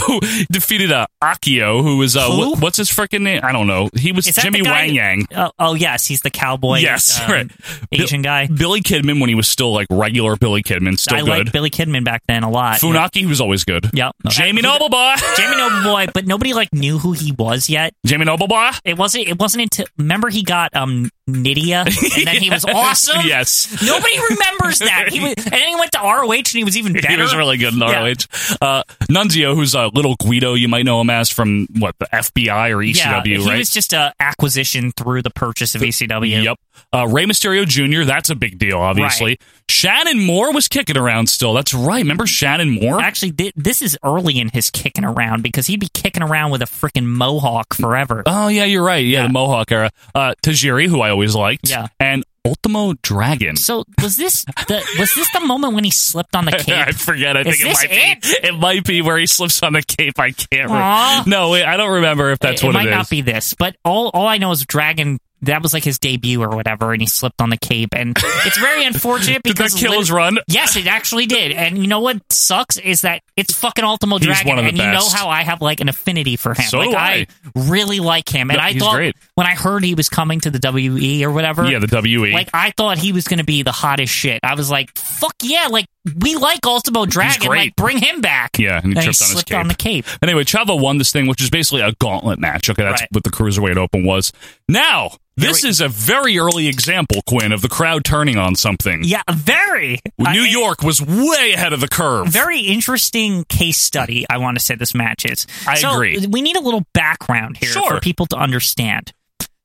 [SPEAKER 2] defeated uh, Akio, who was uh,
[SPEAKER 3] Who?
[SPEAKER 2] wh- what's his freaking name? I don't know. He was
[SPEAKER 3] Is that
[SPEAKER 2] Jimmy
[SPEAKER 3] the guy-
[SPEAKER 2] Wang Yang.
[SPEAKER 3] Oh, oh, yes, he's the cowboy.
[SPEAKER 2] Yes,
[SPEAKER 3] um,
[SPEAKER 2] right.
[SPEAKER 3] Asian guy.
[SPEAKER 2] Billy Kidman when he was still like regular Billy Kidman, still
[SPEAKER 3] I
[SPEAKER 2] good.
[SPEAKER 3] liked Billy Kidman back then a lot.
[SPEAKER 2] Funaki, who was always good.
[SPEAKER 3] Yep.
[SPEAKER 2] Jamie
[SPEAKER 3] Uh,
[SPEAKER 2] Noble boy.
[SPEAKER 3] Jamie Noble boy, but nobody like knew who he was yet.
[SPEAKER 2] Jamie Noble boy.
[SPEAKER 3] It wasn't. It wasn't until remember he got um Nydia, and then he was awesome.
[SPEAKER 2] Yes.
[SPEAKER 3] Nobody remembers that. He was, and then he went to ROH, and he was even better.
[SPEAKER 2] He was really good in
[SPEAKER 3] Yeah.
[SPEAKER 2] ROH. Uh, Nunzio, who's a little Guido, you might know him as from what the FBI or ECW,
[SPEAKER 3] Yeah, he
[SPEAKER 2] right?
[SPEAKER 3] was just a acquisition through the purchase of ECW.
[SPEAKER 2] Yep. Uh, Ray Mysterio Jr., that's a big deal, obviously.
[SPEAKER 3] Right.
[SPEAKER 2] Shannon Moore was kicking around still. That's right. Remember Shannon Moore?
[SPEAKER 3] Actually, thi- this is early in his kicking around because he'd be kicking around with a freaking mohawk forever.
[SPEAKER 2] oh, yeah, you're right. Yeah, the Mohawk era. Uh, Tajiri, who I always liked.
[SPEAKER 3] Yeah.
[SPEAKER 2] And Ultimo Dragon.
[SPEAKER 3] So was this the was this the moment when he slipped on the cape?
[SPEAKER 2] I forget. I
[SPEAKER 3] Is
[SPEAKER 2] think it
[SPEAKER 3] this
[SPEAKER 2] might be. It might be where he slips on the cape. I can't
[SPEAKER 3] Aw.
[SPEAKER 2] remember. No, wait, I don't remember if that's
[SPEAKER 3] it,
[SPEAKER 2] what
[SPEAKER 3] might
[SPEAKER 2] it is.
[SPEAKER 3] not be this, but all all I know is Dragon. That was like his debut or whatever, and he slipped on the cape, and it's very unfortunate
[SPEAKER 2] Did that
[SPEAKER 3] because
[SPEAKER 2] kill
[SPEAKER 3] lit-
[SPEAKER 2] his run?
[SPEAKER 3] Yes, it actually did, and you know what sucks is that it's fucking Ultimo
[SPEAKER 2] He's
[SPEAKER 3] Dragon,
[SPEAKER 2] one of the
[SPEAKER 3] and you know
[SPEAKER 2] best.
[SPEAKER 3] how I have like an affinity for him.
[SPEAKER 2] So
[SPEAKER 3] like
[SPEAKER 2] do
[SPEAKER 3] really like him, and
[SPEAKER 2] Yeah,
[SPEAKER 3] I
[SPEAKER 2] he's
[SPEAKER 3] thought
[SPEAKER 2] great.
[SPEAKER 3] when I heard he was coming to the WE or whatever,
[SPEAKER 2] Yeah, the E. WE.
[SPEAKER 3] like I thought he was going to be the hottest shit. I was like, fuck yeah, like we like Ultimo Dragon,
[SPEAKER 2] great.
[SPEAKER 3] like bring him back.
[SPEAKER 2] Yeah, and he tripped on his
[SPEAKER 3] slipped
[SPEAKER 2] cape.
[SPEAKER 3] on the cape.
[SPEAKER 2] Anyway, Chavo won this thing, which is basically a gauntlet match. Okay, that's
[SPEAKER 3] Right.
[SPEAKER 2] what the Cruiserweight Open was. Now, this
[SPEAKER 3] Very-
[SPEAKER 2] is a very early example, Quinn, of the crowd turning on something.
[SPEAKER 3] Yeah, very.
[SPEAKER 2] New
[SPEAKER 3] I-
[SPEAKER 2] York was way ahead of the curve.
[SPEAKER 3] very interesting case study. I want to say this match is.
[SPEAKER 2] I
[SPEAKER 3] So,
[SPEAKER 2] agree.
[SPEAKER 3] We need a little background here
[SPEAKER 2] Sure.
[SPEAKER 3] for people to understand.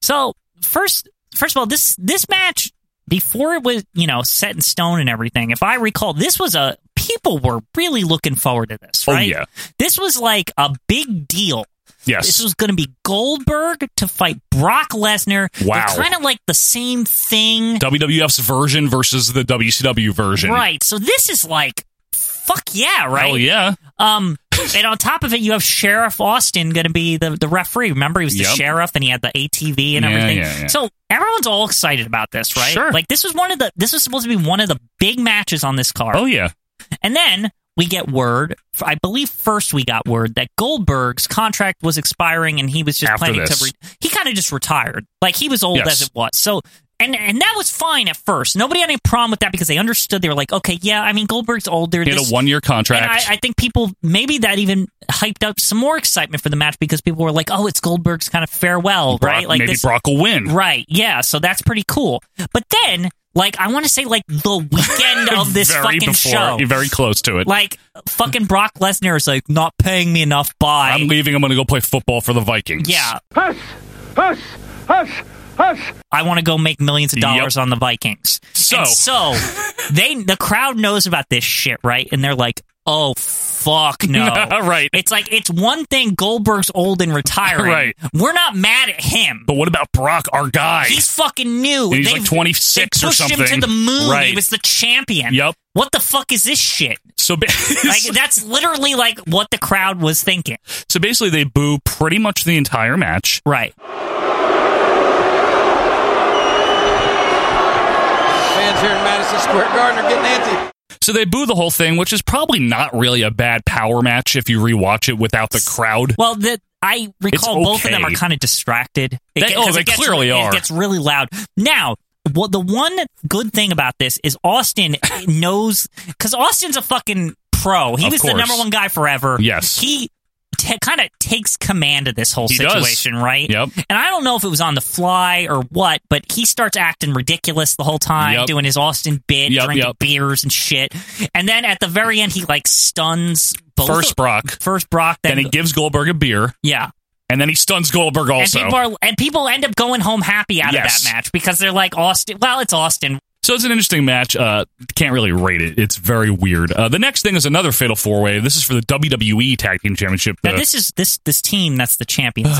[SPEAKER 3] So first, first of all, this this match before it was you know set in stone and everything. If I recall, this was a people were really looking forward to this.
[SPEAKER 2] Oh,
[SPEAKER 3] Right?
[SPEAKER 2] yeah.
[SPEAKER 3] this was like a big deal. This
[SPEAKER 2] yes.
[SPEAKER 3] was going to be Goldberg to fight Brock Lesnar.
[SPEAKER 2] Wow.
[SPEAKER 3] kind of like the same thing.
[SPEAKER 2] WWF's version versus the WCW version.
[SPEAKER 3] Right. So this is like, fuck yeah, right?
[SPEAKER 2] Hell yeah.
[SPEAKER 3] Um, and on top of it, you have Sheriff Austin going to be the, the referee. Remember, he was the
[SPEAKER 2] Yep.
[SPEAKER 3] sheriff and he had the ATV and
[SPEAKER 2] Yeah,
[SPEAKER 3] everything.
[SPEAKER 2] yeah, yeah.
[SPEAKER 3] So everyone's all excited about this, right?
[SPEAKER 2] Sure.
[SPEAKER 3] Like this was one of the this was supposed to be one of the big matches on this card.
[SPEAKER 2] Oh, yeah.
[SPEAKER 3] And then we get word. I believe first we got word that Goldberg's contract was expiring, and he was just
[SPEAKER 2] After
[SPEAKER 3] planning
[SPEAKER 2] this.
[SPEAKER 3] to. Re- he kind of just retired, like he was old
[SPEAKER 2] Yes.
[SPEAKER 3] as it was. So. And, and that was fine at first. Nobody had any problem with that because they understood. They were like, okay, yeah, I mean, Goldberg's older.
[SPEAKER 2] He had
[SPEAKER 3] this-
[SPEAKER 2] a one year
[SPEAKER 3] and
[SPEAKER 2] contract.
[SPEAKER 3] I, I think people maybe that even hyped up some more excitement for the match because people were like, "Oh, it's Goldberg's kind of farewell,
[SPEAKER 2] Brock-
[SPEAKER 3] right?" Like
[SPEAKER 2] maybe
[SPEAKER 3] this,
[SPEAKER 2] Brock will win.
[SPEAKER 3] Right. Yeah. So that's pretty cool. But then, like, I want to say, like, the weekend of this
[SPEAKER 2] very
[SPEAKER 3] fucking
[SPEAKER 2] before,
[SPEAKER 3] show.
[SPEAKER 2] Very close to it.
[SPEAKER 3] Like, fucking Brock Lesnar is like, not paying me enough. Bye.
[SPEAKER 2] I'm leaving. I'm going to go play football for the Vikings.
[SPEAKER 3] yeah.
[SPEAKER 10] Hush! Hush! Hush! Hush!
[SPEAKER 3] I want to go make millions of dollars
[SPEAKER 2] Yep.
[SPEAKER 3] on the Vikings.
[SPEAKER 2] So-
[SPEAKER 3] And so they the crowd knows about this shit, right? And they're like, oh fuck no.
[SPEAKER 2] right.
[SPEAKER 3] It's like it's one thing Goldberg's old and retiring.
[SPEAKER 2] Right.
[SPEAKER 3] We're not mad at him.
[SPEAKER 2] But what about Brock, our guy?
[SPEAKER 3] He's fucking new.
[SPEAKER 2] And he's
[SPEAKER 3] They've-
[SPEAKER 2] like 26
[SPEAKER 3] they
[SPEAKER 2] or
[SPEAKER 3] pushed
[SPEAKER 2] something.
[SPEAKER 3] him to the moon.
[SPEAKER 2] Right.
[SPEAKER 3] He was the champion.
[SPEAKER 2] Yep.
[SPEAKER 3] What the fuck is this shit?
[SPEAKER 2] So ba-
[SPEAKER 3] Like that's literally like what the crowd was thinking.
[SPEAKER 2] so basically they boo pretty much the entire match.
[SPEAKER 3] Right.
[SPEAKER 13] Fans here in Madison Square Garden are getting antsy.
[SPEAKER 2] So they boo the whole thing, which is probably not really a bad power match if you rewatch it without the crowd.
[SPEAKER 3] Well, the I recall both of them
[SPEAKER 2] okay.
[SPEAKER 3] are kind of distracted. It
[SPEAKER 2] They-
[SPEAKER 3] get-
[SPEAKER 2] oh,
[SPEAKER 3] 'cause
[SPEAKER 2] they
[SPEAKER 3] it gets-
[SPEAKER 2] clearly are.
[SPEAKER 3] It gets really loud. Now, what the one good thing about this is Austin knows because Austin's a fucking pro. He
[SPEAKER 2] Of
[SPEAKER 3] was
[SPEAKER 2] course.
[SPEAKER 3] the number one guy forever.
[SPEAKER 2] Yes.
[SPEAKER 3] he. T- kind of takes command of this whole
[SPEAKER 2] He does.
[SPEAKER 3] situation, right?
[SPEAKER 2] Yep.
[SPEAKER 3] And I don't know if it was on the fly or what, but he starts acting ridiculous the whole time,
[SPEAKER 2] Yep.
[SPEAKER 3] doing his Austin bit,
[SPEAKER 2] Yep,
[SPEAKER 3] drinking
[SPEAKER 2] yep.
[SPEAKER 3] beers and shit. And then at the very end, he like stuns both
[SPEAKER 2] First Brock.
[SPEAKER 3] First Brock, then,
[SPEAKER 2] Then he gives Goldberg a beer,
[SPEAKER 3] yeah.
[SPEAKER 2] and then he stuns Goldberg also.
[SPEAKER 3] And people, are, and people end up going home happy out
[SPEAKER 2] Yes.
[SPEAKER 3] of that match because they're like Austin. Well, it's Austin.
[SPEAKER 2] So it's an interesting match. Uh, can't really rate it. It's very weird. Uh, the next thing is another fatal four way. This is for the WWE Tag Team Championship.
[SPEAKER 3] Now,
[SPEAKER 2] The-
[SPEAKER 3] this is this this team that's the champions.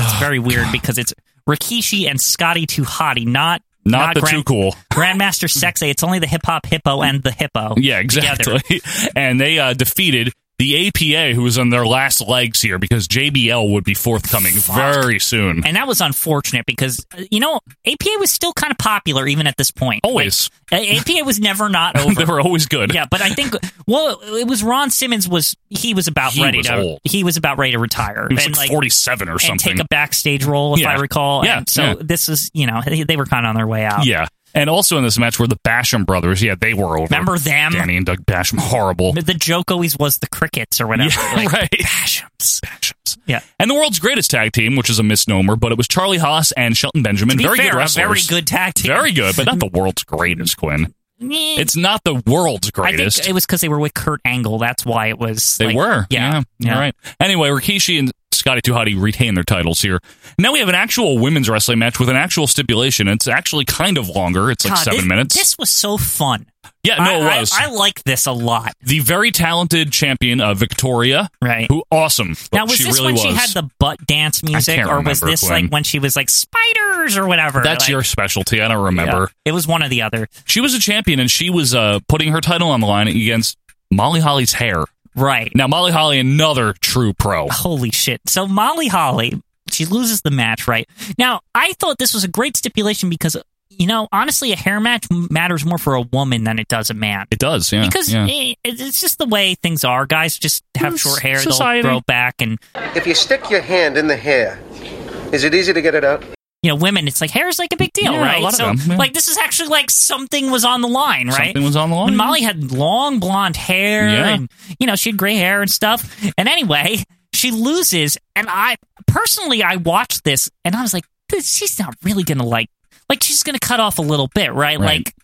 [SPEAKER 3] It's very weird because it's Rikishi and Scotty Tuhati, not
[SPEAKER 2] not, the too cool.
[SPEAKER 3] Grandmaster Sexy. It's only the hip hop hippo and the hippo.
[SPEAKER 2] Yeah,
[SPEAKER 3] together.
[SPEAKER 2] exactly. and they uh, defeated the APA, who was on their last legs here because JBL would be forthcoming very soon.
[SPEAKER 3] And that was unfortunate because uh, you know APA was still kind of popular even at this point.
[SPEAKER 2] Always.
[SPEAKER 3] Like, uh, APA was never not over.
[SPEAKER 2] they were always good.
[SPEAKER 3] Yeah, but I think well, it was Ron Simmons was he was about
[SPEAKER 2] He
[SPEAKER 3] ready
[SPEAKER 2] was
[SPEAKER 3] to
[SPEAKER 2] old.
[SPEAKER 3] he was about ready to retire
[SPEAKER 2] He was
[SPEAKER 3] and
[SPEAKER 2] like, 47 or
[SPEAKER 3] and
[SPEAKER 2] something.
[SPEAKER 3] take a backstage role if
[SPEAKER 2] Yeah.
[SPEAKER 3] I recall.
[SPEAKER 2] Yeah,
[SPEAKER 3] And so
[SPEAKER 2] yeah.
[SPEAKER 3] this is you know they, they were kind of on their way out.
[SPEAKER 2] yeah. And also in this match were the Basham brothers. Yeah, they were over.
[SPEAKER 3] Remember them?
[SPEAKER 2] Danny and Doug Basham. Horrible.
[SPEAKER 3] The joke always was the crickets or whatever.
[SPEAKER 2] Yeah,
[SPEAKER 3] Like,
[SPEAKER 2] right.
[SPEAKER 3] Bashams.
[SPEAKER 2] Bashams.
[SPEAKER 3] Yeah.
[SPEAKER 2] And the world's greatest tag team, which is a misnomer, but it was Charlie Haas and Shelton Benjamin.
[SPEAKER 3] To be
[SPEAKER 2] very
[SPEAKER 3] fair,
[SPEAKER 2] good
[SPEAKER 3] a
[SPEAKER 2] wrestlers.
[SPEAKER 3] very good tag team.
[SPEAKER 2] Very good, but not the world's greatest, Quinn. It's not the world's
[SPEAKER 3] I
[SPEAKER 2] greatest.
[SPEAKER 3] think it was because they were with Kurt Angle. That's why it was.
[SPEAKER 2] They
[SPEAKER 3] like-
[SPEAKER 2] were. Yeah.
[SPEAKER 3] Yeah.
[SPEAKER 2] All right. Anyway, Rikishi and Scotty Tuhati retain their titles here. Now we have an actual women's wrestling match with an actual stipulation. It's actually kind of longer. It's like
[SPEAKER 3] God,
[SPEAKER 2] seven
[SPEAKER 3] this-
[SPEAKER 2] minutes.
[SPEAKER 3] This was so fun.
[SPEAKER 2] yeah, no,
[SPEAKER 3] I,
[SPEAKER 2] it was.
[SPEAKER 3] I, I like this a lot.
[SPEAKER 2] the very talented champion of Victoria,
[SPEAKER 3] Right.
[SPEAKER 2] who awesome.
[SPEAKER 3] Now was
[SPEAKER 2] she
[SPEAKER 3] this
[SPEAKER 2] really
[SPEAKER 3] when
[SPEAKER 2] was.
[SPEAKER 3] she had the butt dance music,
[SPEAKER 2] can't
[SPEAKER 3] or was
[SPEAKER 2] remember,
[SPEAKER 3] this
[SPEAKER 2] Gwen.
[SPEAKER 3] like when she was like spiders or whatever?
[SPEAKER 2] That's
[SPEAKER 3] Like,
[SPEAKER 2] your specialty. I don't
[SPEAKER 3] yeah.
[SPEAKER 2] remember.
[SPEAKER 3] It was one or the other.
[SPEAKER 2] She was a champion, and she was uh, putting her title on the line against Molly Holly's hair.
[SPEAKER 3] Right.
[SPEAKER 2] Now Molly Holly, another true pro.
[SPEAKER 3] Holy shit. So Molly Holly, she loses the match, right? Now, I thought this was a great stipulation because, you know, honestly, a hair match m- matters more for a woman than it does a man.
[SPEAKER 2] It does, yeah.
[SPEAKER 3] Because
[SPEAKER 2] yeah.
[SPEAKER 3] eh, it- it's just the way things are. Guys just have
[SPEAKER 2] It's
[SPEAKER 3] short hair,
[SPEAKER 2] society.
[SPEAKER 3] they'll grow back. And,
[SPEAKER 14] If you stick your hand in the hair, is it easy to get it out?
[SPEAKER 3] you know, women, it's like hair is like a big deal,
[SPEAKER 2] Yeah, a
[SPEAKER 3] right?
[SPEAKER 2] lot of
[SPEAKER 3] so,
[SPEAKER 2] them, yeah.
[SPEAKER 3] like, this is actually like something was on the line, right?
[SPEAKER 2] Something was on the line.
[SPEAKER 3] When Molly had long blonde hair,
[SPEAKER 2] Yeah.
[SPEAKER 3] and you know she had gray hair and stuff. And anyway, she loses, and I personally I watched this and I was like, this, she's not really gonna like, like she's gonna cut off a little bit, right?
[SPEAKER 2] Right.
[SPEAKER 3] Like,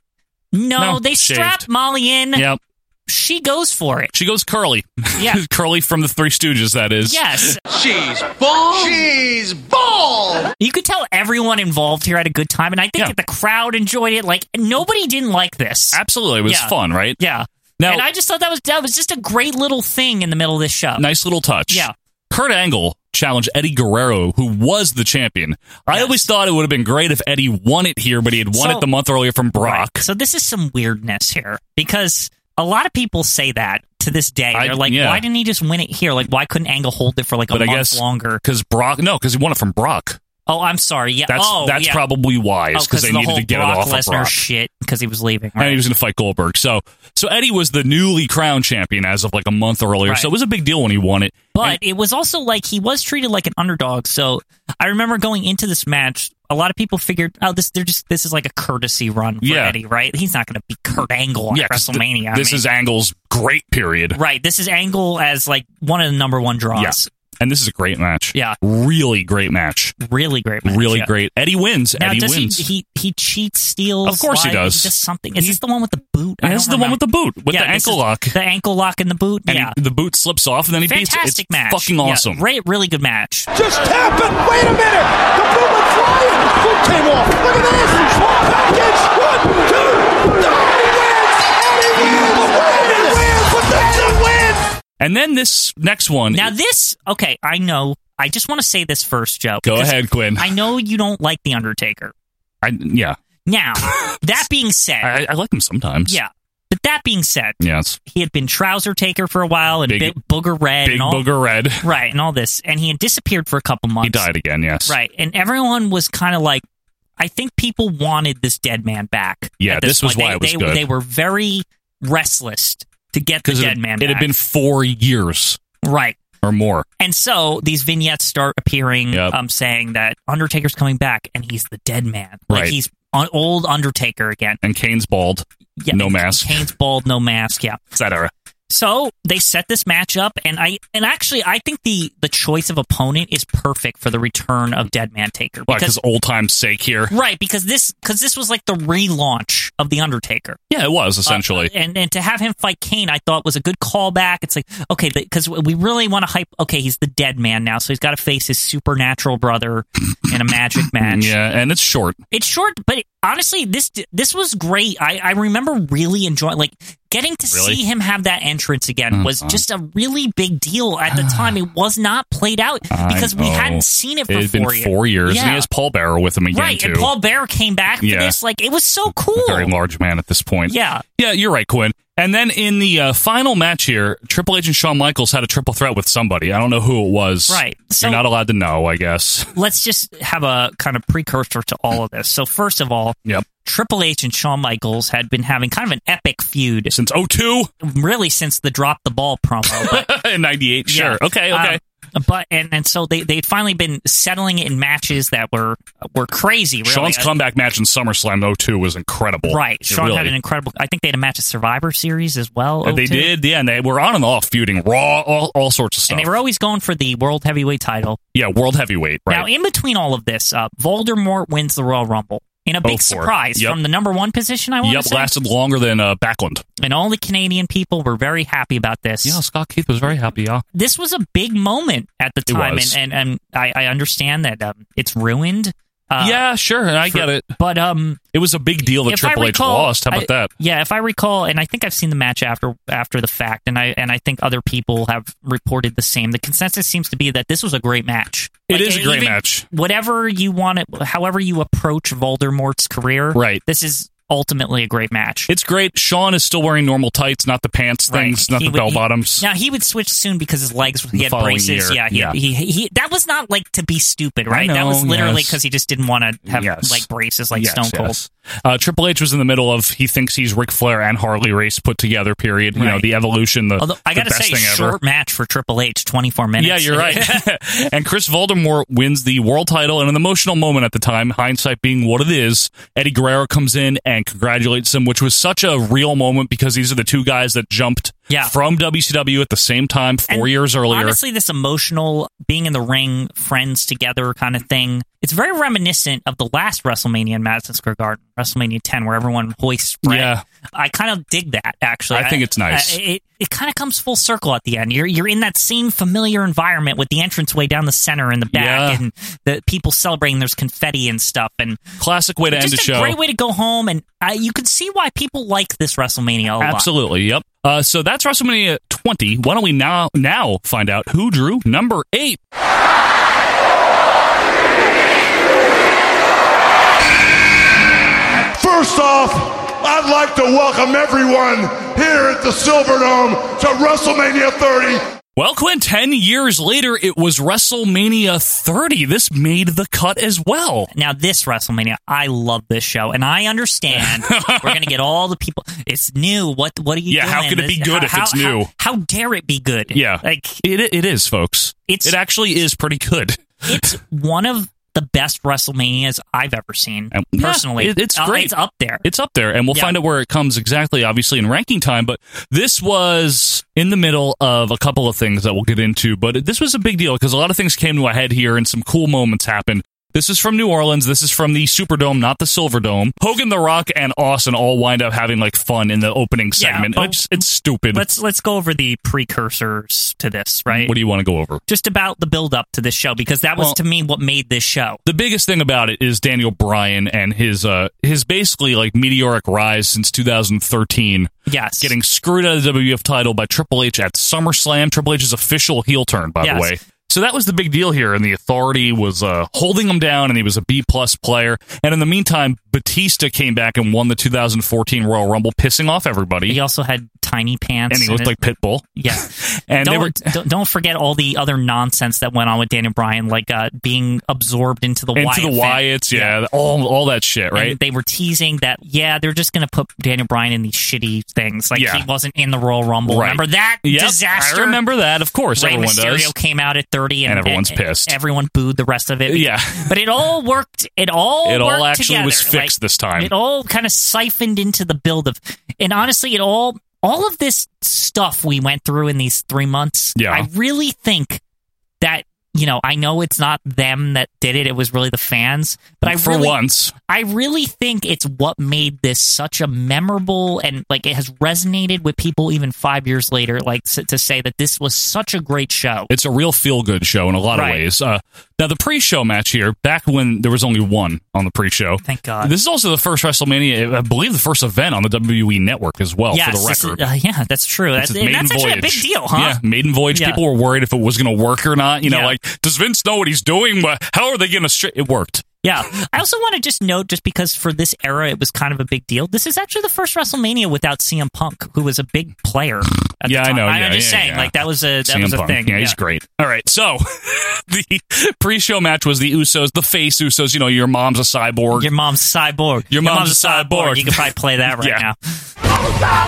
[SPEAKER 3] no,
[SPEAKER 2] No,
[SPEAKER 3] they
[SPEAKER 2] shaved.
[SPEAKER 3] strapped Molly in.
[SPEAKER 2] Yep.
[SPEAKER 3] She goes for it.
[SPEAKER 2] She goes curly.
[SPEAKER 3] Yeah.
[SPEAKER 2] curly from the Three Stooges, that is.
[SPEAKER 3] Yes,
[SPEAKER 13] She's bald. She's bald.
[SPEAKER 3] you could tell everyone involved here had a good time, and I think
[SPEAKER 2] Yeah.
[SPEAKER 3] that the crowd enjoyed it. Like nobody didn't like this.
[SPEAKER 2] Absolutely. It was
[SPEAKER 3] Yeah.
[SPEAKER 2] fun, right?
[SPEAKER 3] Yeah.
[SPEAKER 2] Now-
[SPEAKER 3] and I just thought that was that was just a great little thing in the middle of this show.
[SPEAKER 2] Nice little touch.
[SPEAKER 3] Yeah.
[SPEAKER 2] Kurt Angle challenged Eddie Guerrero, who was the champion. I always thought it would have been great if Eddie won it here, but he had won
[SPEAKER 3] So-
[SPEAKER 2] it the month earlier from Brock.
[SPEAKER 3] Right. So this is some weirdness here because a lot of people say that to this day.
[SPEAKER 2] I-
[SPEAKER 3] They're like,
[SPEAKER 2] yeah.
[SPEAKER 3] why didn't he just win it here? Like, why couldn't Angle hold it for like a
[SPEAKER 2] But I
[SPEAKER 3] month
[SPEAKER 2] guess
[SPEAKER 3] longer?
[SPEAKER 2] Because Brock, no, because he won it from Brock.
[SPEAKER 3] Oh, I'm sorry. Yeah.
[SPEAKER 2] That's
[SPEAKER 3] oh,
[SPEAKER 2] that's
[SPEAKER 3] yeah.
[SPEAKER 2] probably why.
[SPEAKER 3] Oh,
[SPEAKER 2] Is because they
[SPEAKER 3] the
[SPEAKER 2] needed
[SPEAKER 3] whole
[SPEAKER 2] to get
[SPEAKER 3] Brock
[SPEAKER 2] it off
[SPEAKER 3] Lesnar
[SPEAKER 2] of Brock.
[SPEAKER 3] shit because he was leaving.
[SPEAKER 2] And he
[SPEAKER 3] Right.
[SPEAKER 2] was going to fight Goldberg. So, so Eddie was the newly crowned champion as of like a month earlier.
[SPEAKER 3] Right.
[SPEAKER 2] So it was a big deal when he won it.
[SPEAKER 3] But it was also like he was treated like an underdog. So I remember going into this match, a lot of people figured, oh, this they're just this is like a courtesy run for
[SPEAKER 2] Yeah.
[SPEAKER 3] Eddie, right? He's not going to be Kurt Angle on
[SPEAKER 2] 'cause th-
[SPEAKER 3] WrestleMania. I
[SPEAKER 2] this
[SPEAKER 3] mean-
[SPEAKER 2] is Angle's great period.
[SPEAKER 3] right. This is Angle as like one of the number one draws.
[SPEAKER 2] Yes. And this is a great match.
[SPEAKER 3] Yeah.
[SPEAKER 2] Really great match.
[SPEAKER 3] Really great. Match,
[SPEAKER 2] really
[SPEAKER 3] yeah.
[SPEAKER 2] great. Eddie wins.
[SPEAKER 3] Now,
[SPEAKER 2] Eddie
[SPEAKER 3] does
[SPEAKER 2] wins.
[SPEAKER 3] He, he he cheats, steals.
[SPEAKER 2] Of course he
[SPEAKER 3] lies,
[SPEAKER 2] does.
[SPEAKER 3] Just something. Is this the one with the boot? I
[SPEAKER 2] This is
[SPEAKER 3] don't
[SPEAKER 2] the one with the
[SPEAKER 3] remember.
[SPEAKER 2] boot, with the
[SPEAKER 3] Yeah, this
[SPEAKER 2] ankle
[SPEAKER 3] is
[SPEAKER 2] lock.
[SPEAKER 3] The ankle lock and the boot.
[SPEAKER 2] and
[SPEAKER 3] yeah.
[SPEAKER 2] he, the boot slips off, and then he beats it.
[SPEAKER 3] Fantastic
[SPEAKER 2] It's
[SPEAKER 3] match.
[SPEAKER 2] fucking
[SPEAKER 3] Yeah,
[SPEAKER 2] awesome.
[SPEAKER 3] re- really good match.
[SPEAKER 4] Just tap it. Wait a minute. The boot went flying. Boot came off. Look at this. Small package. One, two. No, he wins. And he wins. And he wins. With the win.
[SPEAKER 2] And then this next one.
[SPEAKER 3] Now this, okay, I know. I just want to say this first, Joe.
[SPEAKER 2] Go
[SPEAKER 3] because
[SPEAKER 2] ahead, Quinn.
[SPEAKER 3] I know you don't like the Undertaker.
[SPEAKER 2] I, yeah.
[SPEAKER 3] Now, that being said,
[SPEAKER 2] I, I like him sometimes.
[SPEAKER 3] yeah. But that being said,
[SPEAKER 2] Yes.
[SPEAKER 3] he had been Trouser Taker for a while and
[SPEAKER 2] Big-
[SPEAKER 3] big, Booger Red,
[SPEAKER 2] Big
[SPEAKER 3] and all,
[SPEAKER 2] Booger Red.
[SPEAKER 3] right, and all this, and he had disappeared for a couple months.
[SPEAKER 2] He died again, yes.
[SPEAKER 3] right, and everyone was kind of like, I think people wanted this dead man back.
[SPEAKER 2] Yeah,
[SPEAKER 3] at
[SPEAKER 2] this was
[SPEAKER 3] point.
[SPEAKER 2] why
[SPEAKER 3] they,
[SPEAKER 2] it was
[SPEAKER 3] they,
[SPEAKER 2] good.
[SPEAKER 3] They were very restless to get the
[SPEAKER 2] Because
[SPEAKER 3] dead
[SPEAKER 2] it,
[SPEAKER 3] man.
[SPEAKER 2] it had
[SPEAKER 3] back.
[SPEAKER 2] been four years
[SPEAKER 3] right.
[SPEAKER 2] or more.
[SPEAKER 3] And so these vignettes start appearing,
[SPEAKER 2] Yep.
[SPEAKER 3] um, saying that Undertaker's coming back and he's the dead man.
[SPEAKER 2] Right.
[SPEAKER 3] Like he's an old Undertaker again.
[SPEAKER 2] And Kane's bald.
[SPEAKER 3] Yeah,
[SPEAKER 2] no
[SPEAKER 3] and
[SPEAKER 2] mask,
[SPEAKER 3] Kane's bald, no mask. Yeah.
[SPEAKER 2] etc.
[SPEAKER 3] So they set this match up, and I and actually I think the the choice of opponent is perfect for the return of Dead Man Taker
[SPEAKER 2] Because old time's sake here.
[SPEAKER 3] right because this because this was like the relaunch of the Undertaker.
[SPEAKER 2] Yeah, it was essentially.
[SPEAKER 3] Uh, and and to have him fight Kane, I thought was a good callback. It's like okay, because we really want to hype. Okay, he's the dead man now, so he's got to face his supernatural brother in a magic match.
[SPEAKER 2] yeah, and it's short.
[SPEAKER 3] It's short, but it- honestly, this this was great. I, I remember really enjoying like getting to
[SPEAKER 2] Really?
[SPEAKER 3] see him have that entrance again was
[SPEAKER 2] Uh-huh.
[SPEAKER 3] just a really big deal at the time. It was not played out
[SPEAKER 2] I
[SPEAKER 3] because we
[SPEAKER 2] know.
[SPEAKER 3] hadn't seen it for
[SPEAKER 2] It had been
[SPEAKER 3] four years.
[SPEAKER 2] four years, and
[SPEAKER 3] Yeah.
[SPEAKER 2] he has Paul Bearer with him again
[SPEAKER 3] right,
[SPEAKER 2] too.
[SPEAKER 3] and Paul Bear came back for
[SPEAKER 2] Yeah.
[SPEAKER 3] this. Like it was so cool.
[SPEAKER 2] Very large man at this point.
[SPEAKER 3] Yeah.
[SPEAKER 2] Yeah, you're right, Quinn. And then in the uh, final match here, Triple H and Shawn Michaels had a triple threat with somebody. I don't know who it was.
[SPEAKER 3] Right. So-
[SPEAKER 2] you're not allowed to know, I guess.
[SPEAKER 3] let's just have a kind of precursor to all of this. So first of all,
[SPEAKER 2] Yep.
[SPEAKER 3] Triple H and Shawn Michaels had been having kind of an epic feud
[SPEAKER 2] Since 02
[SPEAKER 3] really since the drop the ball promo. But
[SPEAKER 2] in 98. Sure.
[SPEAKER 3] yeah.
[SPEAKER 2] Okay, okay.
[SPEAKER 3] Um, but and, and so they they'd finally been settling it in matches that were were crazy. Really.
[SPEAKER 2] Shawn's
[SPEAKER 3] Uh,
[SPEAKER 2] comeback match in SummerSlam 02 was incredible.
[SPEAKER 3] right.
[SPEAKER 2] It
[SPEAKER 3] Shawn had
[SPEAKER 2] really-
[SPEAKER 3] an incredible. I think they had a match at Survivor Series as well.
[SPEAKER 2] They
[SPEAKER 3] 02.
[SPEAKER 2] did, yeah, and they were on and off feuding, Raw, all, all sorts of stuff.
[SPEAKER 3] and they were always going for the world heavyweight title.
[SPEAKER 2] yeah, World Heavyweight, right?
[SPEAKER 3] Now, in between all of this, uh, Voldemort wins the Royal Rumble in a big
[SPEAKER 2] 04.
[SPEAKER 3] surprise
[SPEAKER 2] Yep.
[SPEAKER 3] from the number one position. I want
[SPEAKER 2] Yep,
[SPEAKER 3] to say.
[SPEAKER 2] lasted longer than uh, Backlund.
[SPEAKER 3] and all the Canadian people were very happy about this.
[SPEAKER 2] Scott Keith was very happy, yeah.
[SPEAKER 3] This was a big moment at the
[SPEAKER 2] It
[SPEAKER 3] time,
[SPEAKER 2] was.
[SPEAKER 3] and and, and I, I understand that um, it's ruined. Uh,
[SPEAKER 2] yeah, sure, I
[SPEAKER 3] for-
[SPEAKER 2] get it.
[SPEAKER 3] But um,
[SPEAKER 2] It was a big deal that
[SPEAKER 3] if I
[SPEAKER 2] Triple
[SPEAKER 3] recall,
[SPEAKER 2] H lost. How about
[SPEAKER 3] I-
[SPEAKER 2] that?
[SPEAKER 3] Yeah, if I recall, and I think I've seen the match after after the fact, and I and I think other people have reported the same. The consensus seems to be that this was a great match. e-
[SPEAKER 2] It is a great
[SPEAKER 3] even
[SPEAKER 2] match.
[SPEAKER 3] Whatever you want it, however you approach Voldemort's career,
[SPEAKER 2] Right.
[SPEAKER 3] This is ultimately a great match.
[SPEAKER 2] It's great. Sean is still wearing normal tights, not the pants
[SPEAKER 3] Right.
[SPEAKER 2] things, not
[SPEAKER 3] He
[SPEAKER 2] the
[SPEAKER 3] would-
[SPEAKER 2] bell
[SPEAKER 3] he-
[SPEAKER 2] bottoms.
[SPEAKER 3] Now he would switch soon because his legs he
[SPEAKER 2] The
[SPEAKER 3] had
[SPEAKER 2] following
[SPEAKER 3] braces.
[SPEAKER 2] year.
[SPEAKER 3] Yeah, he,
[SPEAKER 2] Yeah.
[SPEAKER 3] He, he, that was not like to be stupid, right? that
[SPEAKER 2] know,
[SPEAKER 3] was literally
[SPEAKER 2] yes.
[SPEAKER 3] because he just didn't want to have
[SPEAKER 2] Yes.
[SPEAKER 3] like braces like
[SPEAKER 2] Yes,
[SPEAKER 3] Stone Cold.
[SPEAKER 2] yes. Uh, Triple H was in the middle of he thinks he's Ric Flair and Harley Race put together. Period. You know
[SPEAKER 3] Right.
[SPEAKER 2] the evolution. The
[SPEAKER 3] Although I
[SPEAKER 2] the
[SPEAKER 3] gotta
[SPEAKER 2] best
[SPEAKER 3] say,
[SPEAKER 2] thing ever.
[SPEAKER 3] short match for Triple H, twenty four minutes.
[SPEAKER 2] Yeah, you're right. and Chris Voldemort wins the world title in an emotional moment at the time, hindsight being what it is. Eddie Guerrero comes in and congratulates him, which was such a real moment because these are the two guys that jumped
[SPEAKER 3] Yeah.
[SPEAKER 2] from WCW at the same time four
[SPEAKER 3] And
[SPEAKER 2] years earlier.
[SPEAKER 3] Honestly, this emotional being in the ring, friends together kind of thing, it's very reminiscent of the last WrestleMania in Madison Square Garden, WrestleMania 10, where everyone hoists Brett.
[SPEAKER 2] Yeah.
[SPEAKER 3] I kind of dig that, actually.
[SPEAKER 2] I think it's nice.
[SPEAKER 3] I- it it kind of comes full circle at the end. You're, you're in that same familiar environment with the entranceway down the center and the back
[SPEAKER 2] Yeah.
[SPEAKER 3] and the people celebrating. There's confetti and stuff. And
[SPEAKER 2] Classic way to end
[SPEAKER 3] just
[SPEAKER 2] the
[SPEAKER 3] a
[SPEAKER 2] show.
[SPEAKER 3] great way to go home. And uh, you can see why people like this WrestleMania a lot.
[SPEAKER 2] Absolutely. Yep. Uh, so that's WrestleMania 20. Why don't we now now find out who drew number eight?
[SPEAKER 4] First off, I'd like to welcome everyone here at the Silverdome to WrestleMania 30.
[SPEAKER 2] Well, Quinn, 10 years later, it was WrestleMania 30. This made the cut as well.
[SPEAKER 3] Now, this WrestleMania, I love this show, and I understand we're going to get all the people. It's new. What What are you?
[SPEAKER 2] Yeah, how
[SPEAKER 3] doing?
[SPEAKER 2] could it be
[SPEAKER 3] This-
[SPEAKER 2] good
[SPEAKER 3] how-
[SPEAKER 2] if it's
[SPEAKER 3] how-
[SPEAKER 2] new?
[SPEAKER 3] How, dare it be good?
[SPEAKER 2] Yeah.
[SPEAKER 3] like
[SPEAKER 2] It, it is, folks.
[SPEAKER 3] It's-
[SPEAKER 2] it actually is pretty good.
[SPEAKER 3] it's one of the best WrestleManias I've ever seen.
[SPEAKER 2] And- yeah,
[SPEAKER 3] Personally,
[SPEAKER 2] it- it's
[SPEAKER 3] Uh,
[SPEAKER 2] great.
[SPEAKER 3] it's up there.
[SPEAKER 2] It's up there, and we'll
[SPEAKER 3] Yeah.
[SPEAKER 2] find out where it comes exactly, obviously, in ranking time. But this was in the middle of a couple of things that we'll get into. But this was a big deal because a lot of things came to a head here and some cool moments happened. This is from New Orleans. This is from the Superdome, not the Silverdome. Hogan, The Rock, and Austin all wind up having like fun in the opening segment.
[SPEAKER 3] but-
[SPEAKER 2] it's, it's stupid.
[SPEAKER 3] Let's let's go over the precursors to this, right?
[SPEAKER 2] What do you want to go over?
[SPEAKER 3] Just about the build up to this show because that was
[SPEAKER 2] Well-
[SPEAKER 3] to me what made this show.
[SPEAKER 2] The biggest thing about it is Daniel Bryan and his uh his basically like meteoric rise since 2013.
[SPEAKER 3] Yes.
[SPEAKER 2] Getting screwed out of the WWF title by Triple H at SummerSlam. Triple H's official heel turn, by the
[SPEAKER 3] Yes.
[SPEAKER 2] way. So that was the big deal here, and the authority was uh, holding him down, and he was a B plus player. And in the meantime, Batista came back and won the 2014 Royal Rumble, pissing off everybody.
[SPEAKER 3] He also had tiny pants,
[SPEAKER 2] and he looked
[SPEAKER 3] it-
[SPEAKER 2] like Pitbull.
[SPEAKER 3] Yeah,
[SPEAKER 2] And they
[SPEAKER 3] don't,
[SPEAKER 2] were-
[SPEAKER 3] don't- don't forget all the other nonsense that went on with Daniel Bryan, like uh, being absorbed into the
[SPEAKER 2] Into the
[SPEAKER 3] Wyatt
[SPEAKER 2] Wyatts, yeah, all all that shit,
[SPEAKER 3] family.
[SPEAKER 2] right?
[SPEAKER 3] And they were teasing that, yeah, they're just going to put Daniel Bryan in these shitty things. Like
[SPEAKER 2] Yeah.
[SPEAKER 3] he wasn't in the Royal Rumble.
[SPEAKER 2] Right.
[SPEAKER 3] Remember that
[SPEAKER 2] Yep,
[SPEAKER 3] disaster?
[SPEAKER 2] I remember that, of course.
[SPEAKER 3] Rey
[SPEAKER 2] everyone
[SPEAKER 3] Mysterio
[SPEAKER 2] does.
[SPEAKER 3] came out at 30 and,
[SPEAKER 2] And everyone's
[SPEAKER 3] and- and
[SPEAKER 2] pissed.
[SPEAKER 3] Everyone booed the rest of it.
[SPEAKER 2] Yeah.
[SPEAKER 3] But it all worked. It all
[SPEAKER 2] It all
[SPEAKER 3] worked
[SPEAKER 2] actually
[SPEAKER 3] together.
[SPEAKER 2] was fixed this time.
[SPEAKER 3] It all kind of siphoned into the build of, and honestly, it all all of this stuff we went through in these three months.
[SPEAKER 2] Yeah.
[SPEAKER 3] I really think that you know I know it's not them that did it. It was really the fans. But I
[SPEAKER 2] For
[SPEAKER 3] really,
[SPEAKER 2] once.
[SPEAKER 3] I really think it's what made this such a memorable and like it has resonated with people even five years later. Like s- to say that this was such a great show.
[SPEAKER 2] It's a real feel good show in a lot
[SPEAKER 3] Right.
[SPEAKER 2] of ways. Uh, now, the pre show match here, back when there was only one on the pre show.
[SPEAKER 3] Thank God.
[SPEAKER 2] This is also the first WrestleMania, I believe the first event on the WWE network as well,
[SPEAKER 3] Yes,
[SPEAKER 2] for the
[SPEAKER 3] this is-
[SPEAKER 2] record.
[SPEAKER 3] uh, yeah, that's true. That's,
[SPEAKER 2] It's his
[SPEAKER 3] and that's actually a big deal, huh?
[SPEAKER 2] Yeah, maiden voyage.
[SPEAKER 3] Yeah.
[SPEAKER 2] People were worried if it was going to work or not. You know,
[SPEAKER 3] Yeah.
[SPEAKER 2] like, does Vince know what he's doing? Wha- How are they going to stri It worked.
[SPEAKER 3] Yeah. I also want to just note, just because for this era it was kind of a big deal, this is actually the first WrestleMania without CM Punk, who was a big player. At
[SPEAKER 2] Yeah, I
[SPEAKER 3] the time.
[SPEAKER 2] know.
[SPEAKER 3] I'm
[SPEAKER 2] Yeah,
[SPEAKER 3] just
[SPEAKER 2] yeah,
[SPEAKER 3] saying,
[SPEAKER 2] yeah.
[SPEAKER 3] like that was a that
[SPEAKER 2] CM
[SPEAKER 3] was a
[SPEAKER 2] Punk.
[SPEAKER 3] thing.
[SPEAKER 2] Yeah, he's great. All right, so the pre-show match was the Usos, the face Usos. You know, your mom's a cyborg.
[SPEAKER 3] Your mom's cyborg.
[SPEAKER 2] Your, mom's, a cyborg.
[SPEAKER 3] You can probably play that right
[SPEAKER 2] Yeah.
[SPEAKER 3] now.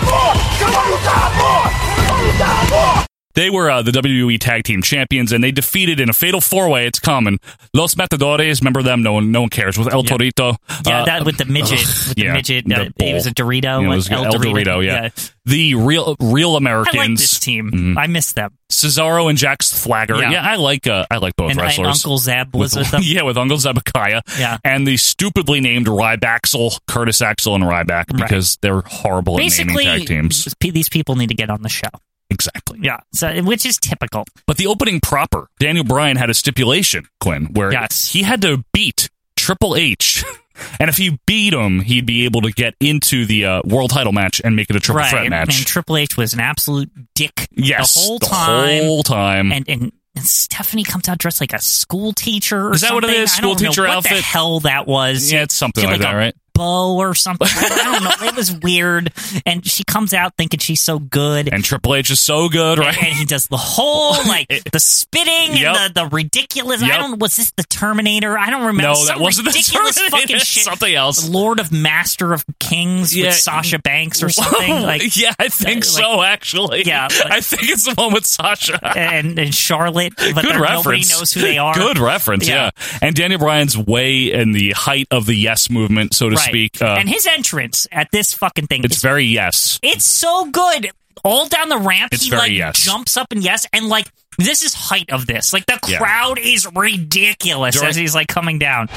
[SPEAKER 2] They were uh, the WWE Tag Team Champions, and they defeated in a fatal four-way. It's common. Los Matadores. Remember them? No one, no one cares. With El
[SPEAKER 3] Yeah.
[SPEAKER 2] Torito.
[SPEAKER 3] Yeah,
[SPEAKER 2] Uh,
[SPEAKER 3] that with the midget,
[SPEAKER 2] ugh,
[SPEAKER 3] with the
[SPEAKER 2] yeah,
[SPEAKER 3] midget.
[SPEAKER 2] the
[SPEAKER 3] Uh, it was a
[SPEAKER 2] bull.
[SPEAKER 3] Dorito.
[SPEAKER 2] you know, it
[SPEAKER 3] what,
[SPEAKER 2] was El, Dorito. yeah. the real real
[SPEAKER 3] I
[SPEAKER 2] Americans. Mm-hmm.
[SPEAKER 3] like this team. I miss them.
[SPEAKER 2] Cesaro and Jax Flagger. Yeah,
[SPEAKER 3] Yeah.
[SPEAKER 2] I like uh, I like both
[SPEAKER 3] And, and
[SPEAKER 2] wrestlers.
[SPEAKER 3] Uncle Zeb was with,
[SPEAKER 2] with,
[SPEAKER 3] them.
[SPEAKER 2] yeah, with Uncle Zebekiah.
[SPEAKER 3] Yeah.
[SPEAKER 2] and the stupidly named Rybaxel, Curtis Axel, and Ryback because they're horrible
[SPEAKER 3] Basically,
[SPEAKER 2] at naming tag teams.
[SPEAKER 3] p- these people need to get on the show.
[SPEAKER 2] Exactly.
[SPEAKER 3] Yeah, so which is typical.
[SPEAKER 2] But the opening proper, Daniel Bryan had a stipulation, Quinn, where
[SPEAKER 3] Yes.
[SPEAKER 2] he had to beat Triple H. And if he beat him, he'd be able to get into the uh, world title match and make it a triple
[SPEAKER 3] right.
[SPEAKER 2] threat match.
[SPEAKER 3] And Triple H was an absolute dick
[SPEAKER 2] yes,
[SPEAKER 3] the whole time.
[SPEAKER 2] whole time.
[SPEAKER 3] and, and and Stephanie comes out dressed like a school teacher. Or
[SPEAKER 2] Is that what it
[SPEAKER 3] something.
[SPEAKER 2] is?
[SPEAKER 3] I don't
[SPEAKER 2] School
[SPEAKER 3] know
[SPEAKER 2] teacher
[SPEAKER 3] what The
[SPEAKER 2] outfit?
[SPEAKER 3] hell, that was.
[SPEAKER 2] yeah, it's something
[SPEAKER 3] She had
[SPEAKER 2] like, that,
[SPEAKER 3] a
[SPEAKER 2] right?
[SPEAKER 3] Bow or something. I don't know. It was weird. And she comes out thinking she's so good.
[SPEAKER 2] And Triple H is so good,
[SPEAKER 3] and-
[SPEAKER 2] right?
[SPEAKER 3] And he does the whole like
[SPEAKER 2] It-
[SPEAKER 3] the spitting
[SPEAKER 2] Yep.
[SPEAKER 3] and the, the ridiculous. I
[SPEAKER 2] Yep.
[SPEAKER 3] don't. Was this the Terminator? I don't remember.
[SPEAKER 2] No, that
[SPEAKER 3] Some
[SPEAKER 2] wasn't the
[SPEAKER 3] ridiculous fucking
[SPEAKER 2] Terminator.
[SPEAKER 3] shit.
[SPEAKER 2] Something else.
[SPEAKER 3] Lord of Master of Kings
[SPEAKER 2] Yeah.
[SPEAKER 3] with Sasha Banks or something. Like
[SPEAKER 2] yeah, I think
[SPEAKER 3] like-
[SPEAKER 2] so. Actually,
[SPEAKER 3] Yeah, like-
[SPEAKER 2] I think it's the one with Sasha.
[SPEAKER 3] and, and Charlotte. But
[SPEAKER 2] Good
[SPEAKER 3] they're-
[SPEAKER 2] reference.
[SPEAKER 3] Nobody knows who they are.
[SPEAKER 2] Good reference. Yeah. And Daniel Bryan's way in the height of the yes movement, so to
[SPEAKER 3] right.
[SPEAKER 2] speak. uh,
[SPEAKER 3] and his entrance at this fucking thing
[SPEAKER 2] it's
[SPEAKER 3] is
[SPEAKER 2] very yes.
[SPEAKER 3] It's so good. All down the ramp,
[SPEAKER 2] It's
[SPEAKER 3] he
[SPEAKER 2] very
[SPEAKER 3] like
[SPEAKER 2] yes.
[SPEAKER 3] jumps up and yes, and like this is height of this. Like the
[SPEAKER 2] Yeah.
[SPEAKER 3] crowd is ridiculous
[SPEAKER 2] During-
[SPEAKER 3] as he's like coming down.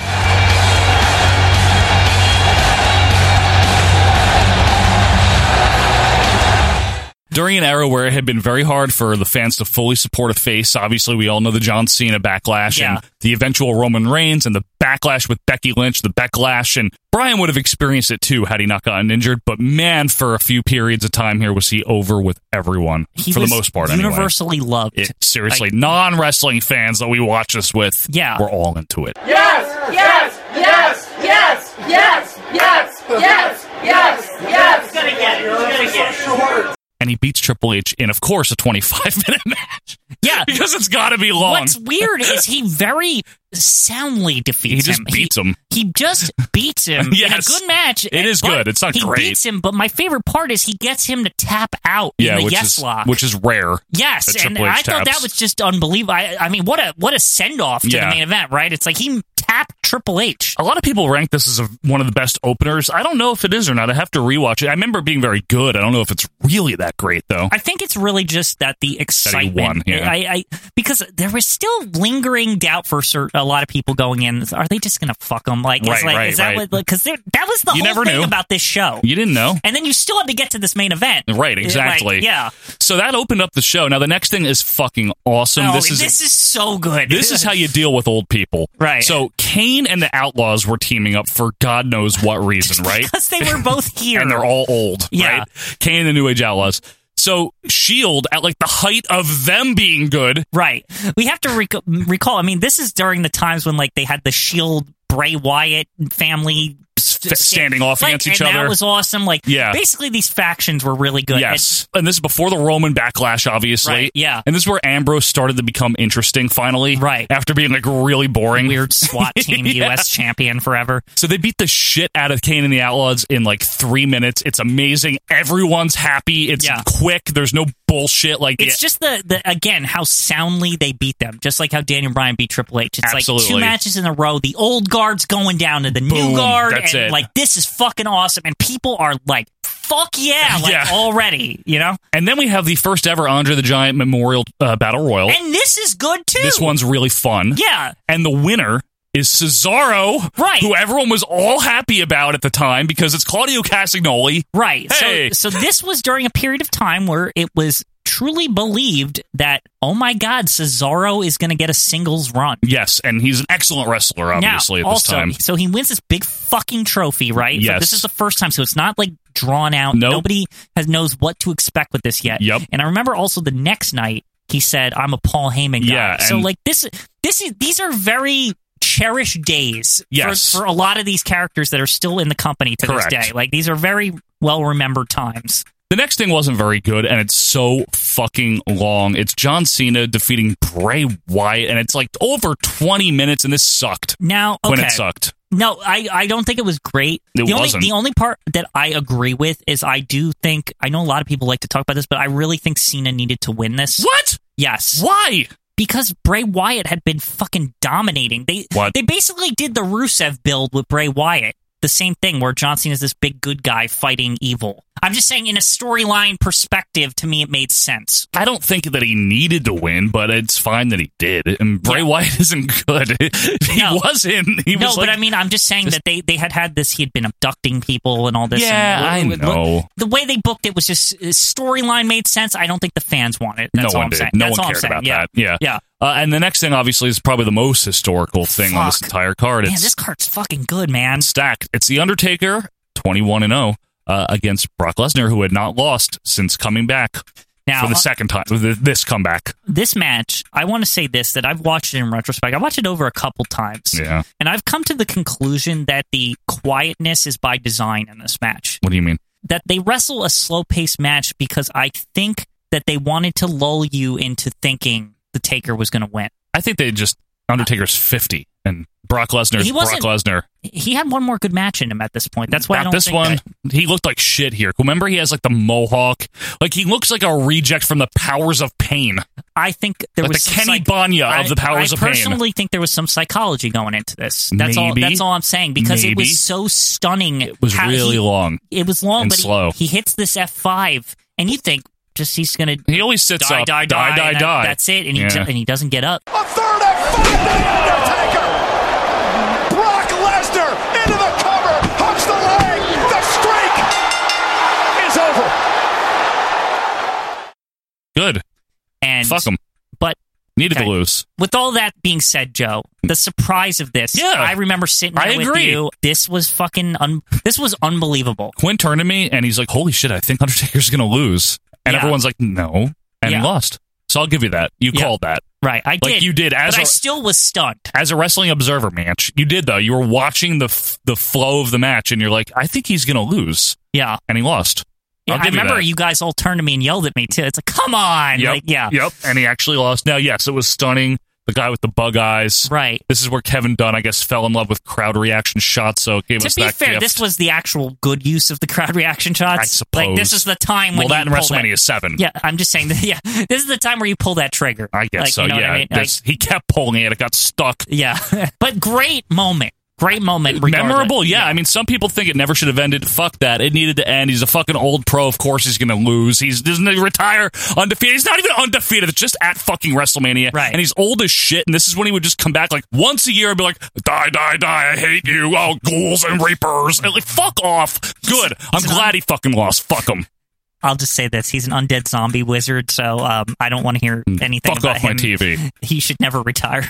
[SPEAKER 2] During an era where it had been very hard for the fans to fully support a face, obviously we all know the John Cena backlash
[SPEAKER 3] Yeah.
[SPEAKER 2] and the eventual Roman Reigns and the backlash with Becky Lynch, the backlash, and Bryan would have experienced it too had he not gotten injured. But man, for a few periods of time here, was he over with everyone
[SPEAKER 3] He
[SPEAKER 2] for
[SPEAKER 3] was
[SPEAKER 2] the most part. anyway.
[SPEAKER 3] universally loved.
[SPEAKER 2] It, seriously, non wrestling fans that we watch this with,
[SPEAKER 3] Yeah.
[SPEAKER 2] we're all into it.
[SPEAKER 4] Yes! Yes! Yes! Yes! Yes! Yes! Yes! Yes! Yes! Gonna get it. Gonna get it.
[SPEAKER 2] And he beats Triple H in, of course, a 25 minute match.
[SPEAKER 3] Yeah.
[SPEAKER 2] because it's got to be long.
[SPEAKER 3] What's weird is he very soundly defeats
[SPEAKER 2] He just
[SPEAKER 3] him.
[SPEAKER 2] beats him.
[SPEAKER 3] He just beats him
[SPEAKER 2] Yes.
[SPEAKER 3] in a good match.
[SPEAKER 2] It is
[SPEAKER 3] but
[SPEAKER 2] good. It's not
[SPEAKER 3] he
[SPEAKER 2] great.
[SPEAKER 3] He beats him, but my favorite part is he gets him to tap out
[SPEAKER 2] yeah,
[SPEAKER 3] in the
[SPEAKER 2] which
[SPEAKER 3] yes
[SPEAKER 2] is
[SPEAKER 3] lock.
[SPEAKER 2] which is rare.
[SPEAKER 3] Yes,
[SPEAKER 2] that
[SPEAKER 3] and
[SPEAKER 2] Triple H
[SPEAKER 3] I thought
[SPEAKER 2] taps.
[SPEAKER 3] that was just unbelievable. I, I mean, what a what a send off to
[SPEAKER 2] Yeah.
[SPEAKER 3] the main event, right? It's like he Cap Triple H.
[SPEAKER 2] A lot of people rank this as a, one of the best openers. I don't know if it is or not. I have to rewatch it. I remember it being very good. I don't know if it's really that great though.
[SPEAKER 3] I think it's really just that the excitement.
[SPEAKER 2] won, yeah.
[SPEAKER 3] I, I because there was still lingering doubt for cer- a lot of people going in. Are they just gonna fuck them? Like, it's
[SPEAKER 2] Right,
[SPEAKER 3] like
[SPEAKER 2] right,
[SPEAKER 3] is that
[SPEAKER 2] right.
[SPEAKER 3] what? Because that was the
[SPEAKER 2] You
[SPEAKER 3] whole
[SPEAKER 2] never
[SPEAKER 3] thing
[SPEAKER 2] knew.
[SPEAKER 3] about this show.
[SPEAKER 2] You didn't know.
[SPEAKER 3] And then you still had to get to this main event.
[SPEAKER 2] Right,
[SPEAKER 3] Like,
[SPEAKER 2] exactly.
[SPEAKER 3] yeah.
[SPEAKER 2] So that opened up the show. Now the next thing is fucking awesome.
[SPEAKER 3] No,
[SPEAKER 2] this is
[SPEAKER 3] Oh, so good.
[SPEAKER 2] This is how you deal with old people.
[SPEAKER 3] Right.
[SPEAKER 2] So Kane and the Outlaws were teaming up for God knows what reason, right?
[SPEAKER 3] because they were both here.
[SPEAKER 2] and they're all old,
[SPEAKER 3] Yeah.
[SPEAKER 2] right? Kane and the New Age Outlaws. So Shield E at like the height of them being good,
[SPEAKER 3] Right. We have to rec- recall. I mean, this is during the times when like they had the Shield E Bray Wyatt family
[SPEAKER 2] st- standing off
[SPEAKER 3] like,
[SPEAKER 2] against each
[SPEAKER 3] and
[SPEAKER 2] other.
[SPEAKER 3] That was awesome. Like,
[SPEAKER 2] Yeah.
[SPEAKER 3] Basically, these factions were really good.
[SPEAKER 2] Yes. And, this is before the Roman backlash, obviously.
[SPEAKER 3] Right, yeah.
[SPEAKER 2] And this is where Ambrose started to become interesting finally.
[SPEAKER 3] Right.
[SPEAKER 2] After being like really boring.
[SPEAKER 3] Weird SWAT team
[SPEAKER 2] Yeah.
[SPEAKER 3] U.S. champion forever.
[SPEAKER 2] So they beat the shit out of Kane and the Outlaws in like three minutes. It's amazing. Everyone's happy. It's
[SPEAKER 3] Yeah.
[SPEAKER 2] quick. There's no bullshit. Like
[SPEAKER 3] It's just the, the again how soundly they beat them, just like how Daniel Bryan beat Triple H. It's like
[SPEAKER 2] Absolutely.
[SPEAKER 3] two matches in a row. The old guard's going down to the
[SPEAKER 2] Boom,
[SPEAKER 3] new guard,
[SPEAKER 2] that's
[SPEAKER 3] and
[SPEAKER 2] it.
[SPEAKER 3] like this is fucking awesome. And people are like, "Fuck yeah!" Like
[SPEAKER 2] Yeah.
[SPEAKER 3] already, you know.
[SPEAKER 2] And then we have the first ever Andre the Giant Memorial uh, Battle Royal.
[SPEAKER 3] And this is good too.
[SPEAKER 2] this one's really fun.
[SPEAKER 3] yeah.
[SPEAKER 2] And the winner is Cesaro,
[SPEAKER 3] Right.
[SPEAKER 2] who everyone was all happy about at the time because it's Claudio Castagnoli.
[SPEAKER 3] Right.
[SPEAKER 2] Hey.
[SPEAKER 3] So, so this was during a period of time where it was truly believed that, oh my God, Cesaro is going to get a singles run.
[SPEAKER 2] Yes, and he's an excellent wrestler, obviously,
[SPEAKER 3] now,
[SPEAKER 2] at this
[SPEAKER 3] also,
[SPEAKER 2] time.
[SPEAKER 3] so he wins this big fucking trophy, right? So
[SPEAKER 2] Yes.
[SPEAKER 3] this is the first time, so it's not like drawn out.
[SPEAKER 2] Nope.
[SPEAKER 3] Nobody has knows what to expect with this yet.
[SPEAKER 2] Yep.
[SPEAKER 3] And I remember also the next night he said, "I'm a Paul Heyman guy."
[SPEAKER 2] Yeah,
[SPEAKER 3] so
[SPEAKER 2] and-
[SPEAKER 3] like this, this is these are very cherished days. for-
[SPEAKER 2] Yes.
[SPEAKER 3] For, a lot of these characters that are still in the company to
[SPEAKER 2] Correct.
[SPEAKER 3] this day, like these are very well remembered times.
[SPEAKER 2] The next thing wasn't very good, and it's so fucking long. It's John Cena defeating Bray Wyatt, and it's like over 20 minutes, and this sucked
[SPEAKER 3] Now, okay.
[SPEAKER 2] when it sucked.
[SPEAKER 3] No, I, I don't think it was great.
[SPEAKER 2] It
[SPEAKER 3] the
[SPEAKER 2] wasn't.
[SPEAKER 3] only the only part that I agree with is I do think I know a lot of people like to talk about this, but I really think Cena needed to win this.
[SPEAKER 2] What?
[SPEAKER 3] Yes.
[SPEAKER 2] Why?
[SPEAKER 3] Because Bray Wyatt had been fucking dominating. They
[SPEAKER 2] What?
[SPEAKER 3] they basically did the Rusev build with Bray Wyatt. The same thing where John Cena is this big good guy fighting evil. I'm just saying in a storyline perspective, to me it made sense.
[SPEAKER 2] I don't think that he needed to win, but it's fine that he did. And Bray
[SPEAKER 3] Yeah.
[SPEAKER 2] Wyatt isn't good. he
[SPEAKER 3] No.
[SPEAKER 2] wasn't. He
[SPEAKER 3] no,
[SPEAKER 2] was
[SPEAKER 3] but
[SPEAKER 2] like-
[SPEAKER 3] I mean, I'm just saying
[SPEAKER 2] just-
[SPEAKER 3] that they they had had this. He had been abducting people and all this.
[SPEAKER 2] Yeah, I
[SPEAKER 3] and,
[SPEAKER 2] know.
[SPEAKER 3] the way they booked it was just uh, storyline made sense. I don't think the fans want it. That's
[SPEAKER 2] no
[SPEAKER 3] all
[SPEAKER 2] one
[SPEAKER 3] I'm
[SPEAKER 2] did.
[SPEAKER 3] saying.
[SPEAKER 2] No
[SPEAKER 3] That's
[SPEAKER 2] one
[SPEAKER 3] all I'm
[SPEAKER 2] cared
[SPEAKER 3] saying.
[SPEAKER 2] about
[SPEAKER 3] yeah.
[SPEAKER 2] that. Yeah.
[SPEAKER 3] yeah.
[SPEAKER 2] Uh, and the next thing, obviously, is probably the most historical thing on this
[SPEAKER 3] Fuck.
[SPEAKER 2] entire card.
[SPEAKER 3] Man,
[SPEAKER 2] It's
[SPEAKER 3] this card's fucking good, man.
[SPEAKER 2] stacked. It's The Undertaker, 21 and 0, uh, against Brock Lesnar, who had not lost since coming back
[SPEAKER 3] Now,
[SPEAKER 2] for the
[SPEAKER 3] uh,
[SPEAKER 2] second time, th- this comeback.
[SPEAKER 3] This match, I want to say this that I've watched it in retrospect. I watched it over a couple times,
[SPEAKER 2] Yeah.
[SPEAKER 3] and I've come to the conclusion that the quietness is by design in this match.
[SPEAKER 2] What do you mean?
[SPEAKER 3] that they wrestle a slow paced match because I think that they wanted to lull you into thinking the Taker was going to win.
[SPEAKER 2] I think they just, Undertaker's 50 and Brock Lesnar's
[SPEAKER 3] He
[SPEAKER 2] Brock
[SPEAKER 3] wasn't-
[SPEAKER 2] Lesnar.
[SPEAKER 3] He had one more good match in him at this point. That's why I
[SPEAKER 2] Not
[SPEAKER 3] don't
[SPEAKER 2] this
[SPEAKER 3] think
[SPEAKER 2] one.
[SPEAKER 3] that-
[SPEAKER 2] He looked like shit here. Remember, he has like the mohawk. Like he looks like a reject from the powers of pain.
[SPEAKER 3] I think there
[SPEAKER 2] Like
[SPEAKER 3] was
[SPEAKER 2] the
[SPEAKER 3] some
[SPEAKER 2] Kenny
[SPEAKER 3] psych-
[SPEAKER 2] Banya of
[SPEAKER 3] I-
[SPEAKER 2] the powers
[SPEAKER 3] I
[SPEAKER 2] of pain.
[SPEAKER 3] personally think there was some psychology going into this. That's
[SPEAKER 2] Maybe.
[SPEAKER 3] all. That's all I'm saying because it
[SPEAKER 2] Maybe.
[SPEAKER 3] was so stunning.
[SPEAKER 2] It was
[SPEAKER 3] how
[SPEAKER 2] really
[SPEAKER 3] he-
[SPEAKER 2] long.
[SPEAKER 3] It was long,
[SPEAKER 2] and
[SPEAKER 3] but he-
[SPEAKER 2] slow.
[SPEAKER 3] He, hits this F five, and you think just he's going to
[SPEAKER 2] He always sits
[SPEAKER 3] die,
[SPEAKER 2] up.
[SPEAKER 3] die,
[SPEAKER 2] die, die,
[SPEAKER 3] and that-
[SPEAKER 2] die.
[SPEAKER 3] That's it, and he
[SPEAKER 2] Yeah.
[SPEAKER 3] ju- and he doesn't get up.
[SPEAKER 4] A third and final Undertaker. Brock Lesnar into the cover, hooks the leg. The streak is
[SPEAKER 2] Good.
[SPEAKER 4] over.
[SPEAKER 3] And
[SPEAKER 2] Fuck him.
[SPEAKER 3] But
[SPEAKER 2] Needed
[SPEAKER 3] Okay.
[SPEAKER 2] to lose.
[SPEAKER 3] with all that being said, Joe, the surprise of this,
[SPEAKER 2] Yeah.
[SPEAKER 3] I remember sitting there
[SPEAKER 2] I
[SPEAKER 3] with
[SPEAKER 2] agree.
[SPEAKER 3] you. This was fucking, un- this was unbelievable.
[SPEAKER 2] Quinn turned to me and he's like, "Holy shit, I think Undertaker's gonna lose." And
[SPEAKER 3] Yeah.
[SPEAKER 2] everyone's like, "No," and he
[SPEAKER 3] Yeah.
[SPEAKER 2] lost. So I'll give you that. You
[SPEAKER 3] Yeah.
[SPEAKER 2] called that
[SPEAKER 3] Right, I
[SPEAKER 2] Like
[SPEAKER 3] did.
[SPEAKER 2] you did as
[SPEAKER 3] but I
[SPEAKER 2] a-
[SPEAKER 3] still was stunned.
[SPEAKER 2] as a wrestling observer, match. You did though. You were watching the f- the flow of the match, and you're like, "I think he's gonna lose,"
[SPEAKER 3] Yeah,
[SPEAKER 2] and he lost.
[SPEAKER 3] yeah
[SPEAKER 2] I'll
[SPEAKER 3] I
[SPEAKER 2] give
[SPEAKER 3] remember
[SPEAKER 2] you.
[SPEAKER 3] you guys all turned to me and yelled at me too. It's like, come on,
[SPEAKER 2] that. Yep.
[SPEAKER 3] like, yeah,
[SPEAKER 2] Yep. And he actually lost. Now, yes, it was stunning. the guy with the bug eyes.
[SPEAKER 3] Right.
[SPEAKER 2] This is where Kevin Dunn, I guess, fell in love with crowd reaction shots. So it gave
[SPEAKER 3] To
[SPEAKER 2] us
[SPEAKER 3] be
[SPEAKER 2] that
[SPEAKER 3] fair,
[SPEAKER 2] gift.
[SPEAKER 3] this was the actual good use of the crowd reaction shots.
[SPEAKER 2] I suppose.
[SPEAKER 3] Like this is the time
[SPEAKER 2] well,
[SPEAKER 3] when
[SPEAKER 2] that
[SPEAKER 3] you
[SPEAKER 2] and
[SPEAKER 3] pull
[SPEAKER 2] WrestleMania Seven.
[SPEAKER 3] Yeah, I'm just saying. That, yeah, this is the time where you pull that trigger.
[SPEAKER 2] I guess
[SPEAKER 3] Like,
[SPEAKER 2] so.
[SPEAKER 3] you know what
[SPEAKER 2] yeah,
[SPEAKER 3] I mean? Like,
[SPEAKER 2] This- he kept pulling it. It got stuck.
[SPEAKER 3] yeah, but great moment. Great moment. regardless.
[SPEAKER 2] Memorable, yeah. I mean, some people think it never should have ended. Fuck that. It needed to end. He's a fucking old pro. Of course, he's going to lose. He's doesn't he retire undefeated. He's not even undefeated. It's just at fucking WrestleMania,
[SPEAKER 3] Right.
[SPEAKER 2] And he's old as shit. And this is when he would just come back like once a year and be like, "Die, die, die! I hate you, all ghouls and reapers." And like, fuck off. Good. I'm glad he fucking lost. Fuck him.
[SPEAKER 3] I'll just say this: he's an undead zombie wizard, so um, I don't want to hear anything.
[SPEAKER 2] Mm. Fuck
[SPEAKER 3] about
[SPEAKER 2] off my
[SPEAKER 3] him.
[SPEAKER 2] TV.
[SPEAKER 3] He should never retire.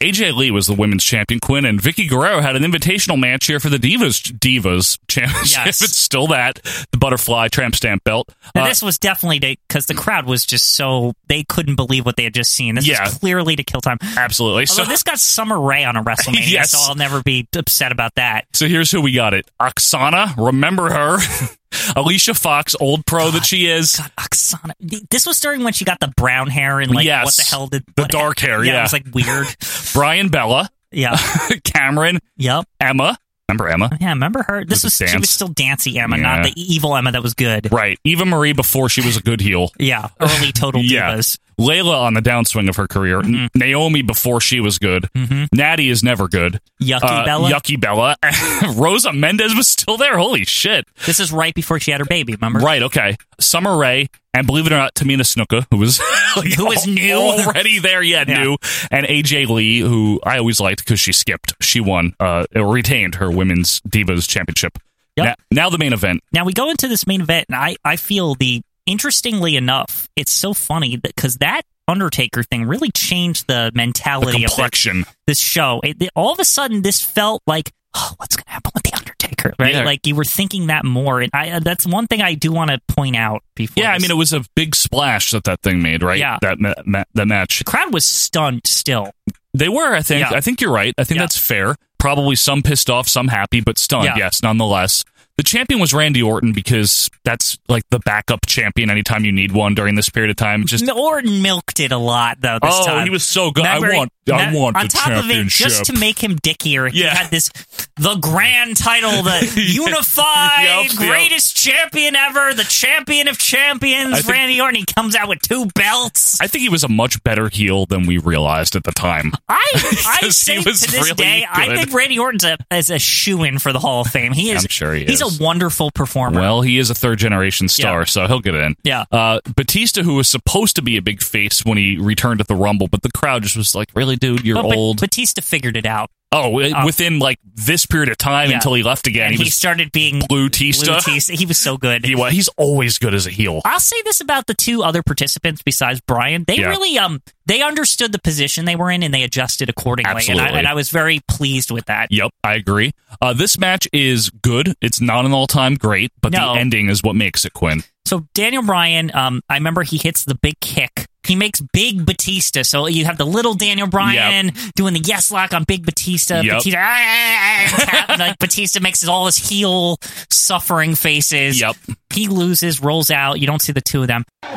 [SPEAKER 2] AJ Lee was the women's champion, Quinn, and Vicky Guerrero had an invitational match here for the Divas Divas Championship.
[SPEAKER 3] Yes.
[SPEAKER 2] It's still that the butterfly tramp stamp belt.
[SPEAKER 3] Now,
[SPEAKER 2] Uh,
[SPEAKER 3] this was definitely because the crowd was just so they couldn't believe what they had just seen. This
[SPEAKER 2] Yeah.
[SPEAKER 3] was clearly to kill time.
[SPEAKER 2] absolutely.
[SPEAKER 3] Although
[SPEAKER 2] so
[SPEAKER 3] this got Summer Rae on a WrestleMania,
[SPEAKER 2] Yes.
[SPEAKER 3] so I'll never be upset about that.
[SPEAKER 2] So here's who we got it. Oksana, remember her. Alicia Fox, old pro that she is.
[SPEAKER 3] Oksana, th- this was starting when she got the brown hair and like
[SPEAKER 2] yes.
[SPEAKER 3] what the hell did
[SPEAKER 2] the
[SPEAKER 3] what-
[SPEAKER 2] dark hair, yeah.
[SPEAKER 3] it was like weird.
[SPEAKER 2] Brian Bella,
[SPEAKER 3] yeah,
[SPEAKER 2] Cameron,
[SPEAKER 3] yep.
[SPEAKER 2] Emma. Remember Emma?
[SPEAKER 3] Yeah, remember her? This was
[SPEAKER 2] With the
[SPEAKER 3] she was
[SPEAKER 2] dance.
[SPEAKER 3] still dancey Emma,
[SPEAKER 2] Yeah.
[SPEAKER 3] not the evil Emma that was good.
[SPEAKER 2] Right. Eva Marie before she was a good heel.
[SPEAKER 3] Yeah, early total
[SPEAKER 2] Yeah.
[SPEAKER 3] divas. Mm-hmm.
[SPEAKER 2] Layla on the downswing of her career. N- Naomi before she was good.
[SPEAKER 3] Mhm.
[SPEAKER 2] Natty is never good.
[SPEAKER 3] Yucky
[SPEAKER 2] Uh,
[SPEAKER 3] Bella.
[SPEAKER 2] Yucky Bella. Rosa Mendez was still there. Holy shit.
[SPEAKER 3] This is right before she had her baby. Remember?
[SPEAKER 2] Right, okay. Summer Rae, and believe it or not, Tamina Snuka, who was like,
[SPEAKER 3] Who was
[SPEAKER 2] al-
[SPEAKER 3] new.
[SPEAKER 2] already there, yeah,
[SPEAKER 3] Yeah.
[SPEAKER 2] new, and AJ Lee, who I always liked because she skipped, she won, uh, retained her women's divas championship.
[SPEAKER 3] Yep.
[SPEAKER 2] Now, now the main event.
[SPEAKER 3] Now we go into this main event, and I, I feel the interestingly enough, it's so funny that because that Undertaker thing really changed the
[SPEAKER 2] The
[SPEAKER 3] mentality of the,
[SPEAKER 2] complexion.
[SPEAKER 3] this show. It, it- all of a sudden, this felt like, oh, what's going to happen with the Undertaker? Right?
[SPEAKER 2] Yeah.
[SPEAKER 3] Like you were thinking that more, and I, uh, that's one thing I do want to point out before.
[SPEAKER 2] Yeah, I
[SPEAKER 3] this.
[SPEAKER 2] mean, it was a big splash that that thing made, right?
[SPEAKER 3] Yeah.
[SPEAKER 2] That ma- ma- that match.
[SPEAKER 3] the crowd was stunned. Still,
[SPEAKER 2] They were, I think.
[SPEAKER 3] Yeah.
[SPEAKER 2] I think you're right. I think
[SPEAKER 3] Yeah.
[SPEAKER 2] that's fair. Probably some pissed off, some happy, but stunned,
[SPEAKER 3] Yeah.
[SPEAKER 2] yes, nonetheless. The champion was Randy Orton because that's like the backup champion anytime you need one during this period of time. Just
[SPEAKER 3] Orton milked it a lot though. This
[SPEAKER 2] Oh,
[SPEAKER 3] time.
[SPEAKER 2] he was so good. I
[SPEAKER 3] Remember,
[SPEAKER 2] want- I want
[SPEAKER 3] on
[SPEAKER 2] the
[SPEAKER 3] top of it, just to
[SPEAKER 2] championship.
[SPEAKER 3] make him dickier. He
[SPEAKER 2] Yeah.
[SPEAKER 3] had this the grand title, the unified
[SPEAKER 2] Yep, yep.
[SPEAKER 3] greatest champion ever, the champion of champions,
[SPEAKER 2] I think-
[SPEAKER 3] Randy Orton. He comes out with two belts.
[SPEAKER 2] I think he was a much better heel than we realized at the time.
[SPEAKER 3] I, I
[SPEAKER 2] 'Cause
[SPEAKER 3] say
[SPEAKER 2] he
[SPEAKER 3] to
[SPEAKER 2] was
[SPEAKER 3] this
[SPEAKER 2] really
[SPEAKER 3] day, I
[SPEAKER 2] good.
[SPEAKER 3] think Randy Orton's a, is a shoe in for the Hall of Fame. He is.
[SPEAKER 2] I'm sure he
[SPEAKER 3] he's
[SPEAKER 2] is.
[SPEAKER 3] a wonderful performer.
[SPEAKER 2] Well, he is a third generation star,
[SPEAKER 3] Yeah.
[SPEAKER 2] so he'll get in.
[SPEAKER 3] Yeah.
[SPEAKER 2] Uh, Batista, who was supposed to be a big face when he returned at the Rumble, but the crowd just was like, really, dude, you're
[SPEAKER 3] but, Bat-
[SPEAKER 2] old.
[SPEAKER 3] Batista figured it out.
[SPEAKER 2] oh, it-
[SPEAKER 3] uh,
[SPEAKER 2] within like this period of time
[SPEAKER 3] Yeah.
[SPEAKER 2] until he left again,
[SPEAKER 3] and
[SPEAKER 2] he
[SPEAKER 3] he,
[SPEAKER 2] was
[SPEAKER 3] started being
[SPEAKER 2] Blue Tista.
[SPEAKER 3] Blue Tista. He was so good.
[SPEAKER 2] He was, he's always good as a heel.
[SPEAKER 3] I'll say this about the two other participants besides Brian. They
[SPEAKER 2] Yeah.
[SPEAKER 3] really um they understood the position they were in and they adjusted accordingly. And
[SPEAKER 2] Absolutely.
[SPEAKER 3] I, and I was very pleased with that.
[SPEAKER 2] Yep, I agree. Uh, this match is good. It's not an all time great, but
[SPEAKER 3] No.
[SPEAKER 2] the ending is what makes it, Quinn.
[SPEAKER 3] So Daniel Bryan, um, I remember he hits the big kick. He makes big Batista. So you have the little Daniel Bryan doing the yes lock on big Batista.
[SPEAKER 2] Yep.
[SPEAKER 3] Batista, ah, ah, ah, tap. And, like Batista makes all his heel suffering faces.
[SPEAKER 2] Yep.
[SPEAKER 3] He loses, rolls out. You don't see the two of them.
[SPEAKER 14] Tap,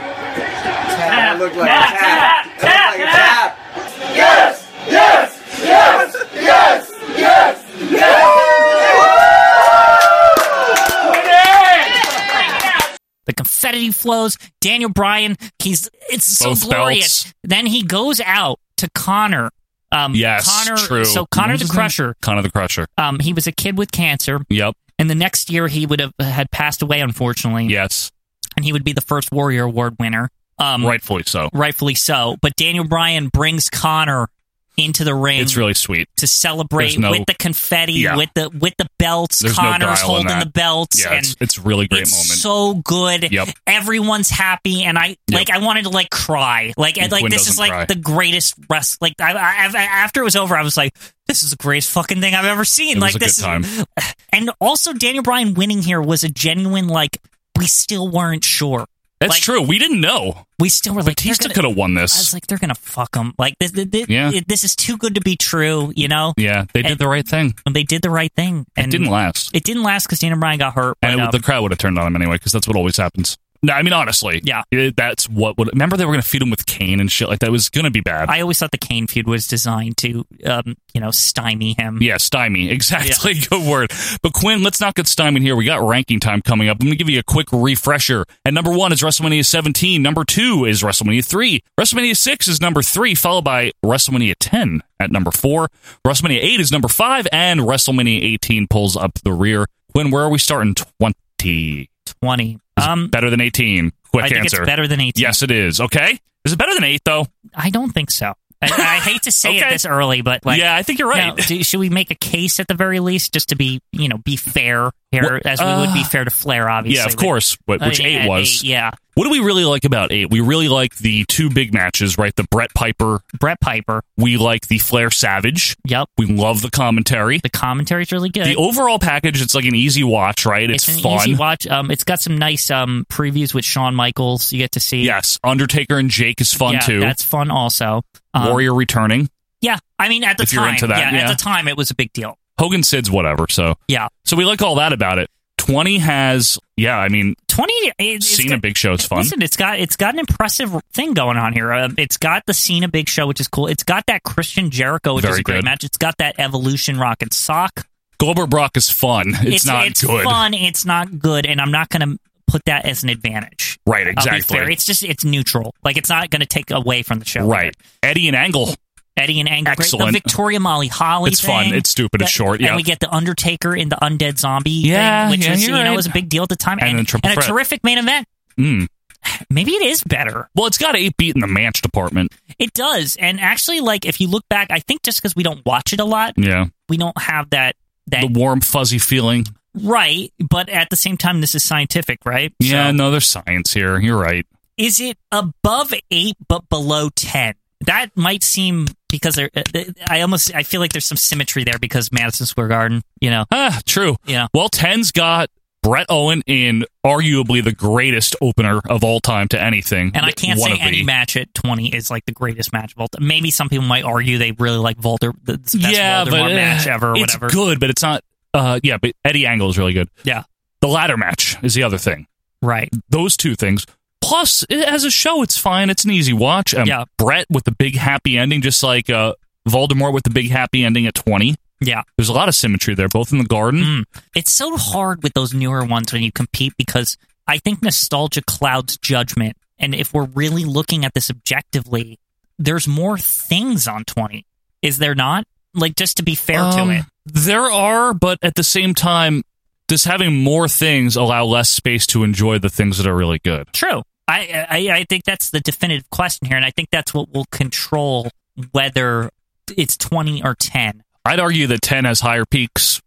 [SPEAKER 14] I look like a tap. I look like a tap.
[SPEAKER 3] The confetti flows. Daniel Bryan, he's it's so
[SPEAKER 2] Both
[SPEAKER 3] glorious.
[SPEAKER 2] belts.
[SPEAKER 3] Then he goes out to Connor. Um,
[SPEAKER 2] Yes,
[SPEAKER 3] Connor.
[SPEAKER 2] true.
[SPEAKER 3] So Connor
[SPEAKER 2] What
[SPEAKER 3] the
[SPEAKER 2] was his
[SPEAKER 3] Crusher.
[SPEAKER 2] Connor the Crusher.
[SPEAKER 3] Um, he was a kid with cancer,
[SPEAKER 2] Yep.
[SPEAKER 3] and the next year he would have had passed away, unfortunately.
[SPEAKER 2] Yes.
[SPEAKER 3] and he would be the first Warrior Award winner. Um,
[SPEAKER 2] Rightfully so.
[SPEAKER 3] rightfully so. But Daniel Bryan brings Connor into the ring.
[SPEAKER 2] It's really sweet.
[SPEAKER 3] to celebrate
[SPEAKER 2] There's no-
[SPEAKER 3] with the confetti,
[SPEAKER 2] Yeah.
[SPEAKER 3] with the with the belts.
[SPEAKER 2] There's no
[SPEAKER 3] Connor's
[SPEAKER 2] guile in
[SPEAKER 3] holding
[SPEAKER 2] that.
[SPEAKER 3] the belts,
[SPEAKER 2] Yeah,
[SPEAKER 3] and
[SPEAKER 2] it's, it's really great
[SPEAKER 3] it's
[SPEAKER 2] moment.
[SPEAKER 3] so good.
[SPEAKER 2] Yep.
[SPEAKER 3] Everyone's happy, and I like. I wanted to like cry. Like, and, like
[SPEAKER 2] Quinn
[SPEAKER 3] this is
[SPEAKER 2] doesn't
[SPEAKER 3] like
[SPEAKER 2] cry.
[SPEAKER 3] the greatest rest. Like, I, I, I- after it was over, I was like, "This is the greatest fucking thing I've ever seen."
[SPEAKER 2] It was
[SPEAKER 3] like,
[SPEAKER 2] a
[SPEAKER 3] this
[SPEAKER 2] good time.
[SPEAKER 3] is. And also, Daniel Bryan winning here was a genuine like. We still weren't sure.
[SPEAKER 2] That's
[SPEAKER 3] like-
[SPEAKER 2] true. We didn't know.
[SPEAKER 3] We still were like, they're
[SPEAKER 2] Batista
[SPEAKER 3] gonna-
[SPEAKER 2] could have won
[SPEAKER 3] I was
[SPEAKER 2] this.
[SPEAKER 3] like, they're gonna fuck them. Like, this, this, this,
[SPEAKER 2] Yeah.
[SPEAKER 3] this is too good to be true. You know.
[SPEAKER 2] yeah, they did
[SPEAKER 3] and-
[SPEAKER 2] the right thing.
[SPEAKER 3] And they did the right thing.
[SPEAKER 2] It
[SPEAKER 3] And
[SPEAKER 2] didn't last.
[SPEAKER 3] It didn't last because Daniel Bryan got hurt.
[SPEAKER 2] and
[SPEAKER 3] but,
[SPEAKER 2] it-
[SPEAKER 3] um,
[SPEAKER 2] the crowd would have turned on him anyway because that's what always happens. No, I mean honestly, yeah, it- that's what would. Remember they were going to feed him with cane and shit like that. It was going to be bad.
[SPEAKER 3] I always thought the Kane feud was designed to, um, you know, stymie him.
[SPEAKER 2] yeah, stymie. Exactly. Good word. But Quinn, let's not get stymied here. We got ranking time coming up. Let me give you a quick refresher. At number one is WrestleMania 17. Number two is WrestleMania 3. WrestleMania 6 is number three, followed by WrestleMania 10 at number four. WrestleMania 8 is number five, and WrestleMania 18 pulls up the rear. Quinn, where are we starting? 20.
[SPEAKER 3] 20.
[SPEAKER 2] Um, better than 18. Quick
[SPEAKER 3] I think it's
[SPEAKER 2] answer.
[SPEAKER 3] better than 18.
[SPEAKER 2] Yes, it is. Okay. Is it better than 8, though?
[SPEAKER 3] I don't think so. I, I hate to say it this early, but like,
[SPEAKER 2] Yeah, I think you're right.
[SPEAKER 3] Now, do, should we make a case at the very least, just to be, you know, be fair here,
[SPEAKER 2] Well,
[SPEAKER 3] as we would be
[SPEAKER 2] uh,
[SPEAKER 3] fair to Flair, obviously.
[SPEAKER 2] Yeah, of
[SPEAKER 3] but-
[SPEAKER 2] course, but,
[SPEAKER 3] Uh,
[SPEAKER 2] which
[SPEAKER 3] yeah,
[SPEAKER 2] 8 was.
[SPEAKER 3] eight, yeah.
[SPEAKER 2] What do we really like about 8? We really like the two big matches, right? The Brett Piper.
[SPEAKER 3] Brett Piper.
[SPEAKER 2] We like the Flair Savage.
[SPEAKER 3] Yep.
[SPEAKER 2] We love the commentary.
[SPEAKER 3] The commentary's really good.
[SPEAKER 2] The overall package, it's like an easy watch, right? It's,
[SPEAKER 3] an
[SPEAKER 2] fun.
[SPEAKER 3] easy watch. Um, it's got some nice um previews with Shawn Michaels. You get to see.
[SPEAKER 2] Yes. Undertaker and Jake is fun,
[SPEAKER 3] Yeah,
[SPEAKER 2] too.
[SPEAKER 3] That's fun also. Um,
[SPEAKER 2] Warrior returning.
[SPEAKER 3] Yeah, I mean at the
[SPEAKER 2] If
[SPEAKER 3] time,
[SPEAKER 2] you're into that,
[SPEAKER 3] yeah,
[SPEAKER 2] yeah.
[SPEAKER 3] at the time it was a big deal.
[SPEAKER 2] Hogan Sid's whatever, so.
[SPEAKER 3] Yeah,
[SPEAKER 2] So we like all that about it. 20 has, yeah, I mean,
[SPEAKER 3] twenty. It, it's
[SPEAKER 2] Cena
[SPEAKER 3] got-
[SPEAKER 2] Big Show is fun.
[SPEAKER 3] Listen, it's got it's got an impressive thing going on here. Um, it's got the Cena Big Show, which is cool. It's got that Christian Jericho, which is
[SPEAKER 2] Very
[SPEAKER 3] a great
[SPEAKER 2] good.
[SPEAKER 3] match. It's got that Evolution Rock and Sock.
[SPEAKER 2] Goldberg Brock is fun. It's, not
[SPEAKER 3] it's
[SPEAKER 2] good.
[SPEAKER 3] fun. It's not good, and I'm not going to put that as an advantage.
[SPEAKER 2] Right,
[SPEAKER 3] I'll be
[SPEAKER 2] exactly.
[SPEAKER 3] fair. It's just it's neutral. Like it's not going to take away from the show.
[SPEAKER 2] Right. Eddie and Angle.
[SPEAKER 3] Eddie and Angle. great.
[SPEAKER 2] Excellent.
[SPEAKER 3] The Victoria Molly Holly.
[SPEAKER 2] It's fun.
[SPEAKER 3] thing.
[SPEAKER 2] It's stupid. It's
[SPEAKER 3] That-
[SPEAKER 2] short, yeah.
[SPEAKER 3] And we get the Undertaker in the Undead Zombie.
[SPEAKER 2] Yeah,
[SPEAKER 3] thing, which
[SPEAKER 2] yeah,
[SPEAKER 3] was
[SPEAKER 2] you're
[SPEAKER 3] you know
[SPEAKER 2] right.
[SPEAKER 3] was a big deal at the time,
[SPEAKER 2] And then Triple
[SPEAKER 3] and a
[SPEAKER 2] Threat.
[SPEAKER 3] terrific main event.
[SPEAKER 2] Mm.
[SPEAKER 3] Maybe it is better.
[SPEAKER 2] Well, it's got eight beat in the match department.
[SPEAKER 3] It does, and actually, like if you look back, I think just because we don't watch it a lot,
[SPEAKER 2] Yeah.
[SPEAKER 3] we don't have that that
[SPEAKER 2] The warm, fuzzy feeling.
[SPEAKER 3] right. But at the same time, this is scientific, right?
[SPEAKER 2] Yeah,
[SPEAKER 3] So-
[SPEAKER 2] no, there's science here. You're right.
[SPEAKER 3] is it above eight but below ten? That might seem because there, uh, uh, I almost I feel like there's some symmetry there because Madison Square Garden, you know.
[SPEAKER 2] Ah, true.
[SPEAKER 3] Yeah.
[SPEAKER 2] Well, 10's got Brett Owen in arguably the greatest opener of all time to anything.
[SPEAKER 3] And I can't
[SPEAKER 2] One
[SPEAKER 3] say
[SPEAKER 2] of the-
[SPEAKER 3] any match at twenty is like the greatest match of all time. Maybe some people might argue they really like Volder, the best
[SPEAKER 2] Yeah,
[SPEAKER 3] Voldemort
[SPEAKER 2] but uh,
[SPEAKER 3] match ever, or
[SPEAKER 2] it's
[SPEAKER 3] whatever.
[SPEAKER 2] good, but it's not. Uh, yeah, but Eddie Angle is really good.
[SPEAKER 3] Yeah,
[SPEAKER 2] The ladder match is the other thing.
[SPEAKER 3] right.
[SPEAKER 2] Those two things. Plus, it, as a show, it's fine. It's an easy watch. Um,
[SPEAKER 3] Yeah.
[SPEAKER 2] Brett with the big happy ending, just like uh, Voldemort with the big happy ending at 20.
[SPEAKER 3] Yeah,
[SPEAKER 2] There's a lot of symmetry there, both in the garden.
[SPEAKER 3] Mm, it's so hard with those newer ones when you compete because I think nostalgia clouds judgment. And if we're really looking at this objectively, there's more things on 20. Is there not? Like, just to be fair
[SPEAKER 2] Um,
[SPEAKER 3] to it.
[SPEAKER 2] There are, but at the same time, does having more things allow less space to enjoy the things that are really good?
[SPEAKER 3] True. I, I, I think that's the definitive question here. And I think that's what will control whether it's 20 or 10.
[SPEAKER 2] I'd argue that 10 has higher peaks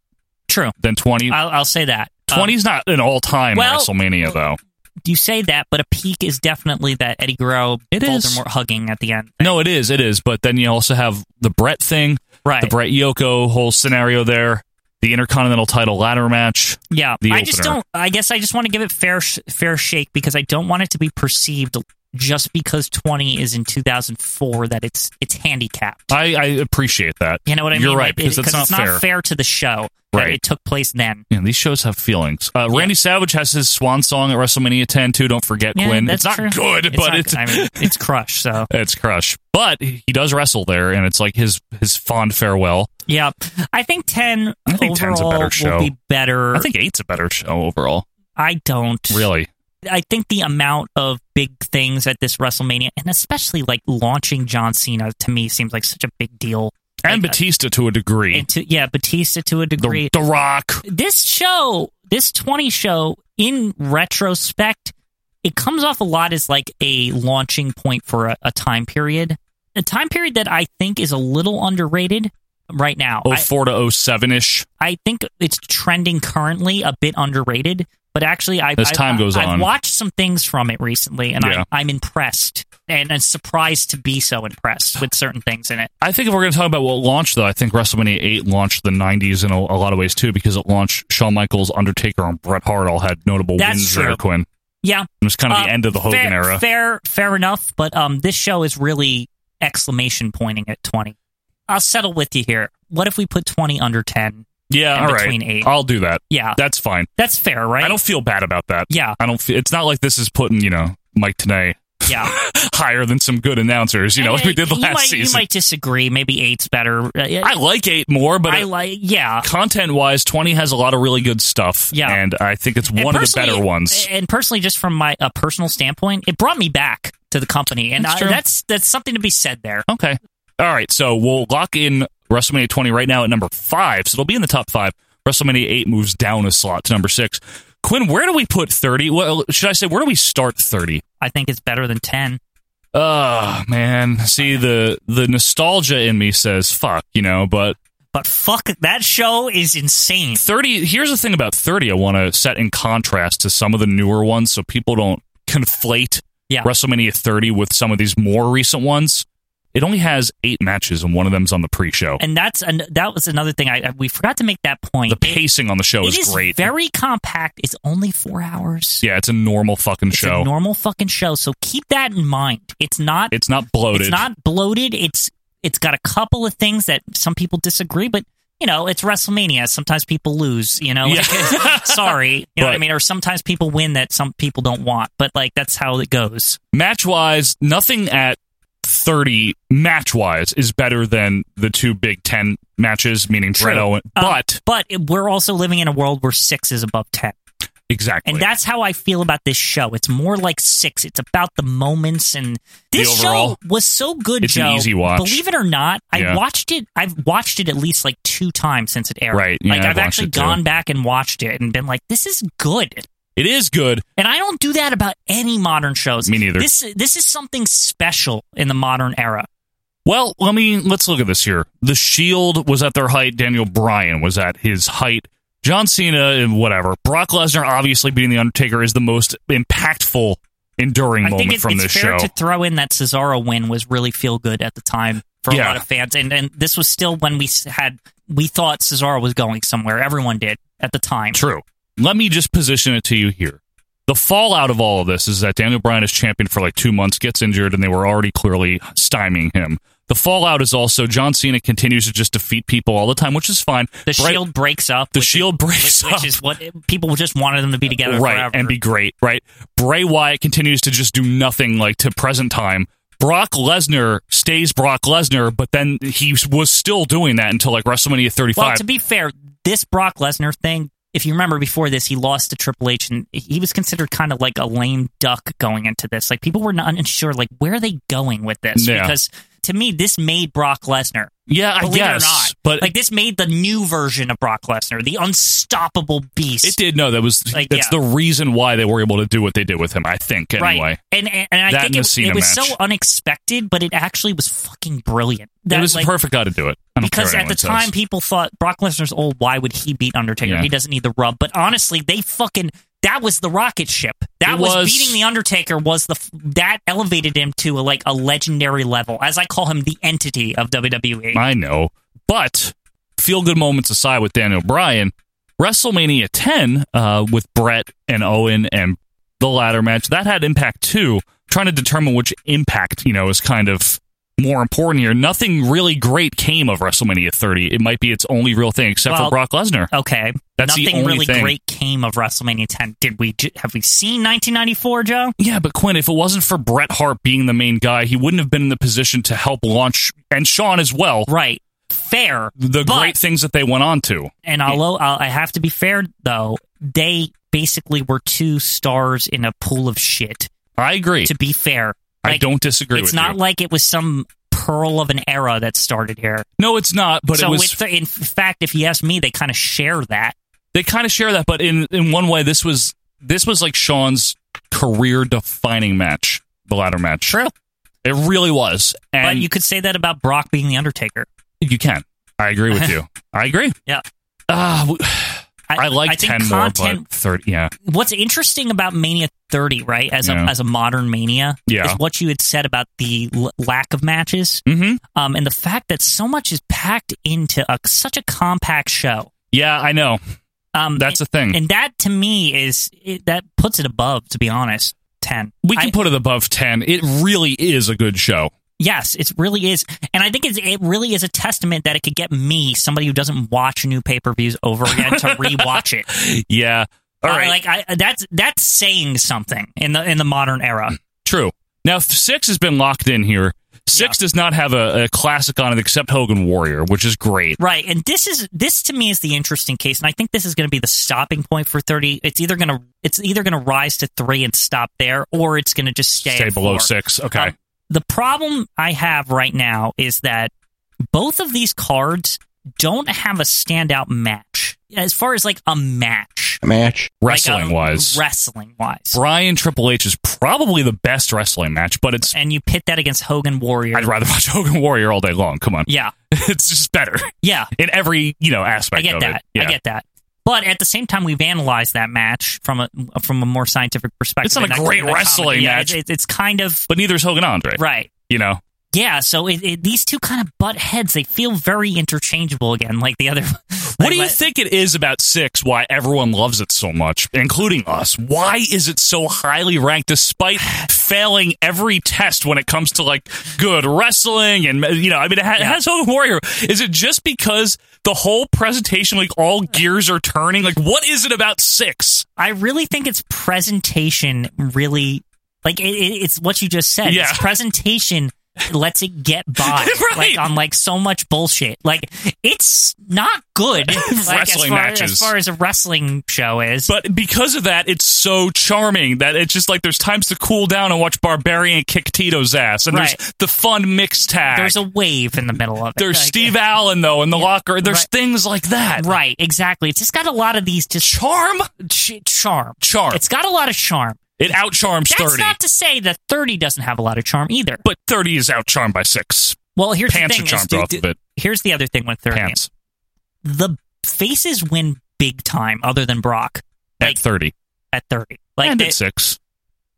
[SPEAKER 3] True.
[SPEAKER 2] than 20.
[SPEAKER 3] I'll, I'll say that. Um,
[SPEAKER 2] 20 is not an all time
[SPEAKER 3] well-
[SPEAKER 2] WrestleMania, though.
[SPEAKER 3] you say that, but a peak is definitely that Eddie Guerrero,
[SPEAKER 2] It is.
[SPEAKER 3] Voldemort hugging at the end.
[SPEAKER 2] No, it is. It is. But then you also have the Brett thing,
[SPEAKER 3] Right.
[SPEAKER 2] the Brett Yoko whole scenario there, the Intercontinental title ladder match.
[SPEAKER 3] Yeah,
[SPEAKER 2] the
[SPEAKER 3] I just
[SPEAKER 2] opener.
[SPEAKER 3] don't. I guess I just want to give it fair sh- fair shake because I don't want it to be perceived just because twenty is in two thousand four that it's it's handicapped.
[SPEAKER 2] I, I appreciate that.
[SPEAKER 3] You know what I mean?
[SPEAKER 2] You're right,
[SPEAKER 3] Like, it-
[SPEAKER 2] because that's
[SPEAKER 3] it's
[SPEAKER 2] not fair.
[SPEAKER 3] to the show that
[SPEAKER 2] Right.
[SPEAKER 3] it took place then.
[SPEAKER 2] Yeah, these shows have feelings. Uh, Randy Savage has his swan song at WrestleMania 10 too. Don't forget,
[SPEAKER 3] Yeah,
[SPEAKER 2] Quinn.
[SPEAKER 3] that's
[SPEAKER 2] It's not
[SPEAKER 3] true.
[SPEAKER 2] good, but
[SPEAKER 3] not-
[SPEAKER 2] it's
[SPEAKER 3] I mean, it's crush. So
[SPEAKER 2] it's crush. But he does wrestle there, and it's like his his fond farewell.
[SPEAKER 3] yeah, I think ten
[SPEAKER 2] I think 10's a
[SPEAKER 3] overall
[SPEAKER 2] better
[SPEAKER 3] will
[SPEAKER 2] show.
[SPEAKER 3] be better.
[SPEAKER 2] I think eight's a better show overall.
[SPEAKER 3] I don't
[SPEAKER 2] Really,
[SPEAKER 3] I think the amount of big things at this WrestleMania, and especially like launching John Cena, to me seems like such a big deal.
[SPEAKER 2] and
[SPEAKER 3] Like, uh,
[SPEAKER 2] Batista to a degree.
[SPEAKER 3] and to, yeah, Batista to a degree.
[SPEAKER 2] the, the Rock.
[SPEAKER 3] this show, this 20 show, in retrospect, it comes off a lot as like a launching point for a, a time period. A time period that I think is a little underrated right now.
[SPEAKER 2] Oh
[SPEAKER 3] I-
[SPEAKER 2] four to 07 ish.
[SPEAKER 3] I think it's trending currently a bit underrated, but actually, I've,
[SPEAKER 2] As time
[SPEAKER 3] I've,
[SPEAKER 2] goes
[SPEAKER 3] I've
[SPEAKER 2] on.
[SPEAKER 3] watched some things from it recently, and
[SPEAKER 2] Yeah.
[SPEAKER 3] I, I'm impressed and, and surprised to be so impressed with certain things in it.
[SPEAKER 2] I think if we're going to talk about what launched, though, I think WrestleMania 8 launched the 90s in a, a lot of ways, too, because it launched Shawn Michaels, Undertaker, and Bret Hart all had notable
[SPEAKER 3] That's
[SPEAKER 2] wins there,
[SPEAKER 3] true.
[SPEAKER 2] Quinn. It
[SPEAKER 3] Yeah,
[SPEAKER 2] was kind of the
[SPEAKER 3] Uh,
[SPEAKER 2] end of the Hogan
[SPEAKER 3] fair,
[SPEAKER 2] era.
[SPEAKER 3] Fair, fair enough. But um, this show is really exclamation pointing at twenty. I'll settle with you here. What if we put twenty under ten
[SPEAKER 2] Yeah,
[SPEAKER 3] in
[SPEAKER 2] all
[SPEAKER 3] between
[SPEAKER 2] right.
[SPEAKER 3] 8
[SPEAKER 2] I'll do that.
[SPEAKER 3] Yeah.
[SPEAKER 2] That's fine.
[SPEAKER 3] That's fair, right?
[SPEAKER 2] I don't feel bad about that.
[SPEAKER 3] Yeah.
[SPEAKER 2] I don't feel it's not like this is putting, you know, Mike Tanay
[SPEAKER 3] Yeah.
[SPEAKER 2] higher than some good announcers, you know, like we did
[SPEAKER 3] you
[SPEAKER 2] last
[SPEAKER 3] might,
[SPEAKER 2] season.
[SPEAKER 3] You might disagree. Maybe eight's better.
[SPEAKER 2] I like eight more, but
[SPEAKER 3] I
[SPEAKER 2] it-
[SPEAKER 3] like. Yeah.
[SPEAKER 2] content wise, twenty has a lot of really good stuff.
[SPEAKER 3] Yeah.
[SPEAKER 2] and I think it's one of the
[SPEAKER 3] personally-
[SPEAKER 2] better ones.
[SPEAKER 3] And personally, just from my a personal standpoint, it brought me back to the company, and
[SPEAKER 2] That's
[SPEAKER 3] I-
[SPEAKER 2] true.
[SPEAKER 3] that's that's something to be said there.
[SPEAKER 2] Okay, all right. So we'll lock in WrestleMania twenty right now at number five. So it'll be in the top five. WrestleMania eight moves down a slot to number six. Quinn, where do we put thirty? Well, should I say where do we start thirty?
[SPEAKER 3] I think it's better than ten.
[SPEAKER 2] Oh man, see the the nostalgia in me says fuck, you know, but
[SPEAKER 3] But fuck, that show is insane.
[SPEAKER 2] 30 here's the thing about 30 i want to set in contrast to some of the newer ones so people don't conflate
[SPEAKER 3] Yeah.
[SPEAKER 2] wrestlemania 30 with some of these more recent ones it only has eight matches and one of them's on the pre-show
[SPEAKER 3] And that's an, that was another thing I, I we forgot to make that point.
[SPEAKER 2] the pacing on the show
[SPEAKER 3] it
[SPEAKER 2] is,
[SPEAKER 3] is
[SPEAKER 2] great
[SPEAKER 3] very compact. It's only four hours.
[SPEAKER 2] yeah it's a normal fucking
[SPEAKER 3] It's
[SPEAKER 2] show
[SPEAKER 3] a normal fucking show, so keep that in mind. It's not
[SPEAKER 2] it's not bloated
[SPEAKER 3] It's not bloated. It's it's got a couple of things that some people disagree, but you know, it's WrestleMania. Sometimes people lose, you know. Like, sorry. You know what I
[SPEAKER 2] Right.
[SPEAKER 3] mean? Or sometimes people win that some people don't want. But like that's how it goes.
[SPEAKER 2] match wise nothing at 30 match wise is better than the two big 10 matches meaning Bret Owen
[SPEAKER 3] Um,
[SPEAKER 2] but
[SPEAKER 3] but it- we're also living in a world where six is above ten.
[SPEAKER 2] exactly
[SPEAKER 3] And that's how I feel about this show. It's more like six. It's about the moments and this show
[SPEAKER 2] overall.
[SPEAKER 3] was so good,
[SPEAKER 2] It's an
[SPEAKER 3] Joe.
[SPEAKER 2] easy watch.
[SPEAKER 3] Believe it or not, I
[SPEAKER 2] Yeah.
[SPEAKER 3] watched it. I've watched it at least like two times since it aired.
[SPEAKER 2] Right. Yeah,
[SPEAKER 3] like
[SPEAKER 2] I've
[SPEAKER 3] I've,
[SPEAKER 2] watched
[SPEAKER 3] actually
[SPEAKER 2] it too.
[SPEAKER 3] gone back and watched it and been like, this is good.
[SPEAKER 2] it is good
[SPEAKER 3] And I don't do that about any modern shows.
[SPEAKER 2] Me neither.
[SPEAKER 3] This this is something special in the modern era.
[SPEAKER 2] Well, let me let's look at this here. The Shield was at their height. Daniel Bryan was at his height. John Cena and whatever. Brock Lesnar obviously beating the Undertaker is the most impactful, enduring
[SPEAKER 3] I
[SPEAKER 2] moment
[SPEAKER 3] think it-
[SPEAKER 2] from
[SPEAKER 3] it's
[SPEAKER 2] this show.
[SPEAKER 3] fair to throw in that Cesaro win was really feel good at the time for a
[SPEAKER 2] Yeah.
[SPEAKER 3] lot of fans, and and this was still when we s- had we thought Cesaro was going somewhere. Everyone did at the time.
[SPEAKER 2] True. Let me just position it to you here. The fallout of all of this is that Daniel Bryan is champion for like two months, gets injured, and they were already clearly stymieing him. The fallout is also John Cena continues to just defeat people all the time, which is fine.
[SPEAKER 3] The
[SPEAKER 2] Bray-
[SPEAKER 3] Shield breaks up.
[SPEAKER 2] The
[SPEAKER 3] which is-
[SPEAKER 2] Shield breaks
[SPEAKER 3] which,
[SPEAKER 2] up.
[SPEAKER 3] which is what people just wanted them to be together
[SPEAKER 2] right
[SPEAKER 3] forever.
[SPEAKER 2] and be great right bray wyatt continues to just do nothing like to present time brock lesnar stays brock lesnar but then he was still doing that until like wrestlemania 35
[SPEAKER 3] well, to be fair, this Brock Lesnar thing. If you remember before this, he lost to Triple H, and he was considered kind of like a lame duck going into this. Like people were not unsure, like where are they going with this?
[SPEAKER 2] Yeah.
[SPEAKER 3] Because to me, this made Brock Lesnar.
[SPEAKER 2] yeah i
[SPEAKER 3] Believe
[SPEAKER 2] guess
[SPEAKER 3] it or not,
[SPEAKER 2] but
[SPEAKER 3] like this made the new version of Brock Lesnar, the unstoppable beast.
[SPEAKER 2] it did no that was
[SPEAKER 3] Like,
[SPEAKER 2] that's
[SPEAKER 3] yeah.
[SPEAKER 2] the reason why they were able to do what they did with him i think
[SPEAKER 3] Right.
[SPEAKER 2] anyway
[SPEAKER 3] And, and and I
[SPEAKER 2] That and
[SPEAKER 3] think
[SPEAKER 2] the
[SPEAKER 3] it,
[SPEAKER 2] Cena
[SPEAKER 3] it was
[SPEAKER 2] match.
[SPEAKER 3] so unexpected, but it actually was fucking brilliant.
[SPEAKER 2] it
[SPEAKER 3] That,
[SPEAKER 2] was
[SPEAKER 3] like,
[SPEAKER 2] the perfect guy to do it I don't
[SPEAKER 3] because
[SPEAKER 2] care
[SPEAKER 3] at
[SPEAKER 2] what
[SPEAKER 3] the
[SPEAKER 2] anyone
[SPEAKER 3] time
[SPEAKER 2] says.
[SPEAKER 3] people thought Brock Lesnar's old. Why would he beat Undertaker?
[SPEAKER 2] Yeah.
[SPEAKER 3] He doesn't need the rub. But honestly, they fucking that was the rocket ship. That
[SPEAKER 2] It
[SPEAKER 3] was,
[SPEAKER 2] was-
[SPEAKER 3] beating the Undertaker was the f- that elevated him to a, like a legendary level, as I call him, the entity of E. WWE.
[SPEAKER 2] I know. But feel good moments aside with Daniel Bryan, WrestleMania 10 uh, with Brett and Owen and the ladder match, that had impact too. Trying to determine which impact, you know, is kind of more important here. Nothing really great came of WrestleMania 30. It might be its only real thing except
[SPEAKER 3] Well,
[SPEAKER 2] for Brock Lesnar.
[SPEAKER 3] okay,
[SPEAKER 2] That's the
[SPEAKER 3] nothing
[SPEAKER 2] only
[SPEAKER 3] really
[SPEAKER 2] thing.
[SPEAKER 3] great came of WrestleMania 10. Did we ju- have we seen 1994, Joe?
[SPEAKER 2] Yeah, but Quinn, if it wasn't for Bret Hart being the main guy, he wouldn't have been in the position to help launch, and Sean as well,
[SPEAKER 3] Right, fair.
[SPEAKER 2] the
[SPEAKER 3] but-
[SPEAKER 2] great things that they went on to.
[SPEAKER 3] and although I'll, I have to be fair though, they basically were two stars in a pool of shit.
[SPEAKER 2] I agree.
[SPEAKER 3] To be fair,
[SPEAKER 2] I
[SPEAKER 3] Like,
[SPEAKER 2] don't disagree
[SPEAKER 3] It's
[SPEAKER 2] with
[SPEAKER 3] not
[SPEAKER 2] you.
[SPEAKER 3] like it was some pearl of an era that started here.
[SPEAKER 2] no, it's not, but
[SPEAKER 3] so
[SPEAKER 2] it was
[SPEAKER 3] it's- in fact, if you ask me, they kind of share that.
[SPEAKER 2] they kind of share that, but in in one way, this was this was like Sean's career defining match, the ladder match. True, it really was, and
[SPEAKER 3] but you
[SPEAKER 2] you,
[SPEAKER 3] could say that about Brock being the Undertaker.
[SPEAKER 2] can. I agree with you. I agree.
[SPEAKER 3] Yeah.
[SPEAKER 2] Uh, w- I, like
[SPEAKER 3] I think
[SPEAKER 2] ten more,
[SPEAKER 3] content-
[SPEAKER 2] but thirty. Yeah,
[SPEAKER 3] what's interesting about Mania 30, right, as
[SPEAKER 2] Yeah.
[SPEAKER 3] a as a modern Mania,
[SPEAKER 2] Yeah.
[SPEAKER 3] is what you had said about the l- lack of matches,
[SPEAKER 2] Mhm.
[SPEAKER 3] um, and the fact that so much is packed into a, such a compact show.
[SPEAKER 2] yeah. I know.
[SPEAKER 3] Um,
[SPEAKER 2] That's the thing.
[SPEAKER 3] and that to me is it, that puts it above, to be honest, ten.
[SPEAKER 2] we can
[SPEAKER 3] I-
[SPEAKER 2] put it above ten. It really is a good show.
[SPEAKER 3] Yes, it really is, and I think it's, it really is a testament that it could get me, somebody who doesn't watch new pay per views over again, to rewatch it.
[SPEAKER 2] Yeah, all
[SPEAKER 3] I-
[SPEAKER 2] right.
[SPEAKER 3] like I, that's that's saying something in the in the modern era.
[SPEAKER 2] True. Now th- six has been locked in here. Six does not have a, a classic on it except Hogan Warrior, which is great.
[SPEAKER 3] Right, and this is this to me is the interesting case, and I think this is going to be the stopping point for thirty. It's either going to it's either going to rise to three and stop there, or it's going to just stay
[SPEAKER 2] Stay
[SPEAKER 3] at
[SPEAKER 2] below
[SPEAKER 3] four.
[SPEAKER 2] six. Okay.
[SPEAKER 3] Um, the problem I have right now is that both of these cards don't have a standout match as far as like a match,
[SPEAKER 2] match wrestling wise.
[SPEAKER 3] wrestling wise,
[SPEAKER 2] Brian Triple H is probably the best wrestling match, but it's
[SPEAKER 3] and you pit that against Hogan Warrior.
[SPEAKER 2] I'd rather watch Hogan Warrior all day long. Come on,
[SPEAKER 3] Yeah,
[SPEAKER 2] it's just better
[SPEAKER 3] yeah.
[SPEAKER 2] in every you know aspect.
[SPEAKER 3] I get
[SPEAKER 2] of
[SPEAKER 3] that.
[SPEAKER 2] It. Yeah.
[SPEAKER 3] I get that. But at the same time, we've analyzed that match from a from a more scientific perspective.
[SPEAKER 2] It's not
[SPEAKER 3] and
[SPEAKER 2] a great
[SPEAKER 3] and comedy.
[SPEAKER 2] wrestling
[SPEAKER 3] Yeah,
[SPEAKER 2] match.
[SPEAKER 3] it- it- it's kind of
[SPEAKER 2] But neither is Hogan Andre.
[SPEAKER 3] right.
[SPEAKER 2] You know.
[SPEAKER 3] Yeah, so it, it, these two kind of butt heads. They feel very interchangeable again, like the other.
[SPEAKER 2] What
[SPEAKER 3] like
[SPEAKER 2] do you
[SPEAKER 3] let-
[SPEAKER 2] think it is about six? Why everyone loves it so much, including us? Why is it so highly ranked despite failing every test when it comes to like good wrestling and you know? I mean, it, ha- it has Hogan Warrior. Is it just because the whole presentation, like all gears are turning? Like, what is it about six?
[SPEAKER 3] I really think its presentation really, like it, it, it's what you just said.
[SPEAKER 2] Yeah.
[SPEAKER 3] Its presentation lets it get by
[SPEAKER 2] Right.
[SPEAKER 3] like, on like so much bullshit. Like it's not good. like,
[SPEAKER 2] Wrestling
[SPEAKER 3] as far,
[SPEAKER 2] matches.
[SPEAKER 3] as far as a wrestling show is.
[SPEAKER 2] But because of that, it's so charming that it's just like there's times to cool down and watch Barbarian kick Tito's ass, and there's
[SPEAKER 3] Right.
[SPEAKER 2] the fun mixed tag.
[SPEAKER 3] there's a wave in the middle of it.
[SPEAKER 2] there's
[SPEAKER 3] Like,
[SPEAKER 2] Steve Allen though in the locker. There's
[SPEAKER 3] Right.
[SPEAKER 2] things like that.
[SPEAKER 3] Right, exactly. It's just got a lot of these just
[SPEAKER 2] Charm.
[SPEAKER 3] ch- charm.
[SPEAKER 2] Charm.
[SPEAKER 3] It's got a lot of charm.
[SPEAKER 2] It outcharms
[SPEAKER 3] That's
[SPEAKER 2] 30.
[SPEAKER 3] not to say that 30 doesn't have a lot of charm either.
[SPEAKER 2] but 30 is outcharmed by 6.
[SPEAKER 3] Well, here's
[SPEAKER 2] Pants
[SPEAKER 3] the thing.
[SPEAKER 2] are charmed
[SPEAKER 3] is,
[SPEAKER 2] off of it.
[SPEAKER 3] Here's the other thing with 30.
[SPEAKER 2] Pants
[SPEAKER 3] The faces win big time other than Brock
[SPEAKER 2] at
[SPEAKER 3] like-
[SPEAKER 2] 30.
[SPEAKER 3] at 30. Like
[SPEAKER 2] and
[SPEAKER 3] they-
[SPEAKER 2] at 6.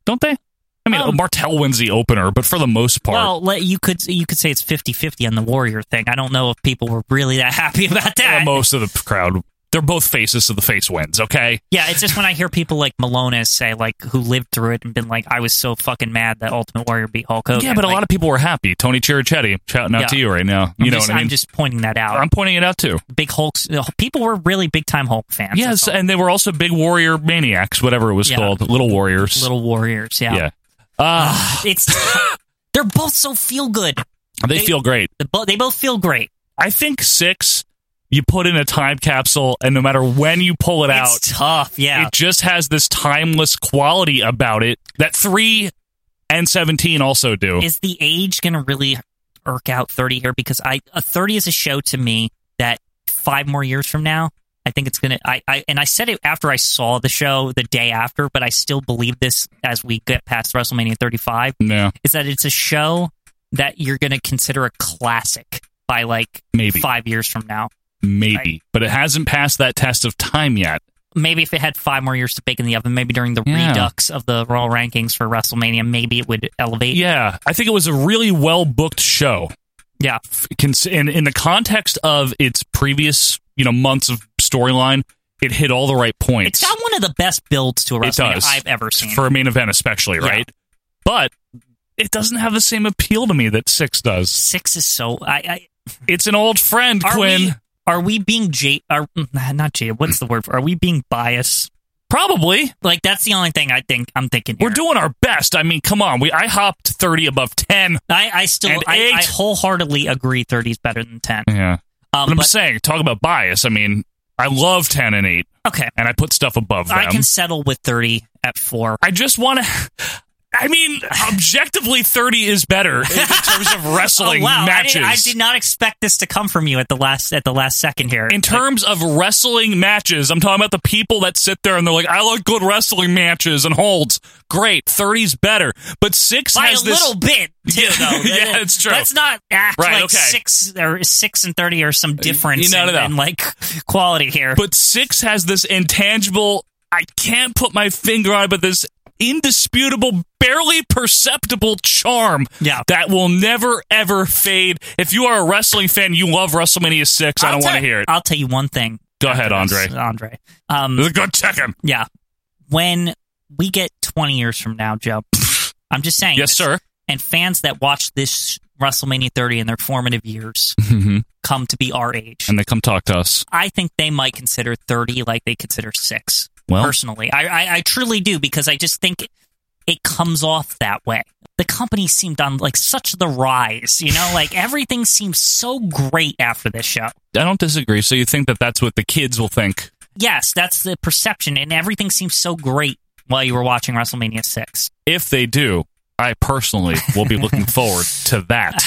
[SPEAKER 2] Don't they? I mean,
[SPEAKER 3] Um,
[SPEAKER 2] Martel wins the opener, but for the most part.
[SPEAKER 3] Well, let- you could you could say it's 50-50 on the Warrior thing. I don't know if people were really that happy about
[SPEAKER 2] yeah,
[SPEAKER 3] that.
[SPEAKER 2] most of the crowd, they're both faces, so the face wins, okay?
[SPEAKER 3] Yeah, it's just when I hear people like Malonis say like who lived through it and been like I was so fucking mad that Ultimate Warrior beat Hulk Hogan.
[SPEAKER 2] Yeah, but a lot of people were happy. Tony Chirichetti, shouting out
[SPEAKER 3] Yeah.
[SPEAKER 2] to you right now. You
[SPEAKER 3] I'm
[SPEAKER 2] know
[SPEAKER 3] just,
[SPEAKER 2] what I mean?
[SPEAKER 3] am just pointing that out.
[SPEAKER 2] I'm pointing it out too.
[SPEAKER 3] big Hulk's uh, people were really big time Hulk fans.
[SPEAKER 2] Yes,
[SPEAKER 3] That's all.
[SPEAKER 2] and they were also big warrior maniacs, whatever it was
[SPEAKER 3] Yeah.
[SPEAKER 2] called, little warriors.
[SPEAKER 3] little warriors. Yeah,
[SPEAKER 2] yeah. Uh,
[SPEAKER 3] it's they're both so feel good.
[SPEAKER 2] they feel great.
[SPEAKER 3] They bo- they both feel great.
[SPEAKER 2] I think 6 you put in a time capsule and no matter when you pull it out,
[SPEAKER 3] It's tough. Yeah,
[SPEAKER 2] It just has this timeless quality about it that three and seventeen also do.
[SPEAKER 3] is the age gonna really irk out thirty here? Because I a thirty is a show to me that five more years from now. I think it's gonna. I, I and I said it after I saw the show the day after, but I still believe this as we get past WrestleMania 35
[SPEAKER 2] no,
[SPEAKER 3] is that it's a show that you're gonna consider a classic by like
[SPEAKER 2] Maybe.
[SPEAKER 3] five years from now.
[SPEAKER 2] maybe, but it hasn't passed that test of time yet.
[SPEAKER 3] maybe if it had five more years to bake in the oven, maybe during the
[SPEAKER 2] Yeah.
[SPEAKER 3] redux of the Raw rankings for WrestleMania, maybe it would elevate.
[SPEAKER 2] Yeah, I think it was a really well booked show.
[SPEAKER 3] Yeah.
[SPEAKER 2] Cons- in in the context of its previous, you know, months of storyline, it hit all the right points.
[SPEAKER 3] It's got one of the best builds to a
[SPEAKER 2] it
[SPEAKER 3] WrestleMania
[SPEAKER 2] does
[SPEAKER 3] I've ever seen.
[SPEAKER 2] for a main event, especially,
[SPEAKER 3] Yeah.
[SPEAKER 2] right? But it doesn't have the same appeal to me that six does.
[SPEAKER 3] Six is so. I,
[SPEAKER 2] It's an old friend,
[SPEAKER 3] I are
[SPEAKER 2] Quinn.
[SPEAKER 3] we are we being J? Are mm, not J? What's the word? For, are we being biased?
[SPEAKER 2] Probably.
[SPEAKER 3] Like that's the only thing I think I'm thinking.
[SPEAKER 2] We're
[SPEAKER 3] here.
[SPEAKER 2] doing our best. I mean, come on. We I hopped thirty above ten.
[SPEAKER 3] I, I still
[SPEAKER 2] And
[SPEAKER 3] I, I
[SPEAKER 2] eight.
[SPEAKER 3] wholeheartedly agree. Thirty is better than ten.
[SPEAKER 2] Yeah.
[SPEAKER 3] Um,
[SPEAKER 2] But I'm
[SPEAKER 3] but-
[SPEAKER 2] saying, talk about bias. I mean, I love ten and eight,
[SPEAKER 3] okay,
[SPEAKER 2] and I put stuff above them.
[SPEAKER 3] I can settle with thirty at four.
[SPEAKER 2] I just want to. I mean, objectively, thirty is better in terms of wrestling
[SPEAKER 3] oh wow! I
[SPEAKER 2] matches.
[SPEAKER 3] did, I did not expect this to come from you at the last at the last second here.
[SPEAKER 2] in terms of wrestling matches, I'm talking about the people that sit there and they're like, "I like good wrestling matches and holds." Great, 30's better, but six
[SPEAKER 3] by
[SPEAKER 2] has
[SPEAKER 3] a
[SPEAKER 2] this.
[SPEAKER 3] little bit too,
[SPEAKER 2] Yeah,
[SPEAKER 3] though.
[SPEAKER 2] yeah, it's true.
[SPEAKER 3] Let's not act
[SPEAKER 2] Right,
[SPEAKER 3] like
[SPEAKER 2] okay. Uh,
[SPEAKER 3] six or six and thirty or some difference
[SPEAKER 2] no, no,
[SPEAKER 3] in,
[SPEAKER 2] no.
[SPEAKER 3] in, like quality here.
[SPEAKER 2] But six has this intangible, I can't put my finger on it, but this indisputable, barely perceptible charm
[SPEAKER 3] Yeah.
[SPEAKER 2] that will never, ever fade. If you are a wrestling fan, you love WrestleMania 6. I
[SPEAKER 3] I'll
[SPEAKER 2] don't want to
[SPEAKER 3] tell-
[SPEAKER 2] hear it.
[SPEAKER 3] I'll tell you one thing.
[SPEAKER 2] Go ahead,
[SPEAKER 3] after
[SPEAKER 2] Andre.
[SPEAKER 3] this, Andre. Um,
[SPEAKER 2] Go check him.
[SPEAKER 3] yeah. When we get twenty years from now, Joe, I'm just saying.
[SPEAKER 2] Yes,
[SPEAKER 3] this,
[SPEAKER 2] sir.
[SPEAKER 3] And fans that watch this WrestleMania 30 in their formative years
[SPEAKER 2] Mhm.
[SPEAKER 3] come to be our age.
[SPEAKER 2] and they come talk to us.
[SPEAKER 3] I think they might consider 30 like they consider six.
[SPEAKER 2] Well-
[SPEAKER 3] personally, I, I, I truly do because I just think it comes off that way. The company seemed on like such the rise, you know, like everything seems so great after this show.
[SPEAKER 2] I don't disagree. So you think that that's what the kids will think?
[SPEAKER 3] Yes, that's the perception, and everything seems so great while you were watching WrestleMania 6.
[SPEAKER 2] If they do, I personally will be looking forward to that.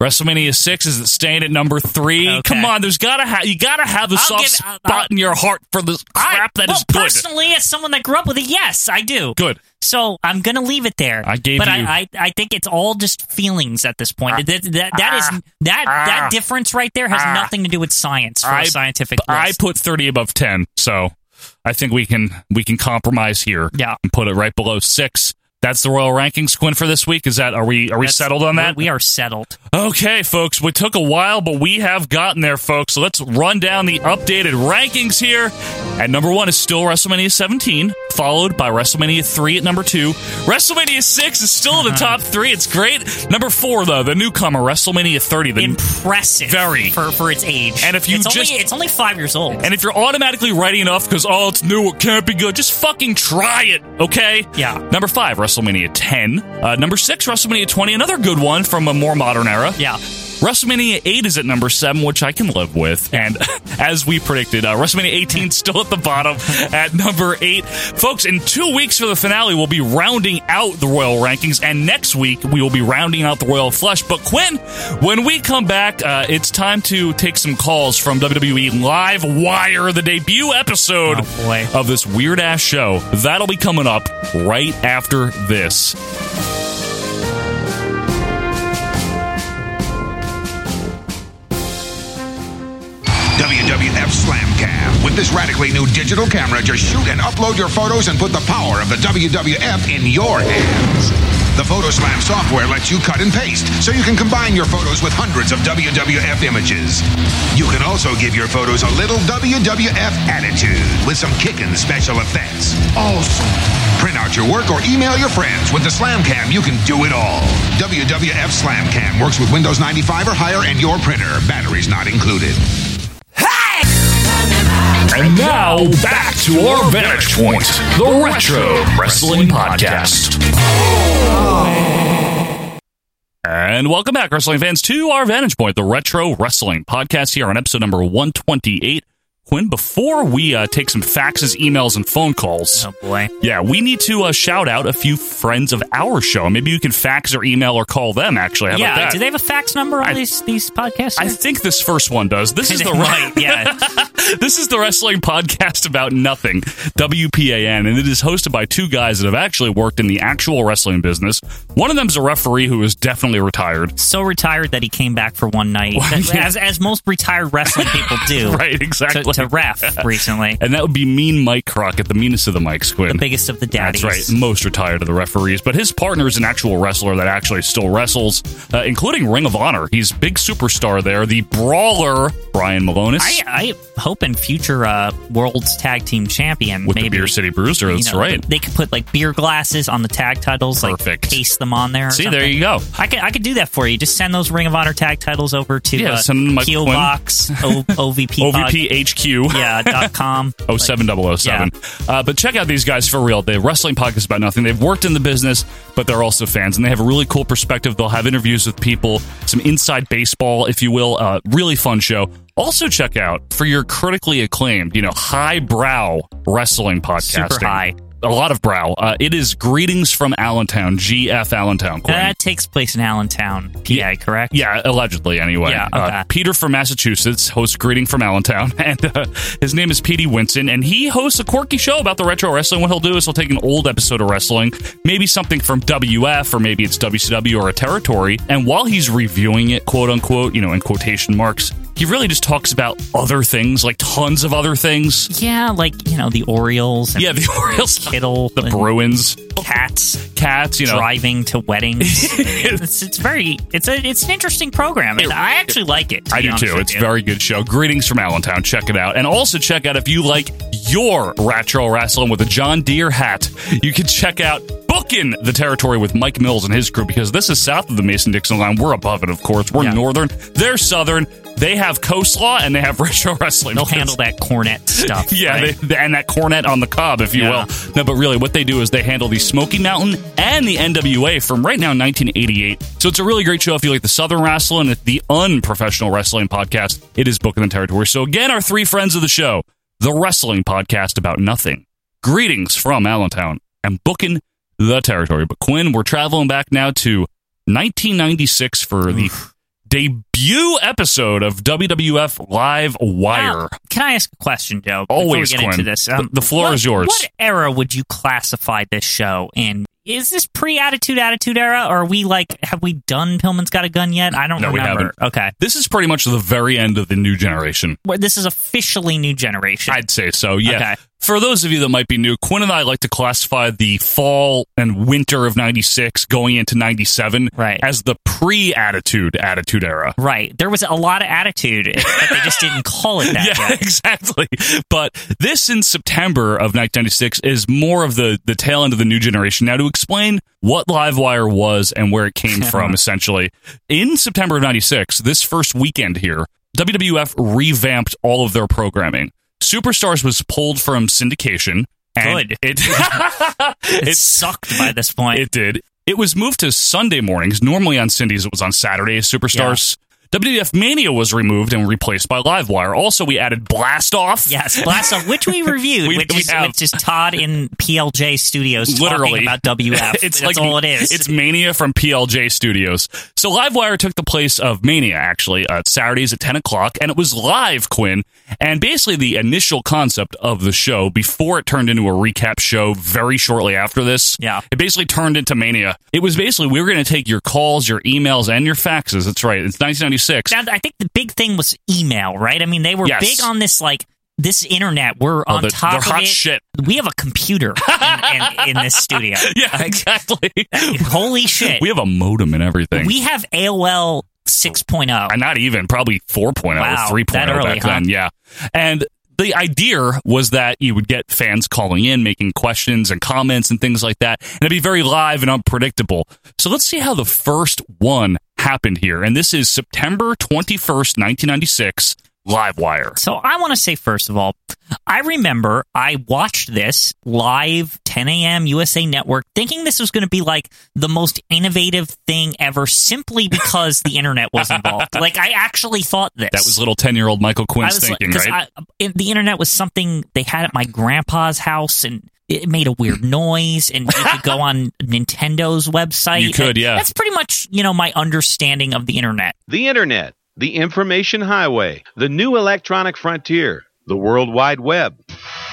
[SPEAKER 2] WrestleMania six is it staying at number three? Come on, there's gotta ha- you gotta have a
[SPEAKER 3] I'll
[SPEAKER 2] soft
[SPEAKER 3] give-
[SPEAKER 2] spot
[SPEAKER 3] I'll-
[SPEAKER 2] in your heart for this crap that is
[SPEAKER 3] well,
[SPEAKER 2] good.
[SPEAKER 3] personally, as someone that grew up with it, yes, I do.
[SPEAKER 2] Good.
[SPEAKER 3] So I'm gonna leave it there.
[SPEAKER 2] I gave
[SPEAKER 3] but
[SPEAKER 2] you- Ah.
[SPEAKER 3] I, I, I think it's all just feelings at this point. that that, that is that that difference right there has nothing to do with science for a scientific.
[SPEAKER 2] I
[SPEAKER 3] list.
[SPEAKER 2] put thirty above ten, so I think we can we can compromise here.
[SPEAKER 3] Yeah.
[SPEAKER 2] and put it right below six. That's the royal rankings, Quinn, for this week. Is that are we are we
[SPEAKER 3] That's-
[SPEAKER 2] settled on that?
[SPEAKER 3] We we are settled.
[SPEAKER 2] Okay, folks, we took a while, but we have gotten there, folks. So let's run down the updated rankings here. At number one is still WrestleMania 17, followed by WrestleMania 3 at number two. WrestleMania 6 is still in the
[SPEAKER 3] Uh-huh.
[SPEAKER 2] top three. It's great. Number four, though, the newcomer, WrestleMania 30. The
[SPEAKER 3] Impressive.
[SPEAKER 2] Very.
[SPEAKER 3] For, for its age.
[SPEAKER 2] And if you
[SPEAKER 3] it's
[SPEAKER 2] just.
[SPEAKER 3] only, it's only five years old.
[SPEAKER 2] and if you're automatically writing it off because, oh, it's new, it can't be good, just fucking try it, okay?
[SPEAKER 3] Yeah.
[SPEAKER 2] Number five, WrestleMania 10. Uh, number six, WrestleMania 20, another good one from a more modern era.
[SPEAKER 3] Yeah.
[SPEAKER 2] WrestleMania 8 is at number 7, which I can live with. And as we predicted, uh, WrestleMania 18 still at the bottom at number 8. Folks, in two weeks for the finale, we'll be rounding out the Royal Rankings. And next week, we will be rounding out the Royal Flush. But Quinn, when we come back, uh, it's time to take some calls from WWE Live Wire, the debut episode
[SPEAKER 3] Oh, boy.
[SPEAKER 2] of this weird ass show. That'll be coming up right after this.
[SPEAKER 4] WWF Slamcam. With this radically new digital camera, just shoot and upload your photos and put the power of the WWF in your hands. The PhotoSlam software lets you cut and paste, so you can combine your photos with hundreds of WWF images. You can also give your photos a little WWF attitude with some kickin' special effects. Awesome. Print out your work or email your friends. With the SlamCam, you can do it all. WWF SlamCam works with Windows 95 or higher and your printer, batteries not included.
[SPEAKER 1] And now back to our vantage point, the Retro Wrestling Podcast.
[SPEAKER 2] And welcome back, wrestling fans, to our Vantage Point, the Retro Wrestling Podcast here on episode number 128. Quinn, before we uh, take some faxes, emails, and phone calls,
[SPEAKER 3] Oh, boy.
[SPEAKER 2] yeah, we need to uh, shout out a few friends of our show. Maybe you can fax or email or call them, actually. How about
[SPEAKER 3] yeah.
[SPEAKER 2] that?
[SPEAKER 3] Do they have a fax number on
[SPEAKER 2] I-
[SPEAKER 3] these, these podcasts?
[SPEAKER 2] I
[SPEAKER 3] here?
[SPEAKER 2] think this first one does. This is
[SPEAKER 3] They
[SPEAKER 2] the
[SPEAKER 3] might, yeah.
[SPEAKER 2] this is the wrestling podcast about nothing, WPAN, and it is hosted by two guys that have actually worked in the actual wrestling business. One of them's a referee who is definitely retired.
[SPEAKER 3] so retired that he came back for one night, That-
[SPEAKER 2] yeah.
[SPEAKER 3] as, as most retired wrestling people do,
[SPEAKER 2] Right, exactly.
[SPEAKER 3] To, to ref recently,
[SPEAKER 2] And that would be Mean Mike Crockett, the meanest of the Mike Squid.
[SPEAKER 3] the biggest of the daddies.
[SPEAKER 2] That's right, most retired of the referees. But his partner is an actual wrestler that actually still wrestles, uh, including Ring of Honor. He's big superstar there. The brawler Brian Malonis
[SPEAKER 3] I, I hope in future uh, world's tag team champion
[SPEAKER 2] with
[SPEAKER 3] maybe
[SPEAKER 2] the Beer City Bruiser.
[SPEAKER 3] you
[SPEAKER 2] That's
[SPEAKER 3] know,
[SPEAKER 2] right.
[SPEAKER 3] They could put like beer glasses on the tag titles,
[SPEAKER 2] Perfect.
[SPEAKER 3] like paste them on there. or
[SPEAKER 2] See, there
[SPEAKER 3] something.
[SPEAKER 2] you go.
[SPEAKER 3] I could I could do that for you. Just send those Ring of Honor tag titles over to
[SPEAKER 2] Yeah,
[SPEAKER 3] uh,
[SPEAKER 2] send them to Mike
[SPEAKER 3] Keel
[SPEAKER 2] Quinn.
[SPEAKER 3] Box, o- OVP Pod-
[SPEAKER 2] OVPHQ.
[SPEAKER 3] yeah dot com.
[SPEAKER 2] Oh seven double oh seven. Uh, but check out these guys for real. The wrestling podcast about nothing. They've worked in the business, but they're also fans, and they have a really cool perspective. They'll have interviews with people, some inside baseball, if you will. Uh, really fun show. Also check out for your critically acclaimed, you know, highbrow wrestling podcasting.
[SPEAKER 3] high.
[SPEAKER 2] A lot of brow. Uh, it is greetings from Allentown. GF Allentown. Quinn.
[SPEAKER 3] That takes place in Allentown, PA, correct?
[SPEAKER 2] Yeah, allegedly, anyway.
[SPEAKER 3] Yeah,
[SPEAKER 2] Uh,
[SPEAKER 3] okay.
[SPEAKER 2] Peter from Massachusetts hosts Greeting from Allentown, and uh, his name is Petey Winston, and he hosts a quirky show about the retro wrestling. What he'll do is he'll take an old episode of wrestling, maybe something from WF, or maybe it's WCW or a territory, and while he's reviewing it, quote unquote, you know, in quotation marks, he really just talks about other things, like tons of other things.
[SPEAKER 3] Yeah, like you know the Orioles. And
[SPEAKER 2] Yeah, the Orioles,
[SPEAKER 3] Kittle,
[SPEAKER 2] the
[SPEAKER 3] and
[SPEAKER 2] Bruins,
[SPEAKER 3] cats
[SPEAKER 2] cats, you know.
[SPEAKER 3] driving to weddings. it's, it's very it's a it's an interesting program, and I actually like it. to
[SPEAKER 2] I
[SPEAKER 3] be
[SPEAKER 2] do
[SPEAKER 3] honest
[SPEAKER 2] too.
[SPEAKER 3] with
[SPEAKER 2] It's
[SPEAKER 3] you.
[SPEAKER 2] very good show. Greetings from Allentown. Check it out. And also check out if you like your retro wrestling with a John Deere hat, you can check out Boom cooking the territory with Mike Mills and his crew because this is south of the Mason Dixon line. We're above it, of course. We're northern. They're southern. They have coastlaw and they have retro wrestling.
[SPEAKER 3] They'll handle that cornet stuff.
[SPEAKER 2] yeah,
[SPEAKER 3] right?
[SPEAKER 2] they, they- and that cornet on the cob, if you
[SPEAKER 3] Yeah.
[SPEAKER 2] will. No, but really, what they do is they handle the Smoky Mountain and the NWA from right now 1988. So it's a really great show if you like the Southern wrestling, the unprofessional wrestling podcast. It is Book in the Territory. So again, our three friends of the show, the wrestling podcast about nothing. Greetings from Allentown and booking the territory. But Quinn, we're traveling back now to 1996 for the debut episode of WWF Live Wire.
[SPEAKER 3] Now, Uh, can I ask a question, Joe?
[SPEAKER 2] Always,
[SPEAKER 3] before we get
[SPEAKER 2] Quinn.
[SPEAKER 3] into this, um,
[SPEAKER 2] The- the floor
[SPEAKER 3] what-
[SPEAKER 2] is yours.
[SPEAKER 3] What era would you classify this show in? Is this pre-attitude attitude era, or are we like, have we done Pillman's Got a Gun yet? I don't
[SPEAKER 2] No, we
[SPEAKER 3] remember.
[SPEAKER 2] haven't.
[SPEAKER 3] Okay,
[SPEAKER 2] This is pretty much the very end of the new generation.
[SPEAKER 3] Well, this is officially new generation.
[SPEAKER 2] I'd say so, yeah. For those of you that might be new, Quinn and I like to classify the fall and winter of 96 going into 97 right. as the pre attitude attitude era.
[SPEAKER 3] Right. There was a lot of attitude, but they just didn't call it that.
[SPEAKER 2] yeah,
[SPEAKER 3] yet.
[SPEAKER 2] exactly. But this in September of 1996 is more of the the tail end of the new generation. Now, to explain what Livewire was and where it came from, essentially, in September of 96, this first weekend here, WWF revamped all of their programming. Superstars was pulled from syndication. And
[SPEAKER 3] Good.
[SPEAKER 2] It,
[SPEAKER 3] it sucked by this point.
[SPEAKER 2] It did. It was moved to Sunday mornings. Normally on Cindy's, it was on Saturdays. Superstars. WWF Mania was removed and replaced by Livewire. Also, we added Blast Off.
[SPEAKER 3] Yes, Blast Off, which we reviewed,
[SPEAKER 2] We-
[SPEAKER 3] which,
[SPEAKER 2] we
[SPEAKER 3] is,
[SPEAKER 2] have.
[SPEAKER 3] which is Todd in PLJ Studios
[SPEAKER 2] Literally.
[SPEAKER 3] talking about WF.
[SPEAKER 2] it's
[SPEAKER 3] That's
[SPEAKER 2] like
[SPEAKER 3] all it is.
[SPEAKER 2] It's Mania from PLJ Studios. So Livewire took the place of Mania actually uh, Saturdays at ten o'clock, and it was live Quinn. And basically, the initial concept of the show before it turned into a recap show very shortly after this. Yeah, it basically turned into Mania. It was basically we were going to take your calls, your emails, and your faxes. That's right. It's 1996.
[SPEAKER 3] Now, I think the big thing was email, right? I mean, they were
[SPEAKER 2] Yes.
[SPEAKER 3] big on this, like, this internet. We're
[SPEAKER 2] Oh,
[SPEAKER 3] on
[SPEAKER 2] the-
[SPEAKER 3] top
[SPEAKER 2] they're
[SPEAKER 3] of
[SPEAKER 2] hot
[SPEAKER 3] it.
[SPEAKER 2] shit.
[SPEAKER 3] We have a computer in, in, in this studio.
[SPEAKER 2] Yeah, exactly.
[SPEAKER 3] Holy shit.
[SPEAKER 2] We have a modem and everything.
[SPEAKER 3] We have AOL 6.0.
[SPEAKER 2] And Uh, not even, probably oh, 4.0
[SPEAKER 3] Wow,
[SPEAKER 2] or 3.0
[SPEAKER 3] that early,
[SPEAKER 2] back
[SPEAKER 3] huh?
[SPEAKER 2] then. Yeah. And the idea was that you would get fans calling in, making questions and comments and things like that. And it'd be very live and unpredictable. So let's see how the first one happened here. And this is September 21st, 1996, Livewire.
[SPEAKER 3] So I want to say first of all, I remember I watched this live 10 a.m. USA Network, thinking this was going to be like the most innovative thing ever, simply because the internet was involved. Like I actually thought this.
[SPEAKER 2] That was little 10 year old Michael
[SPEAKER 3] I
[SPEAKER 2] Quinn's
[SPEAKER 3] was like-
[SPEAKER 2] thinking,
[SPEAKER 3] 'cause
[SPEAKER 2] right?
[SPEAKER 3] I- it- the internet was something they had at my grandpa's house, and it made a weird noise, and you could go on Nintendo's website.
[SPEAKER 15] You could,
[SPEAKER 3] And
[SPEAKER 15] yeah.
[SPEAKER 3] That's pretty much you know my understanding of the internet.
[SPEAKER 15] The Internet, the Information Highway, the New Electronic Frontier, the World Wide Web.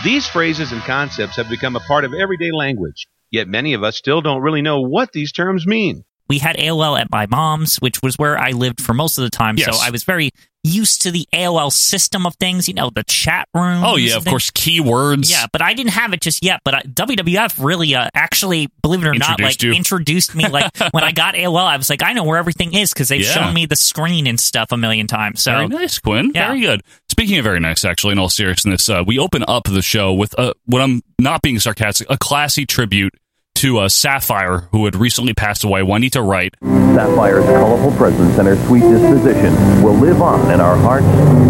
[SPEAKER 15] These phrases and concepts have become a part of everyday language, yet many of us still don't really know what these terms mean.
[SPEAKER 3] we had AOL at my mom's, which was where I lived for most of the time.
[SPEAKER 15] Yes.
[SPEAKER 3] So I was very used to the AOL system of things, you know, the chat room.
[SPEAKER 2] Oh, yeah, of course, keywords.
[SPEAKER 3] Yeah, but I didn't have it just yet. But I, WWF really, uh, actually, believe it or not,
[SPEAKER 2] Introduced
[SPEAKER 3] like
[SPEAKER 2] you.
[SPEAKER 3] introduced me. Like when I got AOL, I was like, I know where everything is because they've
[SPEAKER 2] Yeah.
[SPEAKER 3] shown me the screen and stuff a million times. So
[SPEAKER 2] very nice, Quinn.
[SPEAKER 3] Yeah.
[SPEAKER 2] Very good. Speaking of very nice, actually, in all seriousness, uh, we open up the show with uh what I'm not being sarcastic, a classy tribute to uh, Sapphire, who had recently passed away, Juanita Wright.
[SPEAKER 16] Sapphire's colorful presence and her sweet disposition will live on in our hearts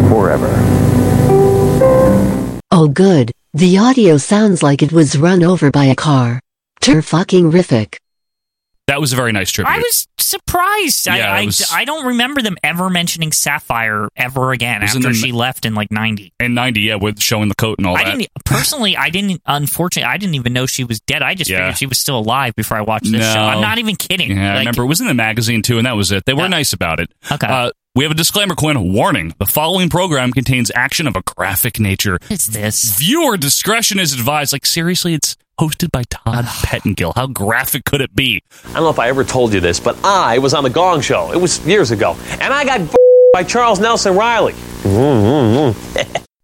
[SPEAKER 16] forever.
[SPEAKER 12] Oh good, the audio sounds like it was run over by a car. Ter fucking rific.
[SPEAKER 2] That was a very nice tribute.
[SPEAKER 3] I was surprised.
[SPEAKER 2] Yeah,
[SPEAKER 3] I,
[SPEAKER 2] it
[SPEAKER 3] I,
[SPEAKER 2] was-
[SPEAKER 3] I don't remember them ever mentioning Sapphire ever again
[SPEAKER 2] It was in
[SPEAKER 3] after
[SPEAKER 2] the-
[SPEAKER 3] she left in like ninety.
[SPEAKER 2] in '90, yeah, with showing the coat and all
[SPEAKER 3] I
[SPEAKER 2] that.
[SPEAKER 3] didn't personally. I didn't. Unfortunately, I didn't even know she was dead. I just
[SPEAKER 2] Yeah.
[SPEAKER 3] figured she was still alive before I watched this
[SPEAKER 2] No.
[SPEAKER 3] show. I'm not even kidding.
[SPEAKER 2] Yeah, I
[SPEAKER 3] e-, Like,
[SPEAKER 2] remember it was in the magazine too, and that was it. They were nice about it. Okay. Uh, we have a disclaimer, Quinn. Warning: the following program contains action of a graphic nature.
[SPEAKER 3] It's this?
[SPEAKER 2] Viewer discretion is advised. Like seriously, it's hosted by Todd Pettengill. How graphic could it be?
[SPEAKER 17] I don't know if I ever told you this, but I was on the Gong Show. It was years ago, and I got by Charles Nelson Riley.
[SPEAKER 2] Anyway,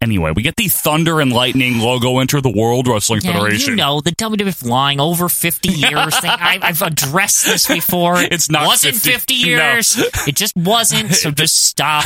[SPEAKER 2] anyway. We get the Thunder and Lightning logo enter the World Wrestling
[SPEAKER 3] Yeah,
[SPEAKER 2] Federation.
[SPEAKER 3] You know, the WWF lying over 50 years thing. I, I've addressed this before.
[SPEAKER 2] It's not
[SPEAKER 3] wasn't
[SPEAKER 2] 50.
[SPEAKER 3] 50,
[SPEAKER 2] No.
[SPEAKER 3] years. It just wasn't, so just stop.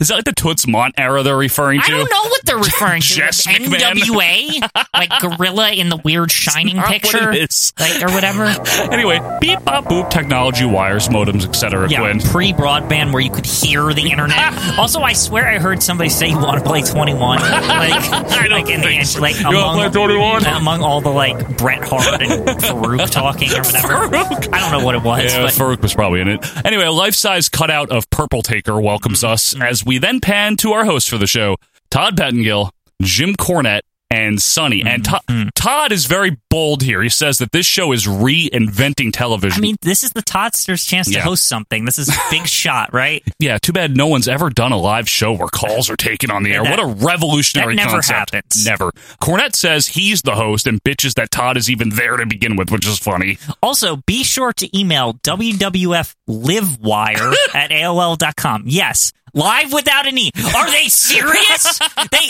[SPEAKER 2] Is that like the Toots Mont era they're referring to?
[SPEAKER 3] I don't know what they're referring to.
[SPEAKER 2] Jess
[SPEAKER 3] Like
[SPEAKER 2] McMahon.
[SPEAKER 3] NWA? like Gorilla in the weird shining
[SPEAKER 2] not what
[SPEAKER 3] picture?
[SPEAKER 2] it is.
[SPEAKER 3] Like, or whatever?
[SPEAKER 2] Anyway, beep, bop, boop, technology, wires, modems, etc.
[SPEAKER 3] Yeah,
[SPEAKER 2] Quinn.
[SPEAKER 3] pre broadband where you could hear the internet. also, I swear I heard somebody say you want to play 21. Like, I don't like, in the end, like
[SPEAKER 2] You wanna
[SPEAKER 3] among,
[SPEAKER 2] play 21?
[SPEAKER 3] among all the like Bret Hart and Farouk talking or whatever. I don't know what it was,
[SPEAKER 2] Yeah,
[SPEAKER 3] but
[SPEAKER 2] Farouk was probably in it. Anyway, a life size cutout of Purple Taker welcomes
[SPEAKER 3] Mm-hmm.
[SPEAKER 2] us as we then pan to our host for the show, Todd Pettingill, Jim Cornette, and Sonny. And To-
[SPEAKER 3] Mm-hmm.
[SPEAKER 2] Todd is very bold here. He says that this show is reinventing television.
[SPEAKER 3] I mean, this is the Toddster's chance
[SPEAKER 2] Yeah.
[SPEAKER 3] to host something. This is a big shot, right?
[SPEAKER 2] yeah, too bad no one's ever done a live show where calls are taken on the air.
[SPEAKER 3] That-
[SPEAKER 2] what a revolutionary
[SPEAKER 3] that never
[SPEAKER 2] concept.
[SPEAKER 3] happens.
[SPEAKER 2] Never. Cornette says he's the host and bitches that Todd is even there to begin with, which is funny.
[SPEAKER 3] Also, be sure to email WWFLivewire at AOL.com. Yes. Live without an E. Are they serious? they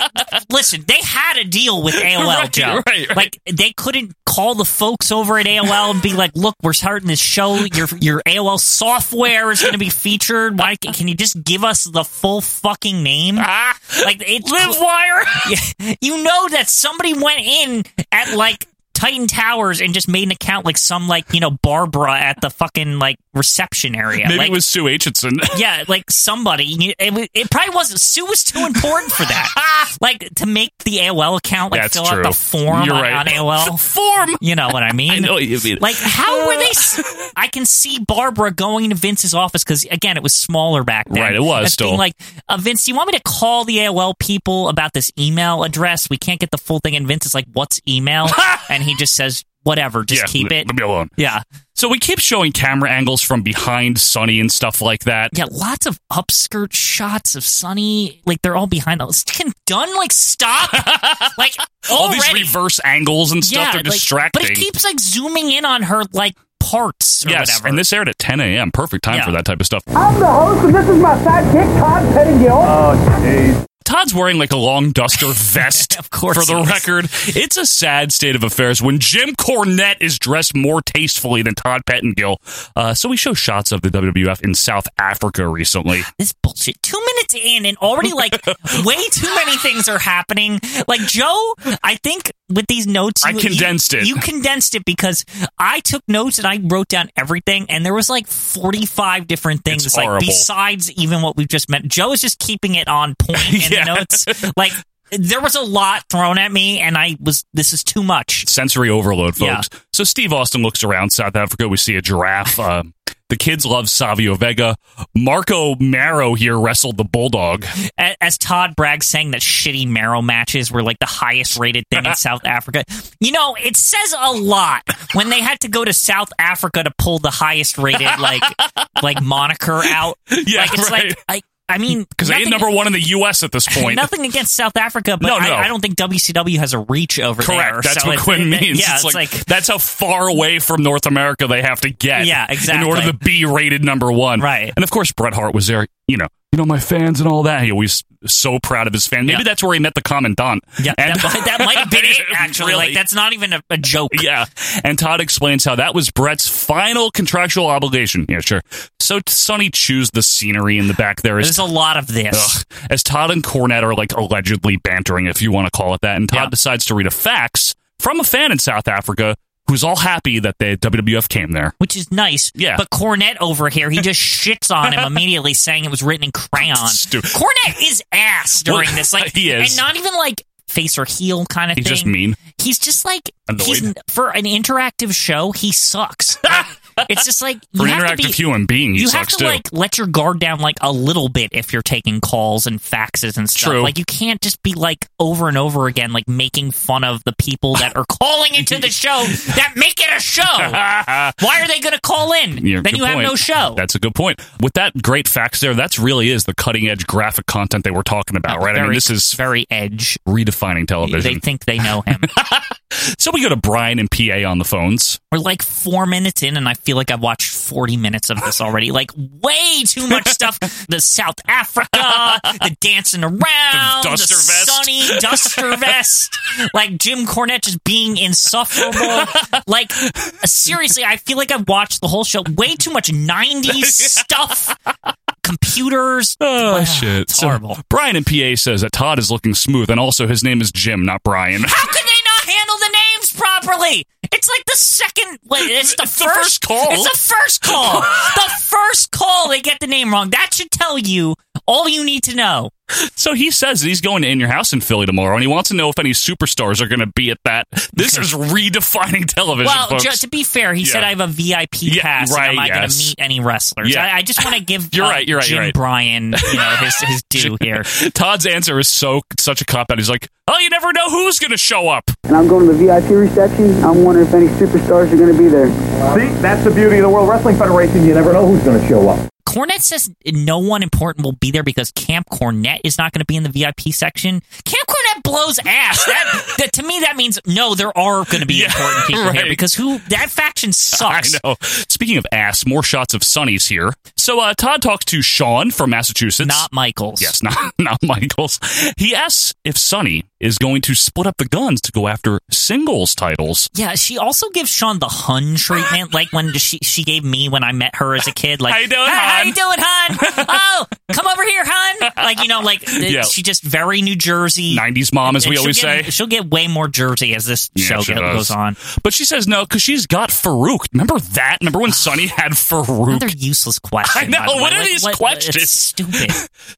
[SPEAKER 3] listen, they had a deal with AOL,
[SPEAKER 2] Right,
[SPEAKER 3] Joe.
[SPEAKER 2] right, right.
[SPEAKER 3] Like they couldn't call the folks over at AOL and be like, look, we're starting this show. Your your AOL software is gonna be featured. Why can you just give us the full fucking name?
[SPEAKER 2] Ah.
[SPEAKER 3] Like it's yeah, you know that somebody went in at like Titan Towers and just made an account like some like you know Barbara at the fucking like reception area.
[SPEAKER 2] Maybe
[SPEAKER 3] like,
[SPEAKER 2] it was Sue Aitchison.
[SPEAKER 3] yeah, like somebody. you- It, wa- it probably wasn't. Sue was too important for that. like to make the AOL account, like
[SPEAKER 2] That's
[SPEAKER 3] fill
[SPEAKER 2] true.
[SPEAKER 3] out the form
[SPEAKER 2] You're
[SPEAKER 3] on,
[SPEAKER 2] right.
[SPEAKER 3] on AOL.
[SPEAKER 2] Form.
[SPEAKER 3] You know what I mean?
[SPEAKER 2] I know what you mean.
[SPEAKER 3] Like, how were they? s- I can see Barbara going to Vince's office because again, it was smaller back then.
[SPEAKER 2] Right, it was
[SPEAKER 3] As being
[SPEAKER 2] still.
[SPEAKER 3] like, uh, Vince, do you want me to call the AOL people about this email address? We can't get the full thing, and Vince is like, "What's email?" and he just says, "Whatever, just
[SPEAKER 2] Yeah,
[SPEAKER 3] keep
[SPEAKER 2] le-
[SPEAKER 3] it."
[SPEAKER 2] Leave me alone.
[SPEAKER 3] Yeah,
[SPEAKER 2] So we keep showing camera angles from behind Sonny and stuff like that.
[SPEAKER 3] yeah, lots of upskirt shots of Sunny. Like they're all behind us. Can Dunn like stop? like
[SPEAKER 2] All
[SPEAKER 3] already.
[SPEAKER 2] these reverse angles and stuff are
[SPEAKER 3] like,
[SPEAKER 2] distracting.
[SPEAKER 3] But it keeps like zooming in on her like parts or
[SPEAKER 2] yes,
[SPEAKER 3] whatever.
[SPEAKER 2] and this aired at 10 a.m. Perfect time
[SPEAKER 3] Yeah.
[SPEAKER 2] for that type of stuff.
[SPEAKER 10] I'm the host, and this is my sidekick, Todd Pettingill.
[SPEAKER 2] Todd's wearing like a long duster vest. of
[SPEAKER 3] course
[SPEAKER 2] For the
[SPEAKER 3] he is.
[SPEAKER 2] record, it's a sad state of affairs when Jim Cornette is dressed more tastefully than Todd Pettingill. Uh, so we show shots of the WWF in South Africa recently.
[SPEAKER 3] this bullshit. Two minutes in, and already like way too many things are happening. Like Joe, I think with these notes,
[SPEAKER 2] I condensed
[SPEAKER 3] you,
[SPEAKER 2] it.
[SPEAKER 3] You condensed it because I took notes and I wrote down everything, and there was like forty-five different things.
[SPEAKER 2] It's
[SPEAKER 3] like
[SPEAKER 2] horrible.
[SPEAKER 3] besides even what we've just meant. Joe is just keeping it on point in
[SPEAKER 2] Yeah.
[SPEAKER 3] the notes. Like there was a lot thrown at me, and I was this is too much.
[SPEAKER 2] sensory overload,
[SPEAKER 3] Yeah.
[SPEAKER 2] folks. So Steve Austin looks around South Africa. We see a giraffe. Uh, the kids love Savio Vega. Marco Maro here wrestled the bulldog.
[SPEAKER 3] A- as Todd Bragg saying that shitty marrow matches were like the highest rated thing in South Africa. You know, it says a lot when they had to go to South Africa to pull the highest rated like like moniker out.
[SPEAKER 2] Yeah,
[SPEAKER 3] like it's
[SPEAKER 2] right.
[SPEAKER 3] like I I mean
[SPEAKER 2] Because they ain't
[SPEAKER 3] nothing-
[SPEAKER 2] number one in the U.S. at this point.
[SPEAKER 3] Nothing against South Africa, but
[SPEAKER 2] No,
[SPEAKER 3] I-
[SPEAKER 2] no.
[SPEAKER 3] I, don't think WCW has a reach over there.
[SPEAKER 2] Correct. That's
[SPEAKER 3] so
[SPEAKER 2] what
[SPEAKER 3] it's-
[SPEAKER 2] Quinn
[SPEAKER 3] it-
[SPEAKER 2] means.
[SPEAKER 3] Yeah,
[SPEAKER 2] it's like, that's how far away from North America they have to get.
[SPEAKER 3] Yeah,
[SPEAKER 2] In order
[SPEAKER 3] exactly.
[SPEAKER 2] to be rated number one.
[SPEAKER 3] Right.
[SPEAKER 2] And of course, Bret Hart was there. You know, you know my fans and all that. He always so proud of his fans. Maybe
[SPEAKER 3] Yeah.
[SPEAKER 2] that's where he met the commandant.
[SPEAKER 3] yeah,
[SPEAKER 2] And-
[SPEAKER 3] that, that might have been it actually.
[SPEAKER 2] Really.
[SPEAKER 3] Like that's not even a, a joke.
[SPEAKER 2] Yeah. And Todd explains how that was Brett's final contractual obligation. Yeah, sure. So Sonny chews the scenery in the back there as,
[SPEAKER 3] There's a lot of this.
[SPEAKER 2] Ugh. as Todd and Cornette are like allegedly bantering, if you want to call it that. And Todd
[SPEAKER 3] Yeah.
[SPEAKER 2] decides to read a fax from a fan in South Africa who's all happy that the WWF came there.
[SPEAKER 3] which is nice.
[SPEAKER 2] Yeah.
[SPEAKER 3] But Cornette over here, he just shits on him immediately, saying it was written in crayon.
[SPEAKER 2] Stupid.
[SPEAKER 3] Cornette is ass during
[SPEAKER 2] Well,
[SPEAKER 3] this. Like
[SPEAKER 2] he is.
[SPEAKER 3] and not even like face or heel kind of
[SPEAKER 2] He's
[SPEAKER 3] thing.
[SPEAKER 2] just mean.
[SPEAKER 3] He's just like
[SPEAKER 2] Annoyed.
[SPEAKER 3] he's for an interactive show. He sucks. it's just like you
[SPEAKER 2] For an
[SPEAKER 3] have to
[SPEAKER 2] interactive
[SPEAKER 3] be.
[SPEAKER 2] human being, he
[SPEAKER 3] you have
[SPEAKER 2] sucks too.
[SPEAKER 3] to like let your guard down like a little bit if you're taking calls and faxes and stuff.
[SPEAKER 2] True.
[SPEAKER 3] Like you can't just be like over and over again like making fun of the people that are calling into the show that make it a show. Why are they going to call in?
[SPEAKER 2] Yeah,
[SPEAKER 3] then
[SPEAKER 2] good
[SPEAKER 3] you have
[SPEAKER 2] point.
[SPEAKER 3] no show.
[SPEAKER 2] That's a good point. With that great fax there, that's really is the cutting edge graphic content they were talking about, right? I mean,
[SPEAKER 3] Very-
[SPEAKER 2] this is
[SPEAKER 3] very edge.
[SPEAKER 2] redefining television.
[SPEAKER 3] They think they know him.
[SPEAKER 2] So we go to Brian and PA on the phones.
[SPEAKER 3] We're like four minutes in, and I feel like I've watched 40 minutes of this already. Like, way too much stuff. The South Africa, the dancing around, the,
[SPEAKER 2] duster vest.
[SPEAKER 3] sunny duster vest. Like, Jim Cornette just being insufferable. Like, seriously, I feel like I've watched the whole show. Way too much 90s stuff. Computers.
[SPEAKER 2] Oh, shit. It's horrible. Brian in PA says that Todd is looking smooth, and also his name is Jim, not Brian.
[SPEAKER 3] How could they not handle the names properly? It's like the second. Wait, it's the, first,
[SPEAKER 2] call.
[SPEAKER 3] It's the first call. the first call. They get the name wrong. That should tell you all you need to know.
[SPEAKER 2] so he says that he's going to In Your House in Philly tomorrow, and he wants to know if any superstars are going to be at that. This is redefining television.
[SPEAKER 3] well,
[SPEAKER 2] folks.
[SPEAKER 3] just to be fair, he said
[SPEAKER 2] Yeah.
[SPEAKER 3] I have a VIP
[SPEAKER 2] Yeah,
[SPEAKER 3] pass. and
[SPEAKER 2] right,
[SPEAKER 3] am I going
[SPEAKER 2] yes.
[SPEAKER 3] to meet any wrestlers?
[SPEAKER 2] Yeah.
[SPEAKER 3] I, I just want to give
[SPEAKER 2] You're
[SPEAKER 3] uh,
[SPEAKER 2] right, you're right,
[SPEAKER 3] Jim
[SPEAKER 2] you're right.
[SPEAKER 3] Bryan, you know, his his due here.
[SPEAKER 2] Todd's answer is so such a cop out. He's like, "Oh, you never know who's going to show up."
[SPEAKER 18] And I'm going to the VIP reception. I'm wondering if any superstars are going to be there.
[SPEAKER 16] See, that's the beauty of the World Wrestling Federation. You never know who's going to show up.
[SPEAKER 3] Cornette says no one important will be there because Camp Cornette is not going to be in the VIP section. Camp Cornette blows ass. That, that to me that means no, there are going to be important people
[SPEAKER 2] right.
[SPEAKER 3] here because who that faction sucks.
[SPEAKER 2] I know. Speaking of ass, more shots of Sonny's here. So uh, Todd talks to Sean from Massachusetts.
[SPEAKER 3] Not Michaels.
[SPEAKER 2] Yes, not, not Michaels. He asks if Sonny is going to split up the guns to go after singles titles.
[SPEAKER 3] Yeah, she also gives Sean the hun treatment, like when she she gave me when I met her as a kid. Like,
[SPEAKER 2] How you doing,
[SPEAKER 3] "Hey, how
[SPEAKER 2] hun?"
[SPEAKER 3] you doing, hun? Oh, come over here, hun. Like, you know, like th-
[SPEAKER 2] Yeah.
[SPEAKER 3] she just very New Jersey,
[SPEAKER 2] 90s mom, as
[SPEAKER 3] And
[SPEAKER 2] we
[SPEAKER 3] she'll
[SPEAKER 2] always
[SPEAKER 3] get-
[SPEAKER 2] say.
[SPEAKER 3] She'll get way more Jersey as this
[SPEAKER 2] Yeah,
[SPEAKER 3] show
[SPEAKER 2] she
[SPEAKER 3] go-
[SPEAKER 2] does.
[SPEAKER 3] goes on.
[SPEAKER 2] But she says no because she's got Farouk. Remember that? Remember when Sonny had Farouk?
[SPEAKER 3] Another useless question.
[SPEAKER 2] I know.
[SPEAKER 3] by the way. uh,
[SPEAKER 2] What are these questions?
[SPEAKER 3] It's stupid.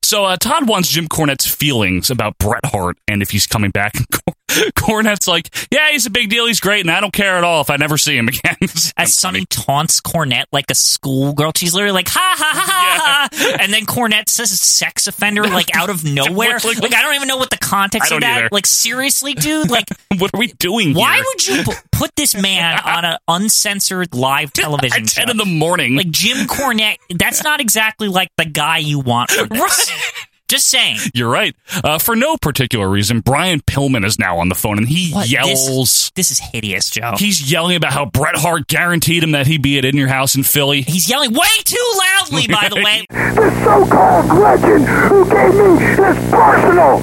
[SPEAKER 2] So uh, Todd wants Jim Cornette's feelings about Bret Hart and if he's coming back. Cornette's like, yeah, he's a big deal. He's great, and I don't care at all if I never see him again.
[SPEAKER 3] As Sonny taunts Cornette like a schoolgirl, she's literally like, ha ha ha ha. ha And then Cornette says sex offender like out of nowhere.
[SPEAKER 2] Like-
[SPEAKER 3] like, I don't even know what the context
[SPEAKER 2] I don't
[SPEAKER 3] of that.
[SPEAKER 2] either.
[SPEAKER 3] Like, seriously, dude? Like,
[SPEAKER 2] what are we doing?
[SPEAKER 3] Why
[SPEAKER 2] here?
[SPEAKER 3] would you p- put this man on an uncensored live television
[SPEAKER 2] At
[SPEAKER 3] show?
[SPEAKER 2] 10 in the morning.
[SPEAKER 3] Like Jim Cornette, that's not exactly like the guy you want. For this. Just saying.
[SPEAKER 2] You're right. Uh, for no particular reason, Brian Pillman is now on the phone and he
[SPEAKER 3] What? This-
[SPEAKER 2] yells.
[SPEAKER 3] This, is hideous, Joe.
[SPEAKER 2] He's yelling about how Bret Hart guaranteed him that he'd be at In Your House in Philly.
[SPEAKER 3] He's yelling way too loudly, by the way.
[SPEAKER 10] The so-called legend who gave me this personal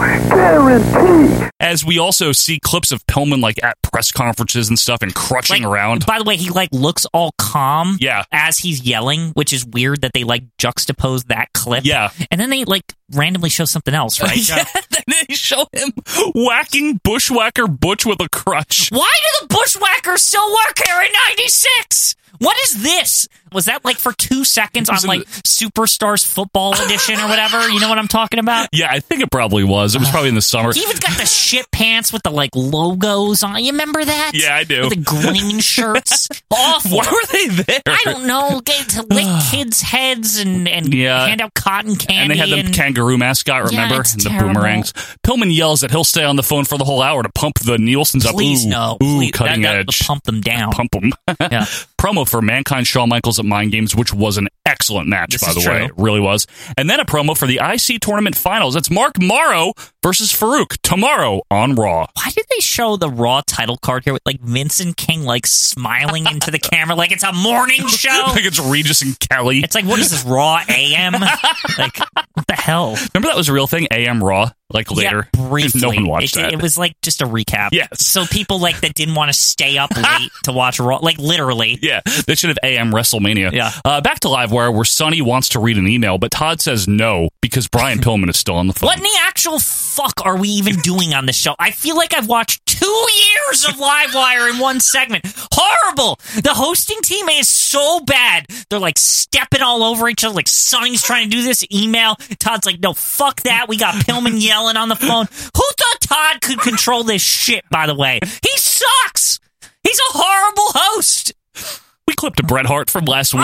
[SPEAKER 10] guarantee.
[SPEAKER 2] As we also see clips of Pillman like at press conferences and stuff and crutching around.
[SPEAKER 3] By the way, he like looks all calm
[SPEAKER 2] Yeah.
[SPEAKER 3] as he's yelling, which is weird that they like juxtapose that clip.
[SPEAKER 2] Yeah.
[SPEAKER 3] And then they like randomly show something else, right? Joe?
[SPEAKER 2] Yeah, then they show him whacking Bushwhacker Butch with a crutch.
[SPEAKER 3] Why do the bushwhackers still work here in 96? What is this? Was that like for two seconds on
[SPEAKER 2] in
[SPEAKER 3] like Superstars Football Edition or whatever? You know what I'm talking about?
[SPEAKER 2] Yeah, I think it probably was. It was probably in the summer.
[SPEAKER 3] He even got the shit pants with the like logos on. You remember that?
[SPEAKER 2] Yeah, I do.
[SPEAKER 3] With the green shirts. Awful.
[SPEAKER 2] Why were they there?
[SPEAKER 3] I don't know. Get to lick kids' heads and, and
[SPEAKER 2] Yeah.
[SPEAKER 3] hand out cotton
[SPEAKER 2] And
[SPEAKER 3] candy.
[SPEAKER 2] they had the kangaroo mascot, remember?
[SPEAKER 3] it's
[SPEAKER 2] And the
[SPEAKER 3] terrible.
[SPEAKER 2] boomerangs. Pillman yells that he'll stay on the phone for the whole hour to pump the Nielsen's up.
[SPEAKER 3] Please
[SPEAKER 2] ooh,
[SPEAKER 3] no.
[SPEAKER 2] Ooh,
[SPEAKER 3] Please- that-
[SPEAKER 2] cutting
[SPEAKER 3] that-
[SPEAKER 2] edge.
[SPEAKER 3] Pump them down.
[SPEAKER 2] Pump 'em.
[SPEAKER 3] Yeah.
[SPEAKER 2] promo for Mankind Shawn Michaels at Mind Games, which was an excellent match,
[SPEAKER 3] This
[SPEAKER 2] by
[SPEAKER 3] is
[SPEAKER 2] the way.
[SPEAKER 3] true.
[SPEAKER 2] It really was. And then a promo for the IC Tournament Finals. That's Mark Morrow versus Farouk tomorrow on Raw.
[SPEAKER 3] Why did they show the Raw title card here with like Vincent King like smiling into the camera like it's a morning show?
[SPEAKER 2] like it's Regis and Kelly.
[SPEAKER 3] It's like what is this Raw AM? like what the hell?
[SPEAKER 2] Remember that was a real thing? AM Raw, like later.
[SPEAKER 3] Yeah, briefly.
[SPEAKER 2] No one watched
[SPEAKER 3] it,
[SPEAKER 2] that.
[SPEAKER 3] It was like just a recap.
[SPEAKER 2] Yes.
[SPEAKER 3] So people like that didn't want to stay up late to watch Raw, like literally.
[SPEAKER 2] Yeah, they should have AM WrestleMania.
[SPEAKER 3] Yeah.
[SPEAKER 2] Uh, back to Livewire, where Sonny wants to read an email, but Todd says no because Brian Pillman is still on the phone.
[SPEAKER 3] What in the actual fuck are we even doing on this show? I feel like I've watched two years of Livewire in one segment. Horrible! The hosting team is so bad. They're like stepping all over each other, like Sonny's trying to do this email. Todd's like, no, fuck that. We got Pillman yelling on the phone. Who thought Todd could control this shit, by the way? He sucks! He's a horrible host!
[SPEAKER 2] We clipped a Bret Hart from last week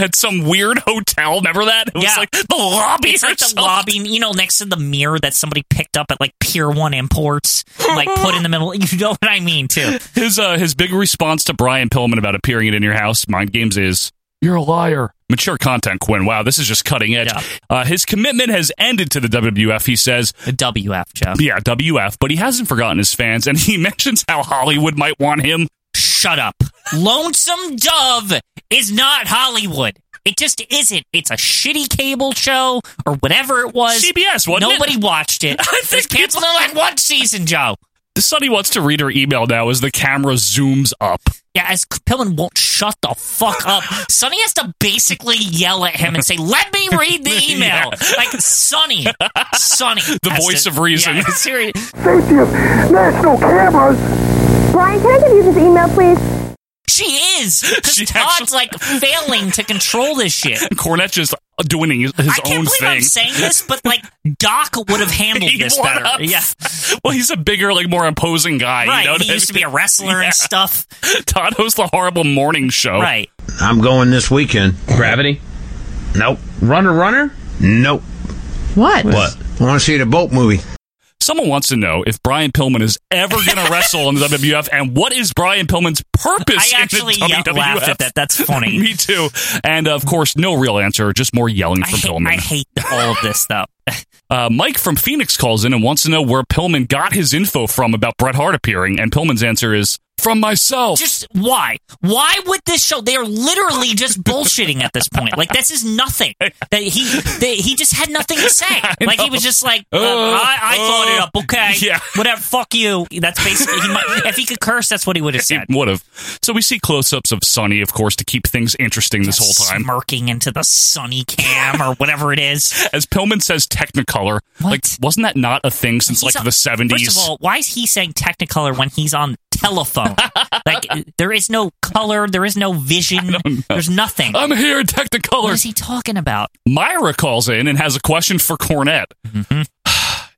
[SPEAKER 2] at some weird hotel. Remember that? It was
[SPEAKER 3] Yeah.
[SPEAKER 2] like the lobby.
[SPEAKER 3] It's
[SPEAKER 2] or
[SPEAKER 3] like the
[SPEAKER 2] something.
[SPEAKER 3] lobby, you know, next to the mirror that somebody picked up at like Pier One Imports, and, like put in the middle. You know what I mean, too.
[SPEAKER 2] His uh, his big response to Brian Pillman about appearing in your house, Mind Games, is you're a liar. Mature content, Quinn. Wow, this is just cutting edge.
[SPEAKER 3] Yeah.
[SPEAKER 2] Uh, his commitment has ended to the WWF. He says,
[SPEAKER 3] The WF Joe.
[SPEAKER 2] Yeah, WF, but he hasn't forgotten his fans, and he mentions how Hollywood might want him
[SPEAKER 3] Shut up. Lonesome Dove is not Hollywood. It just isn't. It's a shitty cable show or whatever it was.
[SPEAKER 2] CBS, wasn't it?
[SPEAKER 3] Nobody watched it.
[SPEAKER 2] I
[SPEAKER 3] it was
[SPEAKER 2] think
[SPEAKER 3] canceled
[SPEAKER 2] people-
[SPEAKER 3] in like one season, Joe.
[SPEAKER 2] Sonny wants to read her email now as the camera zooms up.
[SPEAKER 3] Yeah, as Pillman won't shut the fuck up, Sonny has to basically yell at him and say, "Let me read the email." Like Sonny, Sonny,
[SPEAKER 2] The
[SPEAKER 3] has
[SPEAKER 2] voice
[SPEAKER 3] to-
[SPEAKER 2] of reason.
[SPEAKER 3] Yeah, serious.
[SPEAKER 10] Safety of national cameras.
[SPEAKER 19] Brian, can I give you this email, please?
[SPEAKER 3] She is. Because Todd's like failing to control this shit.
[SPEAKER 2] Cornette's just doing his
[SPEAKER 3] I can't
[SPEAKER 2] own
[SPEAKER 3] believe
[SPEAKER 2] thing.
[SPEAKER 3] I'm saying this, but like Doc would have handled
[SPEAKER 2] He
[SPEAKER 3] this
[SPEAKER 2] won
[SPEAKER 3] better.
[SPEAKER 2] up.
[SPEAKER 3] Yeah.
[SPEAKER 2] well, he's a bigger, like more imposing guy.
[SPEAKER 3] Right,
[SPEAKER 2] You know
[SPEAKER 3] he
[SPEAKER 2] what I
[SPEAKER 3] used to
[SPEAKER 2] mean?
[SPEAKER 3] be a wrestler
[SPEAKER 2] Yeah. Oh.
[SPEAKER 3] and stuff.
[SPEAKER 2] Todd hosts the horrible morning show.
[SPEAKER 3] Right.
[SPEAKER 20] I'm going this weekend. Gravity? Nope. Runner Runner? Nope. What? What? I want to see the boat movie.
[SPEAKER 2] Someone wants to know if Brian Pillman is ever going to wrestle in the WWF, and what is Brian Pillman's purpose?
[SPEAKER 3] I actually
[SPEAKER 2] in the
[SPEAKER 3] yell-
[SPEAKER 2] WWF?
[SPEAKER 3] laughed at that. That's funny.
[SPEAKER 2] Me too. And of course, no real answer, just more yelling
[SPEAKER 3] I
[SPEAKER 2] from
[SPEAKER 3] hate,
[SPEAKER 2] Pillman.
[SPEAKER 3] I hate all of this though.
[SPEAKER 2] Uh, Mike from Phoenix calls in and wants to know where Pillman got his info from about Bret Hart appearing, and Pillman's answer is from myself.
[SPEAKER 3] Just why? Why would this show? They are literally just bullshitting at this point. Like this is nothing. That he that he just had nothing to say. Like he was just like, uh,
[SPEAKER 2] Uh,
[SPEAKER 3] I, I thought it up. Okay,
[SPEAKER 2] yeah.
[SPEAKER 3] whatever. Fuck you. That's basically. He might, if he could curse, that's what he would have said.
[SPEAKER 2] would have. So we see close-ups of Sonny, of course, to keep things interesting this whole time.
[SPEAKER 3] smirking into the sunny cam or whatever it is.
[SPEAKER 2] As Pillman says, Technicolor. Like, wasn't that not a thing since like
[SPEAKER 3] He's on-
[SPEAKER 2] the seventies?
[SPEAKER 3] First of all, why is he saying Technicolor when he's on telephone? like uh, there is no color, there is no vision, there's nothing.
[SPEAKER 2] I'm here, Technicolor.
[SPEAKER 3] What is he talking about?
[SPEAKER 2] Myra calls in and has a question for Cornette.
[SPEAKER 3] Mm-hmm.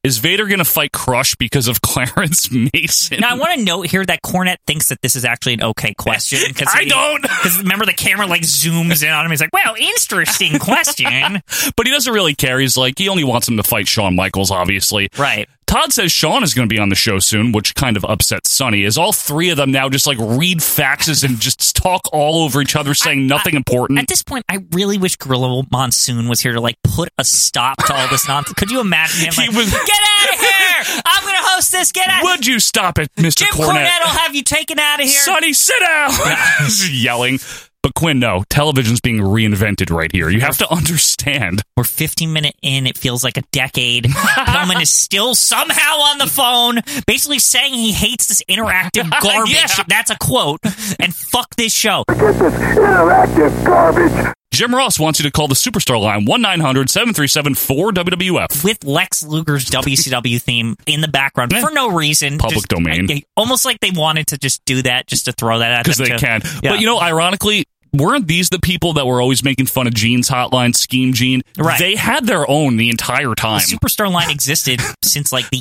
[SPEAKER 2] Is Vader going to fight Crush because of Clarence Mason?
[SPEAKER 3] Now I want to note here that Cornette thinks that this is actually an okay question.
[SPEAKER 2] I don't.
[SPEAKER 3] because remember the camera like zooms in on him. He's like, "Wow, interesting question."
[SPEAKER 2] but he doesn't really care. He's like, he only wants him to fight Shawn Michaels, obviously.
[SPEAKER 3] Right.
[SPEAKER 2] Todd says Sean is going to be on the show soon, which kind of upsets Sonny. Is all three of them now just like read faxes and just talk all over each other, saying nothing important?
[SPEAKER 3] At this point, I really wish Gorilla Monsoon was here to like put a stop to all this nonsense. Could you imagine him? Like,
[SPEAKER 2] He was-
[SPEAKER 3] get out of here! I'm going to host this. Get out!
[SPEAKER 2] Would you stop it, Mr.
[SPEAKER 3] Jim Cornette.
[SPEAKER 2] Cornette?
[SPEAKER 3] will have you taken out of here.
[SPEAKER 2] Sonny, sit down! He's yelling. But Quinn, no, television's being reinvented right here. You have to understand.
[SPEAKER 3] We're 15 minute in. It feels like a decade. Pillman is still somehow on the phone, basically saying he hates this interactive garbage.
[SPEAKER 2] Yeah.
[SPEAKER 3] That's a quote. And fuck this show.
[SPEAKER 10] Get this interactive garbage.
[SPEAKER 2] Jim Ross wants you to call the Superstar line 1 900 737 4WWF.
[SPEAKER 3] With Lex Luger's WCW theme in the background for no reason.
[SPEAKER 2] Public
[SPEAKER 3] Just-
[SPEAKER 2] domain.
[SPEAKER 3] I- I- almost like they wanted to just do that, just to throw that at
[SPEAKER 2] because
[SPEAKER 3] them,
[SPEAKER 2] they
[SPEAKER 3] too.
[SPEAKER 2] can.
[SPEAKER 3] Yeah.
[SPEAKER 2] But you know, ironically, weren't these the people that were always making fun of Gene's hotline scheme? Gene,
[SPEAKER 3] Right.
[SPEAKER 2] They had their own the entire time.
[SPEAKER 3] The Superstar line existed since like the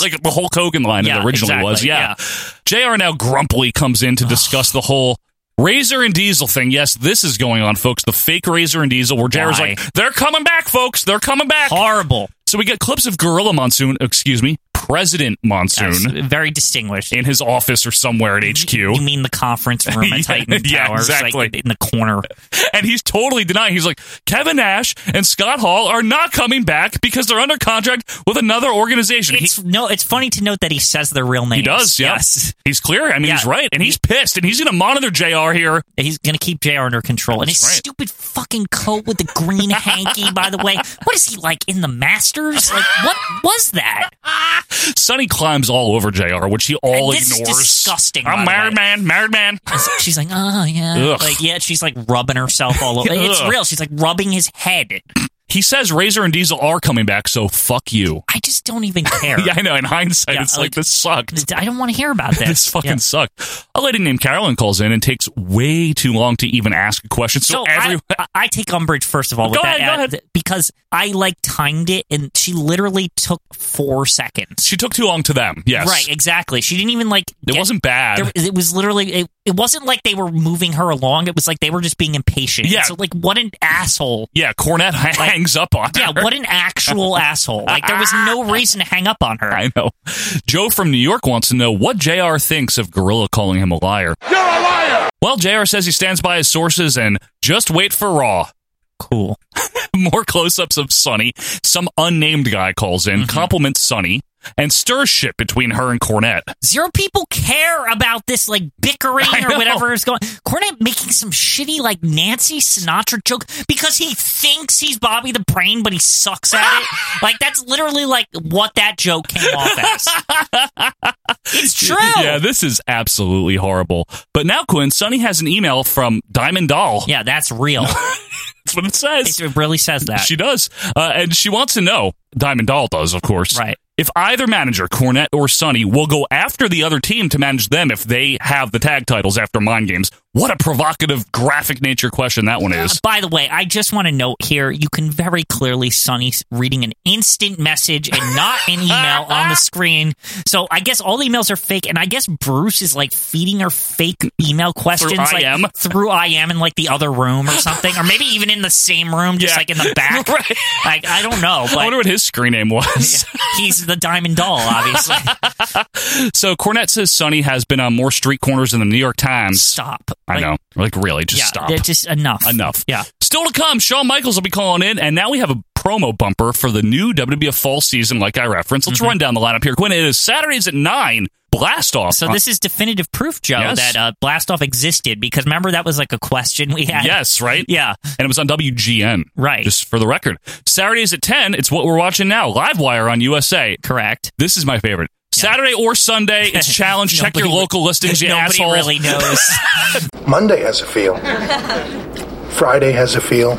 [SPEAKER 2] like the Hulk Hogan line
[SPEAKER 3] Yeah,
[SPEAKER 2] it originally was.
[SPEAKER 3] exactly,
[SPEAKER 2] Yeah. JR now grumpily comes in to discuss the whole Razor and Diesel thing. Yes, this is going on, folks. The fake Razor and Diesel, where JR's
[SPEAKER 3] Why?
[SPEAKER 2] like, they're coming back, folks. They're coming back.
[SPEAKER 3] Horrible.
[SPEAKER 2] So we get clips of Gorilla Monsoon, excuse me, President Monsoon.
[SPEAKER 3] Yes, very distinguished.
[SPEAKER 2] in his office or somewhere at HQ.
[SPEAKER 3] You mean the conference room
[SPEAKER 2] Yeah,
[SPEAKER 3] at Titan
[SPEAKER 2] yeah,
[SPEAKER 3] Towers, like,
[SPEAKER 2] exactly.
[SPEAKER 3] in the corner?
[SPEAKER 2] and he's totally denying. He's like, Kevin Nash and Scott Hall are not coming back because they're under contract with another organization. He,
[SPEAKER 3] It's no. It's funny to note that he says their real names.
[SPEAKER 2] he does, yeah.
[SPEAKER 3] Yes,
[SPEAKER 2] He's clear. I mean,
[SPEAKER 3] Yeah.
[SPEAKER 2] he's right. And he's pissed. And he's going to monitor JR here.
[SPEAKER 3] he's gonna keep Jr. under control. and his
[SPEAKER 2] That's right.
[SPEAKER 3] stupid fucking coat with the green hanky. By the way, what is he like in the Masters? Like, what was that?
[SPEAKER 2] Ah! Sonny climbs all over JR, which he all
[SPEAKER 3] And this is
[SPEAKER 2] ignores.
[SPEAKER 3] disgusting, by
[SPEAKER 2] I'm
[SPEAKER 3] the
[SPEAKER 2] married
[SPEAKER 3] way.
[SPEAKER 2] man, married man.
[SPEAKER 3] She's like, oh yeah,
[SPEAKER 2] Ugh.
[SPEAKER 3] like yeah. She's like rubbing herself all over. It's
[SPEAKER 2] Ugh.
[SPEAKER 3] real. She's like rubbing his head.
[SPEAKER 2] He says Razor and Diesel are coming back, so fuck you.
[SPEAKER 3] I just don't even care.
[SPEAKER 2] Yeah, I know. In hindsight,
[SPEAKER 3] Yeah,
[SPEAKER 2] it's like,
[SPEAKER 3] like-
[SPEAKER 2] this sucked.
[SPEAKER 3] I don't want to hear about this.
[SPEAKER 2] This fucking
[SPEAKER 3] Yeah.
[SPEAKER 2] sucked. A lady named Carolyn calls in and takes way too long to even ask a question. So,
[SPEAKER 3] So
[SPEAKER 2] every
[SPEAKER 3] I, I- I take umbrage first of all with
[SPEAKER 2] Go
[SPEAKER 3] that
[SPEAKER 2] ahead, go
[SPEAKER 3] ad,
[SPEAKER 2] ahead.
[SPEAKER 3] because I like timed it and she literally took four seconds.
[SPEAKER 2] she took too long to them. Yes,
[SPEAKER 3] Right, exactly. She didn't even like.
[SPEAKER 2] It
[SPEAKER 3] get-
[SPEAKER 2] wasn't bad.
[SPEAKER 3] there- it was literally. It, it wasn't like they were moving her along. It was like they were just being impatient.
[SPEAKER 2] Yeah.
[SPEAKER 3] So like, what an asshole.
[SPEAKER 2] yeah, Cornette hangs up on
[SPEAKER 3] Yeah,
[SPEAKER 2] her.
[SPEAKER 3] what an actual asshole. Like there was no reason to hang up on her.
[SPEAKER 2] I know. Joe from New York wants to know what JR thinks of Gorilla calling him a liar.
[SPEAKER 10] You're a liar.
[SPEAKER 2] Well, JR says he stands by his sources and just wait for Raw.
[SPEAKER 3] Cool. Mm-hmm.
[SPEAKER 2] More close ups of Sonny. Some unnamed guy calls in, compliments Sonny. and stir shit between her and Cornette.
[SPEAKER 3] Zero people care about this like bickering or whatever is going. Cornette making some shitty like Nancy Sinatra joke because he thinks he's Bobby the Brain, but he sucks at it. like that's literally like what that joke came off as. it's true.
[SPEAKER 2] Yeah, this is absolutely horrible. But now, Quinn, Sonny has an email from Diamond Doll.
[SPEAKER 3] Yeah, that's real.
[SPEAKER 2] that's what it says.
[SPEAKER 3] It really says that.
[SPEAKER 2] She does. Uh, and she wants to know, Diamond Doll does, of course.
[SPEAKER 3] Right.
[SPEAKER 2] If either manager, Cornette or Sonny, will go after the other team to manage them if they have the tag titles after Mind Games. What a provocative, graphic nature question that one is.
[SPEAKER 3] Uh, By the way, I just want to note here you can very clearly Sonny's reading an instant message and not an email on the screen. So I guess all the emails are fake, and I guess Bruce is like feeding her fake email questions like,
[SPEAKER 2] IM.
[SPEAKER 3] through IM in like the other room or something, or maybe even in the same room, just
[SPEAKER 2] Yeah.
[SPEAKER 3] like in the back.
[SPEAKER 2] Right.
[SPEAKER 3] Like I don't know,
[SPEAKER 2] I wonder
[SPEAKER 3] but
[SPEAKER 2] what his screen name was.
[SPEAKER 3] he's the diamond doll, obviously.
[SPEAKER 2] so Cornette says Sonny has been on more street corners than the New York Times.
[SPEAKER 3] Stop.
[SPEAKER 2] I know. Like, really, just
[SPEAKER 3] yeah,
[SPEAKER 2] stop.
[SPEAKER 3] they're just enough.
[SPEAKER 2] Enough.
[SPEAKER 3] Yeah.
[SPEAKER 2] Still to come, Shawn Michaels will be calling in, and now we have a promo bumper for the new WWF fall season, like I referenced.
[SPEAKER 3] Mm-hmm.
[SPEAKER 2] Let's run down the lineup here. Quinn, it is Saturdays at 9, blast off.
[SPEAKER 3] So this is definitive proof, Joe,
[SPEAKER 2] Uh-huh. Yes.
[SPEAKER 3] that uh, Blastoff existed because remember that was like a question we had.
[SPEAKER 2] Yes, right?
[SPEAKER 3] Yeah.
[SPEAKER 2] And it was on WGN.
[SPEAKER 3] Right.
[SPEAKER 2] Just for the record. Saturdays at 10, it's what we're watching now. Livewire on USA.
[SPEAKER 3] Correct.
[SPEAKER 2] This is my favorite. Saturday or Sunday, it's challenge. Check your
[SPEAKER 3] Nobody-
[SPEAKER 2] local listings, you
[SPEAKER 3] Nobody
[SPEAKER 2] asshole.
[SPEAKER 3] really knows.
[SPEAKER 10] Monday has a feel. Friday has a feel.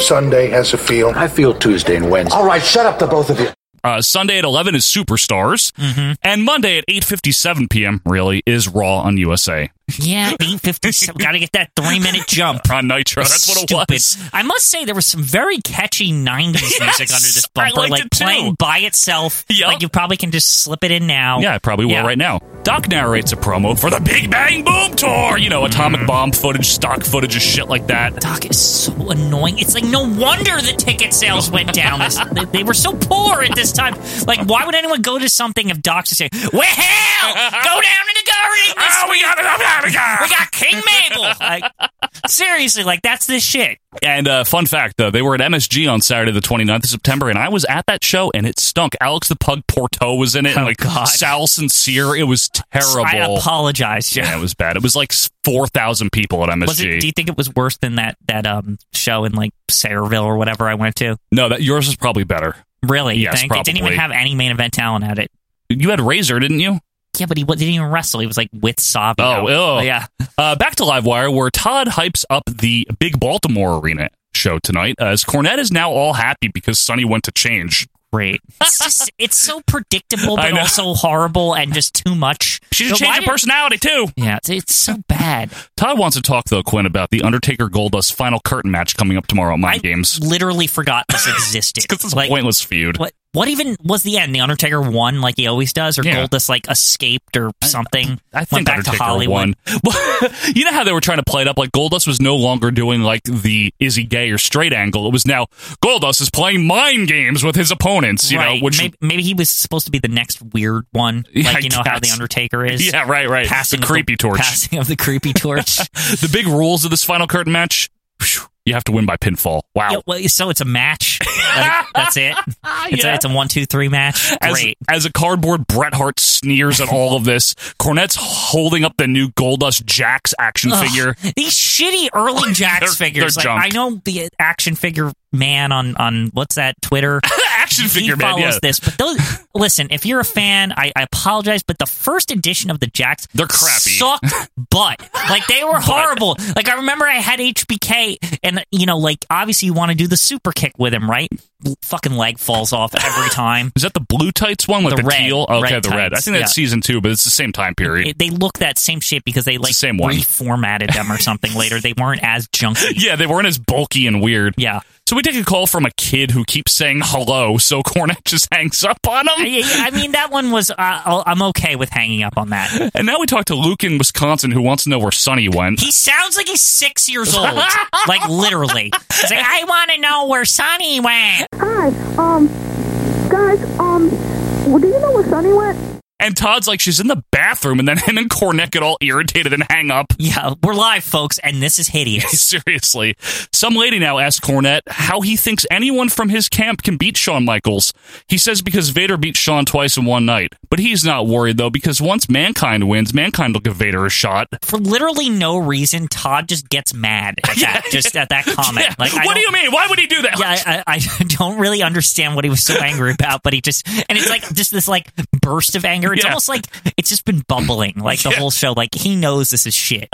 [SPEAKER 10] Sunday has a feel.
[SPEAKER 13] I feel Tuesday and Wednesday.
[SPEAKER 10] All right, shut up, the both of you.
[SPEAKER 2] Uh, Sunday at 11 is Superstars.
[SPEAKER 3] Mhm.
[SPEAKER 2] And Monday at 8.57 p.m., really, is Raw on USA.
[SPEAKER 3] yeah, eight fifty seven. Got to get that three minute jump.
[SPEAKER 2] On Nitro, that's what
[SPEAKER 3] Stupid.
[SPEAKER 2] it was.
[SPEAKER 3] I must say there was some very catchy '90s
[SPEAKER 2] Yes,
[SPEAKER 3] music under this
[SPEAKER 2] I
[SPEAKER 3] bumper,
[SPEAKER 2] liked
[SPEAKER 3] like
[SPEAKER 2] it too.
[SPEAKER 3] playing by itself.
[SPEAKER 2] Yup.
[SPEAKER 3] Like you probably can just slip it in now.
[SPEAKER 2] Yeah, I probably will
[SPEAKER 3] Oh. Yeah.
[SPEAKER 2] right now. Doc narrates a promo for the Big Bang Boom Tour. You know,
[SPEAKER 3] Mm-hmm.
[SPEAKER 2] atomic bomb footage, stock footage, of shit like that.
[SPEAKER 3] Doc is so annoying. It's like no wonder the ticket sales went down. This, they, they were so poor at this time. Like, why would anyone go to something if Doc's just saying, "Well, go down in the garden. This
[SPEAKER 2] Oh, we got it! We got
[SPEAKER 3] we
[SPEAKER 2] it!
[SPEAKER 3] got King Mabel." Like, seriously, like that's this shit.
[SPEAKER 2] And uh, fun fact, though, they were at MSG on Saturday the 29th of September, and I was at that show, and it stunk. Alex the Pug Porto was in it. and,
[SPEAKER 3] Oh,
[SPEAKER 2] like,
[SPEAKER 3] God.
[SPEAKER 2] Sal Sincere. It was terrible.
[SPEAKER 3] I apologize. Jeff.
[SPEAKER 2] yeah, it was bad. It was like 4,000 people at MSG.
[SPEAKER 3] Was it, do you think it was worse than that that um show in like Sayreville or whatever I went to?
[SPEAKER 2] no, that yours is probably better.
[SPEAKER 3] Really? You
[SPEAKER 2] Yes,
[SPEAKER 3] think? It didn't even
[SPEAKER 2] probably.
[SPEAKER 3] have any main event talent at it.
[SPEAKER 2] You had Razor, didn't you?
[SPEAKER 3] Yeah, but he wa- didn't even wrestle. He was like with Sabio.
[SPEAKER 2] Oh, ew.
[SPEAKER 3] yeah.
[SPEAKER 2] Uh, back to Livewire, where Todd hypes up the Big Baltimore Arena show tonight, as Cornette is now all happy because Sonny went to change.
[SPEAKER 3] great. It's just it's so predictable,
[SPEAKER 2] I
[SPEAKER 3] but
[SPEAKER 2] know.
[SPEAKER 3] also horrible and just too much.
[SPEAKER 2] She just
[SPEAKER 3] So
[SPEAKER 2] changed
[SPEAKER 3] why
[SPEAKER 2] her
[SPEAKER 3] did-
[SPEAKER 2] personality, too.
[SPEAKER 3] Yeah, it's, it's so bad.
[SPEAKER 2] Todd wants to talk, though, Quinn, about the Undertaker Goldust final curtain match coming up tomorrow at Mind
[SPEAKER 3] I
[SPEAKER 2] Games.
[SPEAKER 3] literally forgot this existed.
[SPEAKER 2] Because it's a
[SPEAKER 3] Like,
[SPEAKER 2] pointless feud.
[SPEAKER 3] What what even was the end? The Undertaker won, like he always does, or
[SPEAKER 2] Yeah.
[SPEAKER 3] Goldust like escaped or something.
[SPEAKER 2] I
[SPEAKER 3] went
[SPEAKER 2] think
[SPEAKER 3] back
[SPEAKER 2] Undertaker
[SPEAKER 3] to
[SPEAKER 2] won.
[SPEAKER 3] Hollywood.
[SPEAKER 2] Well, you know how they were trying to play it up? Like, Goldust was no longer doing, like, the is he gay or straight angle. It was now Goldust is playing mind games with his opponents, you
[SPEAKER 3] right.
[SPEAKER 2] know, which.
[SPEAKER 3] maybe, maybe he was supposed to be the next weird one, like
[SPEAKER 2] Yeah, I
[SPEAKER 3] you know how the
[SPEAKER 2] guess.
[SPEAKER 3] Undertaker is.
[SPEAKER 2] yeah, right, right.
[SPEAKER 3] Passing
[SPEAKER 2] the
[SPEAKER 3] of
[SPEAKER 2] creepy torch.
[SPEAKER 3] Passing of the creepy torch.
[SPEAKER 2] the big rules of this final curtain match whew, you have to win by pinfall wow
[SPEAKER 3] Yeah, well, so it's a match. Like, that's it. It's,
[SPEAKER 2] Yeah.
[SPEAKER 3] a, it's a one, two, three match.
[SPEAKER 2] as,
[SPEAKER 3] Great.
[SPEAKER 2] as a cardboard Bret Hart sneers at all of this, Cornette's holding up the new Goldust Jacks action
[SPEAKER 3] Ugh,
[SPEAKER 2] figure.
[SPEAKER 3] These shitty early Jacks
[SPEAKER 2] They're-
[SPEAKER 3] figures.
[SPEAKER 2] they're
[SPEAKER 3] like,
[SPEAKER 2] junk.
[SPEAKER 3] I know the action figure man on on what's that Twitter
[SPEAKER 2] action figure
[SPEAKER 3] he
[SPEAKER 2] man,
[SPEAKER 3] follows
[SPEAKER 2] yeah.
[SPEAKER 3] this, but those listen. If you're a fan, I, I apologize, but the first edition of the Jacks
[SPEAKER 2] They're crappy.
[SPEAKER 3] sucked butt. Like they were horrible. Like I remember I had HBK, and you know, like obviously you want to do the super kick with him, right? L- fucking leg falls off every time.
[SPEAKER 2] Is that the blue tights one with
[SPEAKER 3] The
[SPEAKER 2] the,
[SPEAKER 3] red-
[SPEAKER 2] teal? Okay,
[SPEAKER 3] red
[SPEAKER 2] the red. I
[SPEAKER 3] tights,
[SPEAKER 2] think that's
[SPEAKER 3] yeah.
[SPEAKER 2] season two, but it's the same time period.
[SPEAKER 3] It- they look that same shit because they like
[SPEAKER 2] the same one.
[SPEAKER 3] reformatted them or something later. They weren't as junky.
[SPEAKER 2] yeah, they weren't as bulky and weird.
[SPEAKER 3] Yeah.
[SPEAKER 2] So we take a call from a kid who keeps saying hello, so Cornette just hangs up on him.
[SPEAKER 3] Yeah, yeah, I mean, that one was. Uh, I'll- I'm okay with hanging up on that.
[SPEAKER 2] And now we talk to Luke in Wisconsin who wants to know where Sonny went.
[SPEAKER 3] He sounds like he's six years old. like, literally. He's like, I want to know where Sonny went.
[SPEAKER 19] Hi, um, guys, um, well, do you know where Sonny went?
[SPEAKER 2] And Todd's like, she's in the bathroom. And then him and Cornett get all irritated and hang up.
[SPEAKER 3] Yeah, we're live, folks, and this is hideous.
[SPEAKER 2] Seriously. Some lady now asked Cornett how he thinks anyone from his camp can beat Shawn Michaels. He says because Vader beat Shawn twice in one night. But he's not worried, though, because once Mankind wins, Mankind will give Vader a shot.
[SPEAKER 3] For literally no reason, Todd just gets mad at that, just at that comment.
[SPEAKER 2] Yeah.
[SPEAKER 3] Like, I
[SPEAKER 2] what do
[SPEAKER 3] don't-
[SPEAKER 2] you mean? Why would he do that?
[SPEAKER 3] Yeah, I, I, I don't really understand what he was so angry about, but he just and it's like just this like burst of anger. It's
[SPEAKER 2] Yeah.
[SPEAKER 3] almost like it's just been bubbling like the whole show. Like he knows this is shit.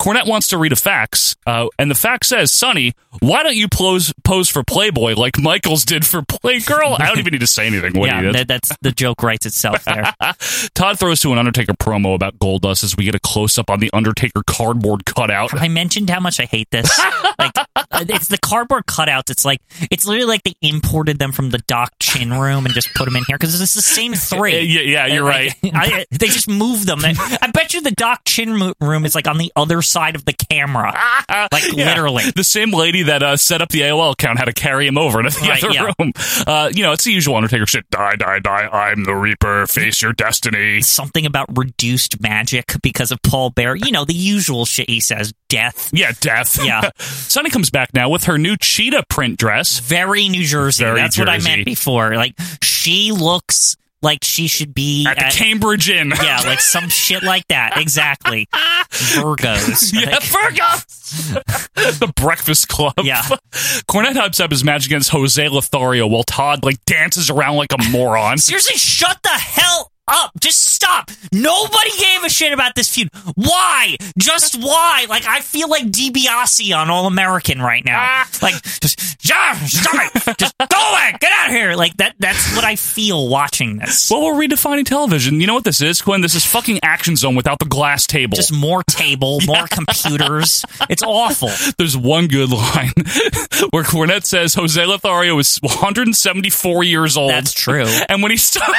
[SPEAKER 2] Cornette wants to read a fax, uh, and the fax says, Sonny, why don't you pose, pose for Playboy like Michaels did for Playgirl? I don't even need to say anything. What
[SPEAKER 3] yeah,
[SPEAKER 2] he did.
[SPEAKER 3] that, that's the joke writes itself there.
[SPEAKER 2] Todd throws to an Undertaker promo about Goldust as we get a close up on the Undertaker cardboard cutout.
[SPEAKER 3] I mentioned how much I hate this. Like uh, it's the cardboard cutouts. It's like it's literally like they imported them from the dock chin room and just put them in here because it's the same three.
[SPEAKER 2] Yeah, yeah, you're
[SPEAKER 3] Like, I, they just move them. I, I bet you the dock chin mo- room is like on the other side of the camera, like
[SPEAKER 2] Yeah.
[SPEAKER 3] literally.
[SPEAKER 2] The same lady that uh, set up the AOL account had to carry him over to the
[SPEAKER 3] Right,
[SPEAKER 2] other
[SPEAKER 3] yeah.
[SPEAKER 2] room. Uh, you know, it's the usual Undertaker shit. Die, die, die. I'm the Reaper. Face your destiny.
[SPEAKER 3] something about reduced magic because of Paul Bear. You know, the usual shit he says death.
[SPEAKER 2] Yeah, death.
[SPEAKER 3] Yeah.
[SPEAKER 2] Sonny comes back now with her new cheetah print dress.
[SPEAKER 3] Very New Jersey.
[SPEAKER 2] Very
[SPEAKER 3] That's what I
[SPEAKER 2] Jersey.
[SPEAKER 3] meant before. Like, she looks like she should be
[SPEAKER 2] At the Cambridge Inn.
[SPEAKER 3] yeah, like some shit like that. Exactly. Virgos.
[SPEAKER 2] Yeah,
[SPEAKER 3] Like,
[SPEAKER 2] Virgo! the Breakfast Club.
[SPEAKER 3] Yeah.
[SPEAKER 2] Cornette hypes up his match against Jose Lothario while Todd like dances around like a moron.
[SPEAKER 3] seriously, shut the hell up. Just stop. Nobody gave a shit about this feud. Why? Just why? Like, I feel like DiBiase on All American right now. Like, just, John, stop it. Just go away. Get out of here. Like, that. that's what I feel watching this.
[SPEAKER 2] Well, we're redefining television. You know what this is, Quinn? This is fucking Action Zone without the glass table.
[SPEAKER 3] Just more table, more computers. It's awful.
[SPEAKER 2] There's one good line where Cornette says Jose Lothario is 174 years old.
[SPEAKER 3] That's true.
[SPEAKER 2] And when he started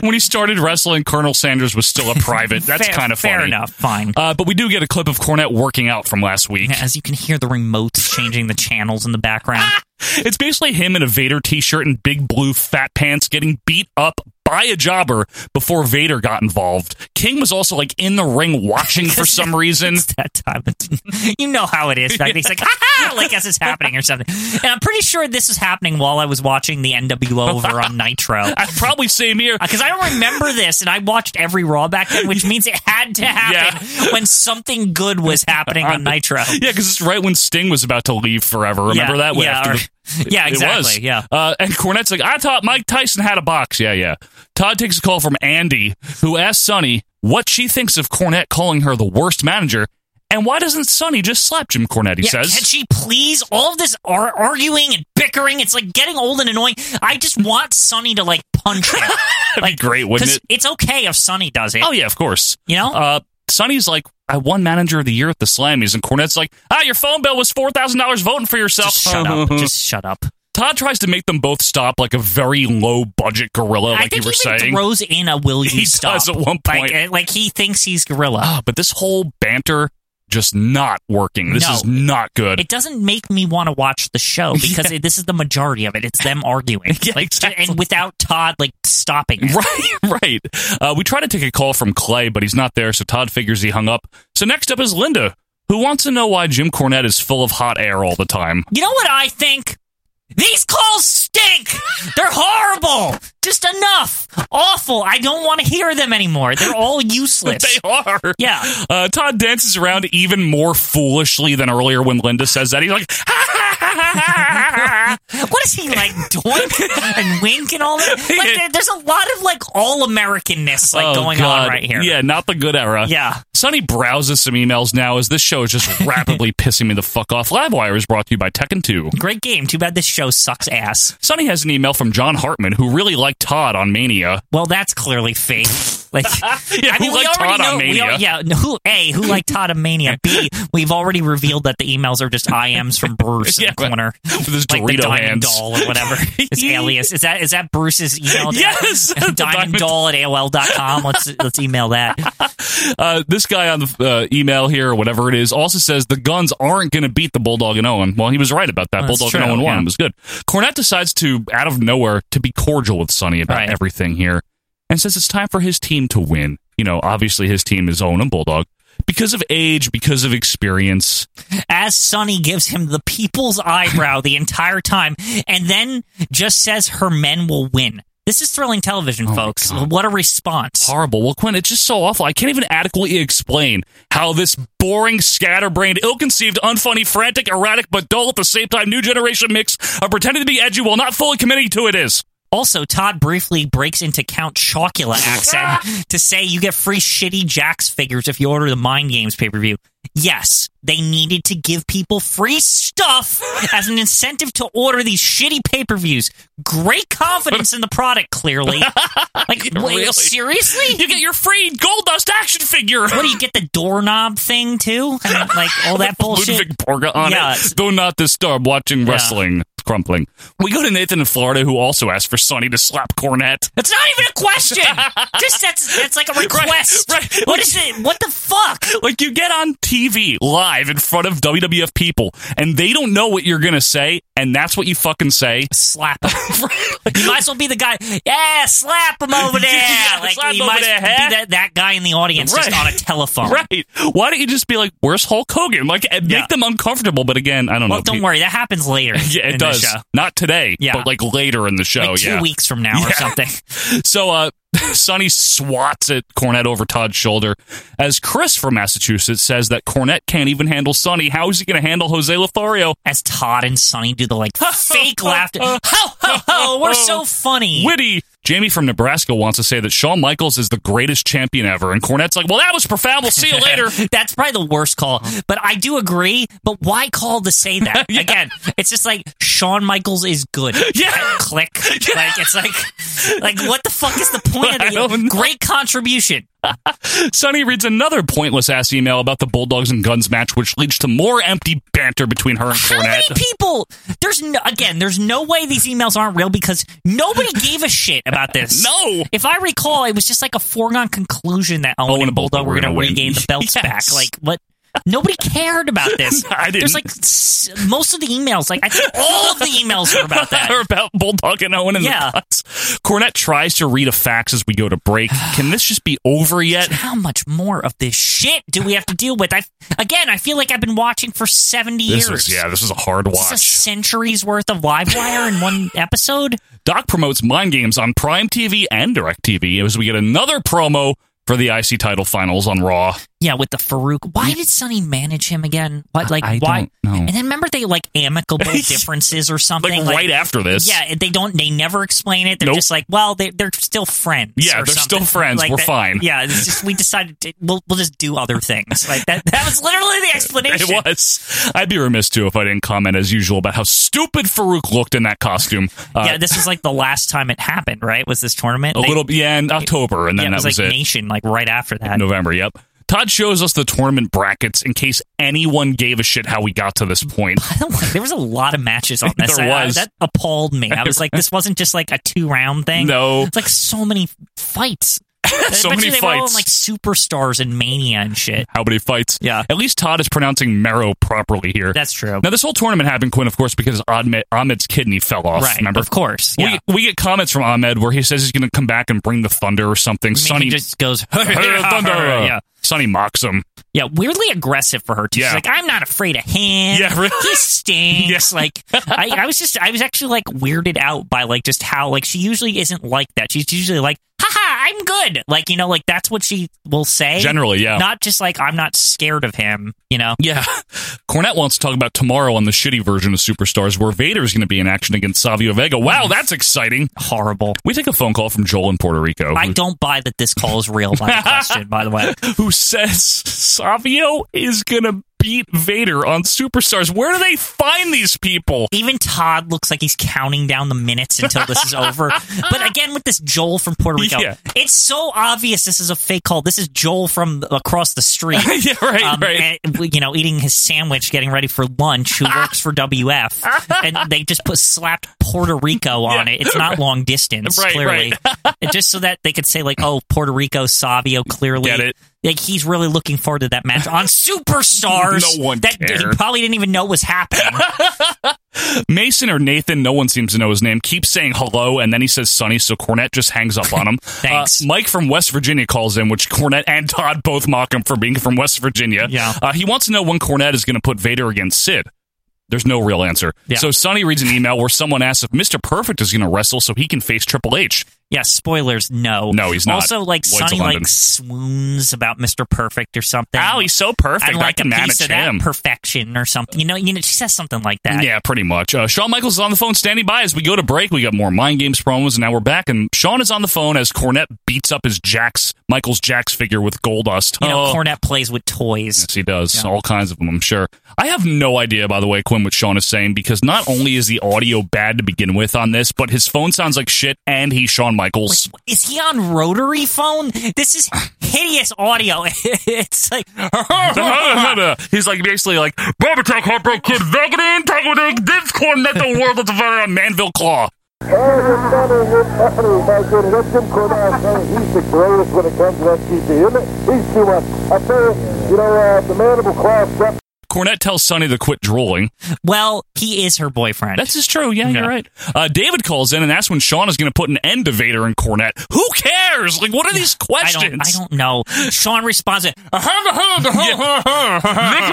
[SPEAKER 2] when he started wrestling, Colonel Sanders was still a private. That's
[SPEAKER 3] Fair-
[SPEAKER 2] kind of
[SPEAKER 3] fair
[SPEAKER 2] funny.
[SPEAKER 3] enough. Fine.
[SPEAKER 2] Uh, but we do get a clip of Cornette working out from last week.
[SPEAKER 3] As you can hear, the remotes changing the channels in the background.
[SPEAKER 2] It's basically him in a Vader t-shirt and big blue fat pants getting beat up by a jobber before Vader got involved. King was also like in the ring watching for some reason.
[SPEAKER 3] It's that time. It's- you know how it is. Back then. He's like, "Ah," like as it's happening or something. And I'm pretty sure this was happening while I was watching the NWO over on Nitro.
[SPEAKER 2] Probably same here.
[SPEAKER 3] Because I don't remember this, and I watched every Raw back then, which means it had to happen when something good was happening on Nitro.
[SPEAKER 2] Yeah, because it's right when Sting was about to leave forever. Remember
[SPEAKER 3] Yeah,
[SPEAKER 2] that? way
[SPEAKER 3] yeah,
[SPEAKER 2] after
[SPEAKER 3] or-
[SPEAKER 2] the-
[SPEAKER 3] yeah,
[SPEAKER 2] it
[SPEAKER 3] exactly,
[SPEAKER 2] was.
[SPEAKER 3] yeah.
[SPEAKER 2] Uh, and Cornette's like, I thought Mike Tyson had a box. Yeah, yeah. Todd takes a call from Andy, who asks Sonny what she thinks of Cornette calling her the worst manager, and why doesn't Sonny just slap Jim Cornette? He
[SPEAKER 3] Yeah,
[SPEAKER 2] says.
[SPEAKER 3] can she please? All of this ar- arguing and bickering, it's like getting old and annoying. I just want Sonny to like punch him.
[SPEAKER 2] That'd be great, wouldn't
[SPEAKER 3] 'Cause
[SPEAKER 2] it?
[SPEAKER 3] It's okay if Sonny does it.
[SPEAKER 2] Oh yeah, of course.
[SPEAKER 3] You know?
[SPEAKER 2] uh, Sonny's like, I won Manager of the Year at the Slammies, and Cornette's like, Ah, your phone bill was four thousand dollars voting for yourself.
[SPEAKER 3] Just shut up. Just shut up.
[SPEAKER 2] Todd tries to make them both stop like a very low budget gorilla,
[SPEAKER 3] I
[SPEAKER 2] like
[SPEAKER 3] think
[SPEAKER 2] you were
[SPEAKER 3] he even
[SPEAKER 2] saying.
[SPEAKER 3] throws in a will you
[SPEAKER 2] He does
[SPEAKER 3] stop
[SPEAKER 2] at one
[SPEAKER 3] Like,
[SPEAKER 2] point.
[SPEAKER 3] uh, like he thinks he's gorilla.
[SPEAKER 2] Ah, but this whole banter just not working. This
[SPEAKER 3] No.
[SPEAKER 2] is not good.
[SPEAKER 3] It doesn't make me want to watch the show because it, this is the majority of it. It's them arguing,
[SPEAKER 2] Yeah,
[SPEAKER 3] like,
[SPEAKER 2] exactly.
[SPEAKER 3] and without Todd like stopping. It.
[SPEAKER 2] Right, right. Uh, we try to take a call from Clay, but he's not there, so Todd figures he hung up. So next up is Linda, who wants to know why Jim Cornette is full of hot air all the time.
[SPEAKER 3] You know what I think? These calls stink. They're horrible. Just enough. Awful. I don't want to hear them anymore. They're all useless.
[SPEAKER 2] They are.
[SPEAKER 3] Yeah.
[SPEAKER 2] Uh, Todd dances around even more foolishly than earlier when Linda says that. He's like,
[SPEAKER 3] what is he like doink and wink and all that? Like, there- there's a lot of like all Americanness like
[SPEAKER 2] Oh,
[SPEAKER 3] going
[SPEAKER 2] God.
[SPEAKER 3] on right here.
[SPEAKER 2] Yeah, not the good era.
[SPEAKER 3] Yeah.
[SPEAKER 2] Sonny browses some emails now as this show is just rapidly pissing me the fuck off. Livewire is brought to you by Tekken 2.
[SPEAKER 3] Great game. Too bad this show sucks ass.
[SPEAKER 2] Sonny has an email from John Hartman, who really liked Todd on Mania.
[SPEAKER 3] Well, that's clearly fake. Like,
[SPEAKER 2] Yeah,
[SPEAKER 3] I mean,
[SPEAKER 2] who
[SPEAKER 3] we
[SPEAKER 2] liked
[SPEAKER 3] already
[SPEAKER 2] Todd on
[SPEAKER 3] know. we
[SPEAKER 2] Mania?
[SPEAKER 3] al- yeah, no, who a who liked Todd on Mania? B we've already revealed that the emails are just IMs from Bruce in
[SPEAKER 2] Yeah,
[SPEAKER 3] the corner
[SPEAKER 2] with his
[SPEAKER 3] like the
[SPEAKER 2] Dorito
[SPEAKER 3] diamond
[SPEAKER 2] hands.
[SPEAKER 3] doll or whatever his alias. Is that is that Bruce's email?
[SPEAKER 2] Yes, the
[SPEAKER 3] diamond,
[SPEAKER 2] diamond-
[SPEAKER 3] doll at AOL.com. Let's let's email that.
[SPEAKER 2] Uh, this guy on the uh, email here, or whatever it is, also says the guns aren't going to beat the Bulldog and Owen. Well, he was right about that.
[SPEAKER 3] That's
[SPEAKER 2] Bulldog and
[SPEAKER 3] true,
[SPEAKER 2] Owen won.
[SPEAKER 3] yeah.
[SPEAKER 2] It was good. Cornette decides to, out of nowhere, to be cordial with Sonny about
[SPEAKER 3] Right.
[SPEAKER 2] everything here. and says it's time for his team to win. You know, obviously his team is Owen and Bulldog because of age, because of experience.
[SPEAKER 3] As Sonny gives him the people's eyebrow the entire time and then just says her men will win. This is thrilling
[SPEAKER 2] Oh
[SPEAKER 3] television, folks. What a response.
[SPEAKER 2] Horrible. Well, Quinn, it's just so awful. I can't even adequately explain how this boring, scatterbrained, ill conceived, unfunny, frantic, erratic, but dull at the same time new generation mix of pretending to be edgy while not fully committing to it is.
[SPEAKER 3] Also, Todd briefly breaks into Count Chocula accent to say you get free shitty Jax figures if you order the Mind Games pay per view. Yes, they needed to give people free stuff as an incentive to order these shitty pay per views. Great confidence in the product, clearly. Like, wait,
[SPEAKER 2] Really?
[SPEAKER 3] seriously?
[SPEAKER 2] You get your free gold dust action figure.
[SPEAKER 3] What do you get the doorknob thing too? I mean, like all that bullshit.
[SPEAKER 2] Ludwig Borga on
[SPEAKER 3] Yeah.
[SPEAKER 2] it. Though not this star watching wrestling crumpling. We go to Nathan in Florida who also asked for Sonny to slap Cornette.
[SPEAKER 3] That's not even a question. Just that's that's like a request.
[SPEAKER 2] Right, right.
[SPEAKER 3] What is it? What the fuck?
[SPEAKER 2] Like you get on TV live in front of WWF people and they don't know what you're gonna say, and that's what you fucking say.
[SPEAKER 3] Slap him. you might as well be the guy. Yeah, slap him over there.
[SPEAKER 2] Yeah,
[SPEAKER 3] like
[SPEAKER 2] slap
[SPEAKER 3] you
[SPEAKER 2] him
[SPEAKER 3] might
[SPEAKER 2] over
[SPEAKER 3] as
[SPEAKER 2] there,
[SPEAKER 3] well
[SPEAKER 2] huh?
[SPEAKER 3] be that, that guy in the audience
[SPEAKER 2] Right.
[SPEAKER 3] just on a telephone.
[SPEAKER 2] Right. Why don't you just be like, where's Hulk Hogan? Like and
[SPEAKER 3] Yeah.
[SPEAKER 2] make them uncomfortable, but again, I don't
[SPEAKER 3] Well,
[SPEAKER 2] know.
[SPEAKER 3] don't
[SPEAKER 2] Pete-
[SPEAKER 3] worry, that happens later.
[SPEAKER 2] Yeah,
[SPEAKER 3] in
[SPEAKER 2] it
[SPEAKER 3] the
[SPEAKER 2] does.
[SPEAKER 3] show.
[SPEAKER 2] Not today,
[SPEAKER 3] Yeah.
[SPEAKER 2] but like later in the show.
[SPEAKER 3] Like two
[SPEAKER 2] yeah.
[SPEAKER 3] weeks from now or
[SPEAKER 2] Yeah.
[SPEAKER 3] something.
[SPEAKER 2] So uh Sonny swats at Cornette over Todd's shoulder as Chris from Massachusetts says that Cornette can't even handle Sonny. How is he going to handle Jose Lothario?
[SPEAKER 3] As Todd and Sonny do the like fake laughter. Ho ho ho! We're so funny.
[SPEAKER 2] Witty. Jamie from Nebraska wants to say that Shawn Michaels is the greatest champion ever. And Cornette's like, well, that was profound. We'll see you later. Uh-huh.
[SPEAKER 3] That's probably the worst call. But I do agree. But why call to say that? Again, it's just like Shawn Michaels is good.
[SPEAKER 2] Yeah.
[SPEAKER 3] Click. Like it's like like what the fuck is the point
[SPEAKER 2] I
[SPEAKER 3] of
[SPEAKER 2] don't know.
[SPEAKER 3] it? Great contribution.
[SPEAKER 2] Sonny reads another pointless ass email about the Bulldogs and Guns match, which leads to more empty banter between her and
[SPEAKER 3] How many
[SPEAKER 2] Cornette.
[SPEAKER 3] people there's no again, there's no way these emails aren't real because nobody gave a shit about this.
[SPEAKER 2] No.
[SPEAKER 3] If I recall, it was just like a foregone conclusion that Owen
[SPEAKER 2] Owen
[SPEAKER 3] and
[SPEAKER 2] and Bulldog
[SPEAKER 3] Bulldog
[SPEAKER 2] were
[SPEAKER 3] were gonna
[SPEAKER 2] gonna win.
[SPEAKER 3] regain the belts
[SPEAKER 2] Yes.
[SPEAKER 3] back. Like what Nobody cared about this.
[SPEAKER 2] I didn't.
[SPEAKER 3] There's like s- most of the emails, like I think all of the emails are about that.
[SPEAKER 2] Or about Bulldog and Owen and
[SPEAKER 3] Yeah.
[SPEAKER 2] the Guns. Cornette tries to read a fax as we go to break. Can this just be over yet?
[SPEAKER 3] How much more of this shit do we have to deal with? I again, I feel like I've been watching for seventy
[SPEAKER 2] This
[SPEAKER 3] years.
[SPEAKER 2] is yeah, this is a hard
[SPEAKER 3] This is a
[SPEAKER 2] watch.
[SPEAKER 3] century's worth of live wire in one episode.
[SPEAKER 2] Doc promotes Mind Games on Prime TV and DirecTV as we get another promo for the IC title finals on Raw.
[SPEAKER 3] Yeah, with the Farouk. Why did Sonny manage him again? What like
[SPEAKER 2] I
[SPEAKER 3] why?
[SPEAKER 2] don't know.
[SPEAKER 3] And then remember they like amicable differences or something.
[SPEAKER 2] Like, right after this.
[SPEAKER 3] Yeah, they don't. They never explain it. They're
[SPEAKER 2] Nope.
[SPEAKER 3] just like, well, they they're still friends.
[SPEAKER 2] Yeah,
[SPEAKER 3] or
[SPEAKER 2] they're still
[SPEAKER 3] something.
[SPEAKER 2] friends. We're
[SPEAKER 3] that-
[SPEAKER 2] fine.
[SPEAKER 3] Yeah, it's just we decided to, we'll we'll just do other things. Like that. That was literally the explanation.
[SPEAKER 2] It was. I'd be remiss too if I didn't comment as usual about how stupid Farouk looked in that costume. Uh,
[SPEAKER 3] yeah, this is like the last time it happened, right? Was this tournament?
[SPEAKER 2] a
[SPEAKER 3] They-
[SPEAKER 2] little yeah, in October, and
[SPEAKER 3] yeah,
[SPEAKER 2] then
[SPEAKER 3] it
[SPEAKER 2] that
[SPEAKER 3] was
[SPEAKER 2] was
[SPEAKER 3] like
[SPEAKER 2] it.
[SPEAKER 3] Nation, like right after that.
[SPEAKER 2] November. Yep. Todd shows us the tournament brackets in case anyone gave a shit how we got to this point.
[SPEAKER 3] I don't like- there was a lot of matches on this.
[SPEAKER 2] There
[SPEAKER 3] I- I-
[SPEAKER 2] was.
[SPEAKER 3] that appalled me. I was like, this wasn't just like a two round thing.
[SPEAKER 2] No.
[SPEAKER 3] it's like so many fights.
[SPEAKER 2] So
[SPEAKER 3] I bet
[SPEAKER 2] many
[SPEAKER 3] you they were all in,
[SPEAKER 2] fights.
[SPEAKER 3] like superstars and mania and shit.
[SPEAKER 2] How many fights?
[SPEAKER 3] Yeah.
[SPEAKER 2] At least Todd is pronouncing Marrow properly here.
[SPEAKER 3] That's true.
[SPEAKER 2] Now, this whole tournament happened, Quinn, of course, because Ahmed, Ahmed's kidney fell off.
[SPEAKER 3] right,
[SPEAKER 2] Remember?
[SPEAKER 3] of course. Yeah.
[SPEAKER 2] We, we get comments from Ahmed where he says he's going to come back and bring the thunder or something.
[SPEAKER 3] I mean,
[SPEAKER 2] Sonny
[SPEAKER 3] he just goes
[SPEAKER 2] Hey, thunder.
[SPEAKER 3] Yeah,
[SPEAKER 2] Sonny mocks him.
[SPEAKER 3] yeah. Weirdly aggressive for her too.
[SPEAKER 2] Yeah.
[SPEAKER 3] She's like, I'm not afraid of him.
[SPEAKER 2] Yeah, really.
[SPEAKER 3] He stinks.
[SPEAKER 2] Yeah.
[SPEAKER 3] Like, I, I was just, I was actually like weirded out by like just how like she usually isn't like that. She's usually like, haha, I'm good. Like you know, like that's what she will say
[SPEAKER 2] Generally, yeah.
[SPEAKER 3] Not just like I'm not scared of him, you know.
[SPEAKER 2] yeah. Cornette wants to talk about tomorrow on the shitty version of Superstars where Vader's going to be in action against Savio Vega. Wow, that's exciting.
[SPEAKER 3] Horrible.
[SPEAKER 2] We take a phone call from Joel in Puerto Rico.
[SPEAKER 3] I
[SPEAKER 2] who-
[SPEAKER 3] don't buy that this call is real by the question, by the way.
[SPEAKER 2] who says Savio is going to beat Vader on Superstars. Where do they find these people?
[SPEAKER 3] Even Todd looks like he's counting down the minutes until this is over. But again, with this Joel from Puerto Rico,
[SPEAKER 2] Yeah.
[SPEAKER 3] it's so obvious this is a fake call. This is Joel from across the street.
[SPEAKER 2] yeah, right,
[SPEAKER 3] um,
[SPEAKER 2] right.
[SPEAKER 3] and, you know, eating his sandwich, getting ready for lunch, who works for WF, and they just put slapped Puerto Rico on
[SPEAKER 2] Yeah.
[SPEAKER 3] it. It's not long distance,
[SPEAKER 2] Right,
[SPEAKER 3] clearly,
[SPEAKER 2] right.
[SPEAKER 3] And just so that they could say like, "Oh, Puerto Rico, Savio, clearly
[SPEAKER 2] Get it.
[SPEAKER 3] like he's really looking forward to that match on Superstars.
[SPEAKER 2] No one
[SPEAKER 3] that he
[SPEAKER 2] cared.
[SPEAKER 3] probably didn't even know was happening.
[SPEAKER 2] Mason or Nathan, no one seems to know his name, keeps saying hello, and then he says Sonny, so Cornette just hangs up on him. Thanks. Mike from West Virginia calls in, which Cornette and Todd both mock him for being from West Virginia. Yeah. Uh, he wants to know when Cornette is going to put Vader against Sid. There's no real answer.
[SPEAKER 3] Yeah.
[SPEAKER 2] So Sonny reads an email where someone asks if Mr. Perfect is going to wrestle so he can face Triple H.
[SPEAKER 3] Yeah, spoilers, no.
[SPEAKER 2] No, he's not.
[SPEAKER 3] Also, like
[SPEAKER 2] Lloyd's of
[SPEAKER 3] Sonny
[SPEAKER 2] London.
[SPEAKER 3] like swoons about Mr. Perfect or something.
[SPEAKER 2] Oh, he's so perfect.
[SPEAKER 3] And
[SPEAKER 2] I
[SPEAKER 3] like
[SPEAKER 2] can
[SPEAKER 3] a
[SPEAKER 2] manage
[SPEAKER 3] piece of that
[SPEAKER 2] him.
[SPEAKER 3] perfection or something. You know, you know, she says something like that.
[SPEAKER 2] Yeah, pretty much. Uh, Shawn Michaels is on the phone, standing by as we go to break. We got more mind games promos, and now we're back. And Shawn is on the phone as Cornette beats up his Jax Michaels Jax figure with gold dust.
[SPEAKER 3] You know,
[SPEAKER 2] Oh.
[SPEAKER 3] Cornette plays with toys.
[SPEAKER 2] Yes, he does.
[SPEAKER 3] Yeah.
[SPEAKER 2] All kinds of them, I'm sure. I have no idea, by the way, Quinn, what Sean is saying, because not only is the audio bad to begin with on this, but his phone sounds like shit, and he's Shawn Michaels.
[SPEAKER 3] Is he on rotary phone? This is hideous audio. it's like
[SPEAKER 2] he's like basically like, Bob Attack, Heartbreak Kid, Vegan, Integrity, this Cornette, the world of the very Manville Claw.
[SPEAKER 21] He's the greatest when it comes to STD, isn't it? He's too much. I tell you, you know, uh, the manable class got
[SPEAKER 2] Cornette tells Sonny to quit drooling.
[SPEAKER 3] Well, he is her boyfriend.
[SPEAKER 2] This is true. Yeah,
[SPEAKER 3] Yeah.
[SPEAKER 2] you're right. Uh, David calls in and asks when Sean is going to put an end to Vader and Cornette. Who cares? Like, what are these
[SPEAKER 3] I
[SPEAKER 2] questions?
[SPEAKER 3] don't, I don't know. Sean responds, "Uh,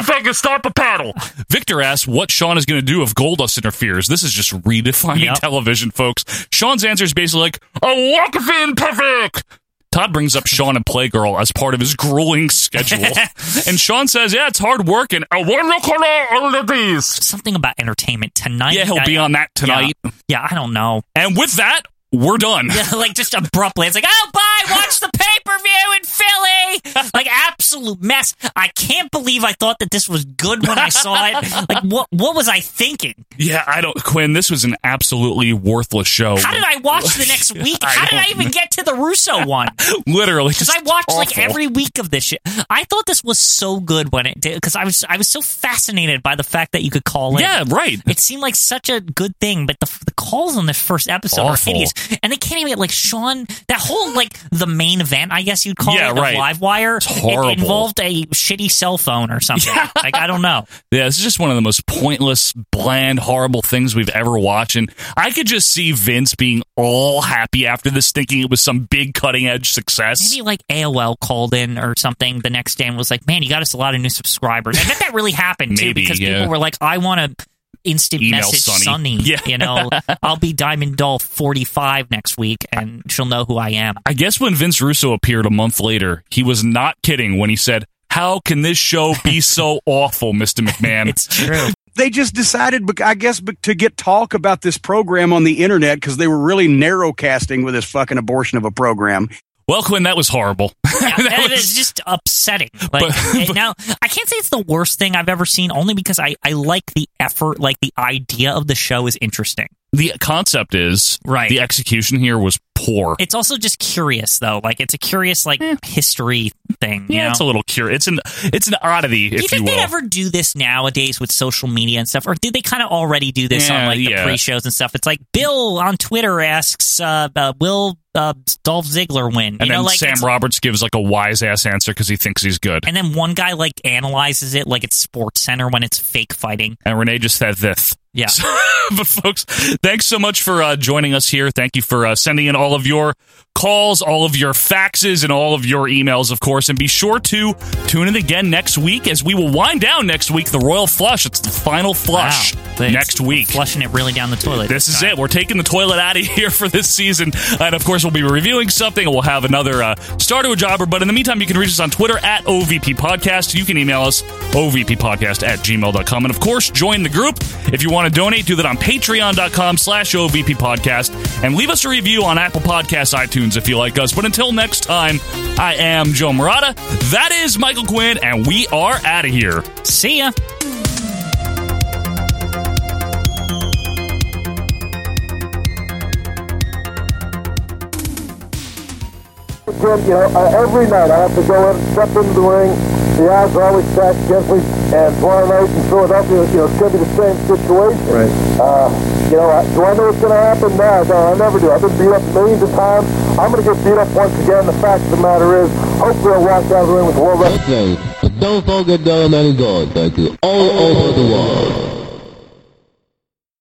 [SPEAKER 2] Victor stop a paddle. Victor asks what Sean is going to do if Goldust interferes. This is just redefining
[SPEAKER 3] Yep.
[SPEAKER 2] television, folks. Sean's answer is basically like, "A walk of imperfect." Todd brings up Sean and Playgirl as part of his grueling schedule, and Sean says, "Yeah, it's hard work and uh, I want to call all of these."
[SPEAKER 3] something about entertainment tonight.
[SPEAKER 2] Yeah, he'll
[SPEAKER 3] I-
[SPEAKER 2] be on that tonight.
[SPEAKER 3] Yeah, Yeah, I don't know.
[SPEAKER 2] And with that, we're done.
[SPEAKER 3] Yeah, like just abruptly. It's like, oh, bye. Watch the pay per view in Philly. Like absolute mess. I can't believe I thought that this was good when I saw it. Like, what what was I thinking?
[SPEAKER 2] Yeah, I don't, Quinn. This was an absolutely worthless show.
[SPEAKER 3] How did I watch the next week?
[SPEAKER 2] I
[SPEAKER 3] How did I
[SPEAKER 2] don't
[SPEAKER 3] even get to the Russo one?
[SPEAKER 2] Literally,
[SPEAKER 3] Because I watched like
[SPEAKER 2] awful.
[SPEAKER 3] every week of this shit. I thought this was so good when it did. Because I was I was so fascinated by the fact that you could call in.
[SPEAKER 2] Yeah, right.
[SPEAKER 3] It seemed like such a good thing, but the, the calls on this first episode
[SPEAKER 2] Awful.
[SPEAKER 3] are hideous, and they can't even like Sean. That whole like the main event, I guess you'd call
[SPEAKER 2] Yeah,
[SPEAKER 3] it, the
[SPEAKER 2] right.
[SPEAKER 3] live wire.
[SPEAKER 2] horrible.
[SPEAKER 3] It involved a shitty cell phone or something. Like I don't know.
[SPEAKER 2] Yeah, this is just one of the most pointless, bland, horrible things we've ever watched. And I could just see Vince being all happy after this, thinking it was some big cutting edge success.
[SPEAKER 3] Maybe like AOL called in or something the next day and was like, "Man, you got us a lot of new subscribers." I bet that really happened too
[SPEAKER 2] Maybe,
[SPEAKER 3] because
[SPEAKER 2] yeah.
[SPEAKER 3] people were like, "I want to instant
[SPEAKER 2] Email
[SPEAKER 3] message
[SPEAKER 2] Sonny."
[SPEAKER 3] Sunny."
[SPEAKER 2] Yeah.
[SPEAKER 3] You know, I'll be Diamond Doll forty five next week, and she'll know who I am.
[SPEAKER 2] I guess when Vince Russo appeared a month later, he was not kidding when he said, How can this show be so awful, Mr. McMahon?
[SPEAKER 3] It's true.
[SPEAKER 22] they just decided, bec- I guess, bec- to get talk about this program on the internet because they were really narrow casting with this fucking abortion of a program.
[SPEAKER 2] well, Quinn, that was horrible.
[SPEAKER 3] Yeah, it is just upsetting. Like it- now, I can't say it's the worst thing I've ever seen, only because I I like the effort, like the idea of the show is interesting.
[SPEAKER 2] the concept is
[SPEAKER 3] Right.
[SPEAKER 2] The execution here was poor.
[SPEAKER 3] It's also just curious though, like it's a curious like history thing. you
[SPEAKER 2] Eh. yeah,
[SPEAKER 3] know?
[SPEAKER 2] it's a little curious. It's an it's an oddity,
[SPEAKER 3] do you
[SPEAKER 2] if you,
[SPEAKER 3] think
[SPEAKER 2] will.
[SPEAKER 3] they ever do this nowadays with social media and stuff, or do they kind of already do this
[SPEAKER 2] Yeah,
[SPEAKER 3] on like the
[SPEAKER 2] yeah.
[SPEAKER 3] pre-shows and stuff? It's like Bill on Twitter asks, uh, uh, "Will uh, Dolph Ziggler win?"
[SPEAKER 2] and
[SPEAKER 3] you
[SPEAKER 2] then
[SPEAKER 3] know, like
[SPEAKER 2] Sam
[SPEAKER 3] it's-
[SPEAKER 2] Roberts gives like a wise ass answer because he thinks he's good.
[SPEAKER 3] and then one guy like analyzes it like it's Sports Center when it's fake fighting.
[SPEAKER 2] and Renee just said this.
[SPEAKER 3] Yeah.
[SPEAKER 2] So- but folks, thanks so much for uh, joining us here. Thank you for uh, sending in all of your calls, all of your faxes, and all of your emails, of course. And be sure to tune in again next week as we will wind down next week the Royal Flush. It's the final flush
[SPEAKER 3] Wow. Thanks.
[SPEAKER 2] next week.
[SPEAKER 3] flushing it really down the toilet.
[SPEAKER 2] This is
[SPEAKER 3] Sorry.
[SPEAKER 2] it. We're taking the toilet out of here for this season. And of course, we'll be reviewing something. We'll have another uh, star to a jobber. But in the meantime, you can reach us on Twitter at OVP Podcast. You can email us, OVPPodcast at gmail.com. And of course, join the group. If you want to donate, do that on patreon.com slash OVP Podcast. And leave us a review on Apple Podcasts, iTunes, if you like us. But until next time, I am Joe Murata. That is Michael Quinn. And we are out of here.
[SPEAKER 3] See ya.
[SPEAKER 21] Jim, you know, uh, every night I have to go in, step into the ring, The odds are always stacked against me. And tomorrow night in Philadelphia, you know, it's going to be the same situation.
[SPEAKER 6] Right.
[SPEAKER 21] Uh, you know, I, do I know what's going to happen? No, no, I never do. I've been beat up millions of times. I'm going to get beat up once again. The fact of the matter is, hopefully I'll walk out of the ring with the world record.
[SPEAKER 8] But don't forget there are many gods like you all over the world.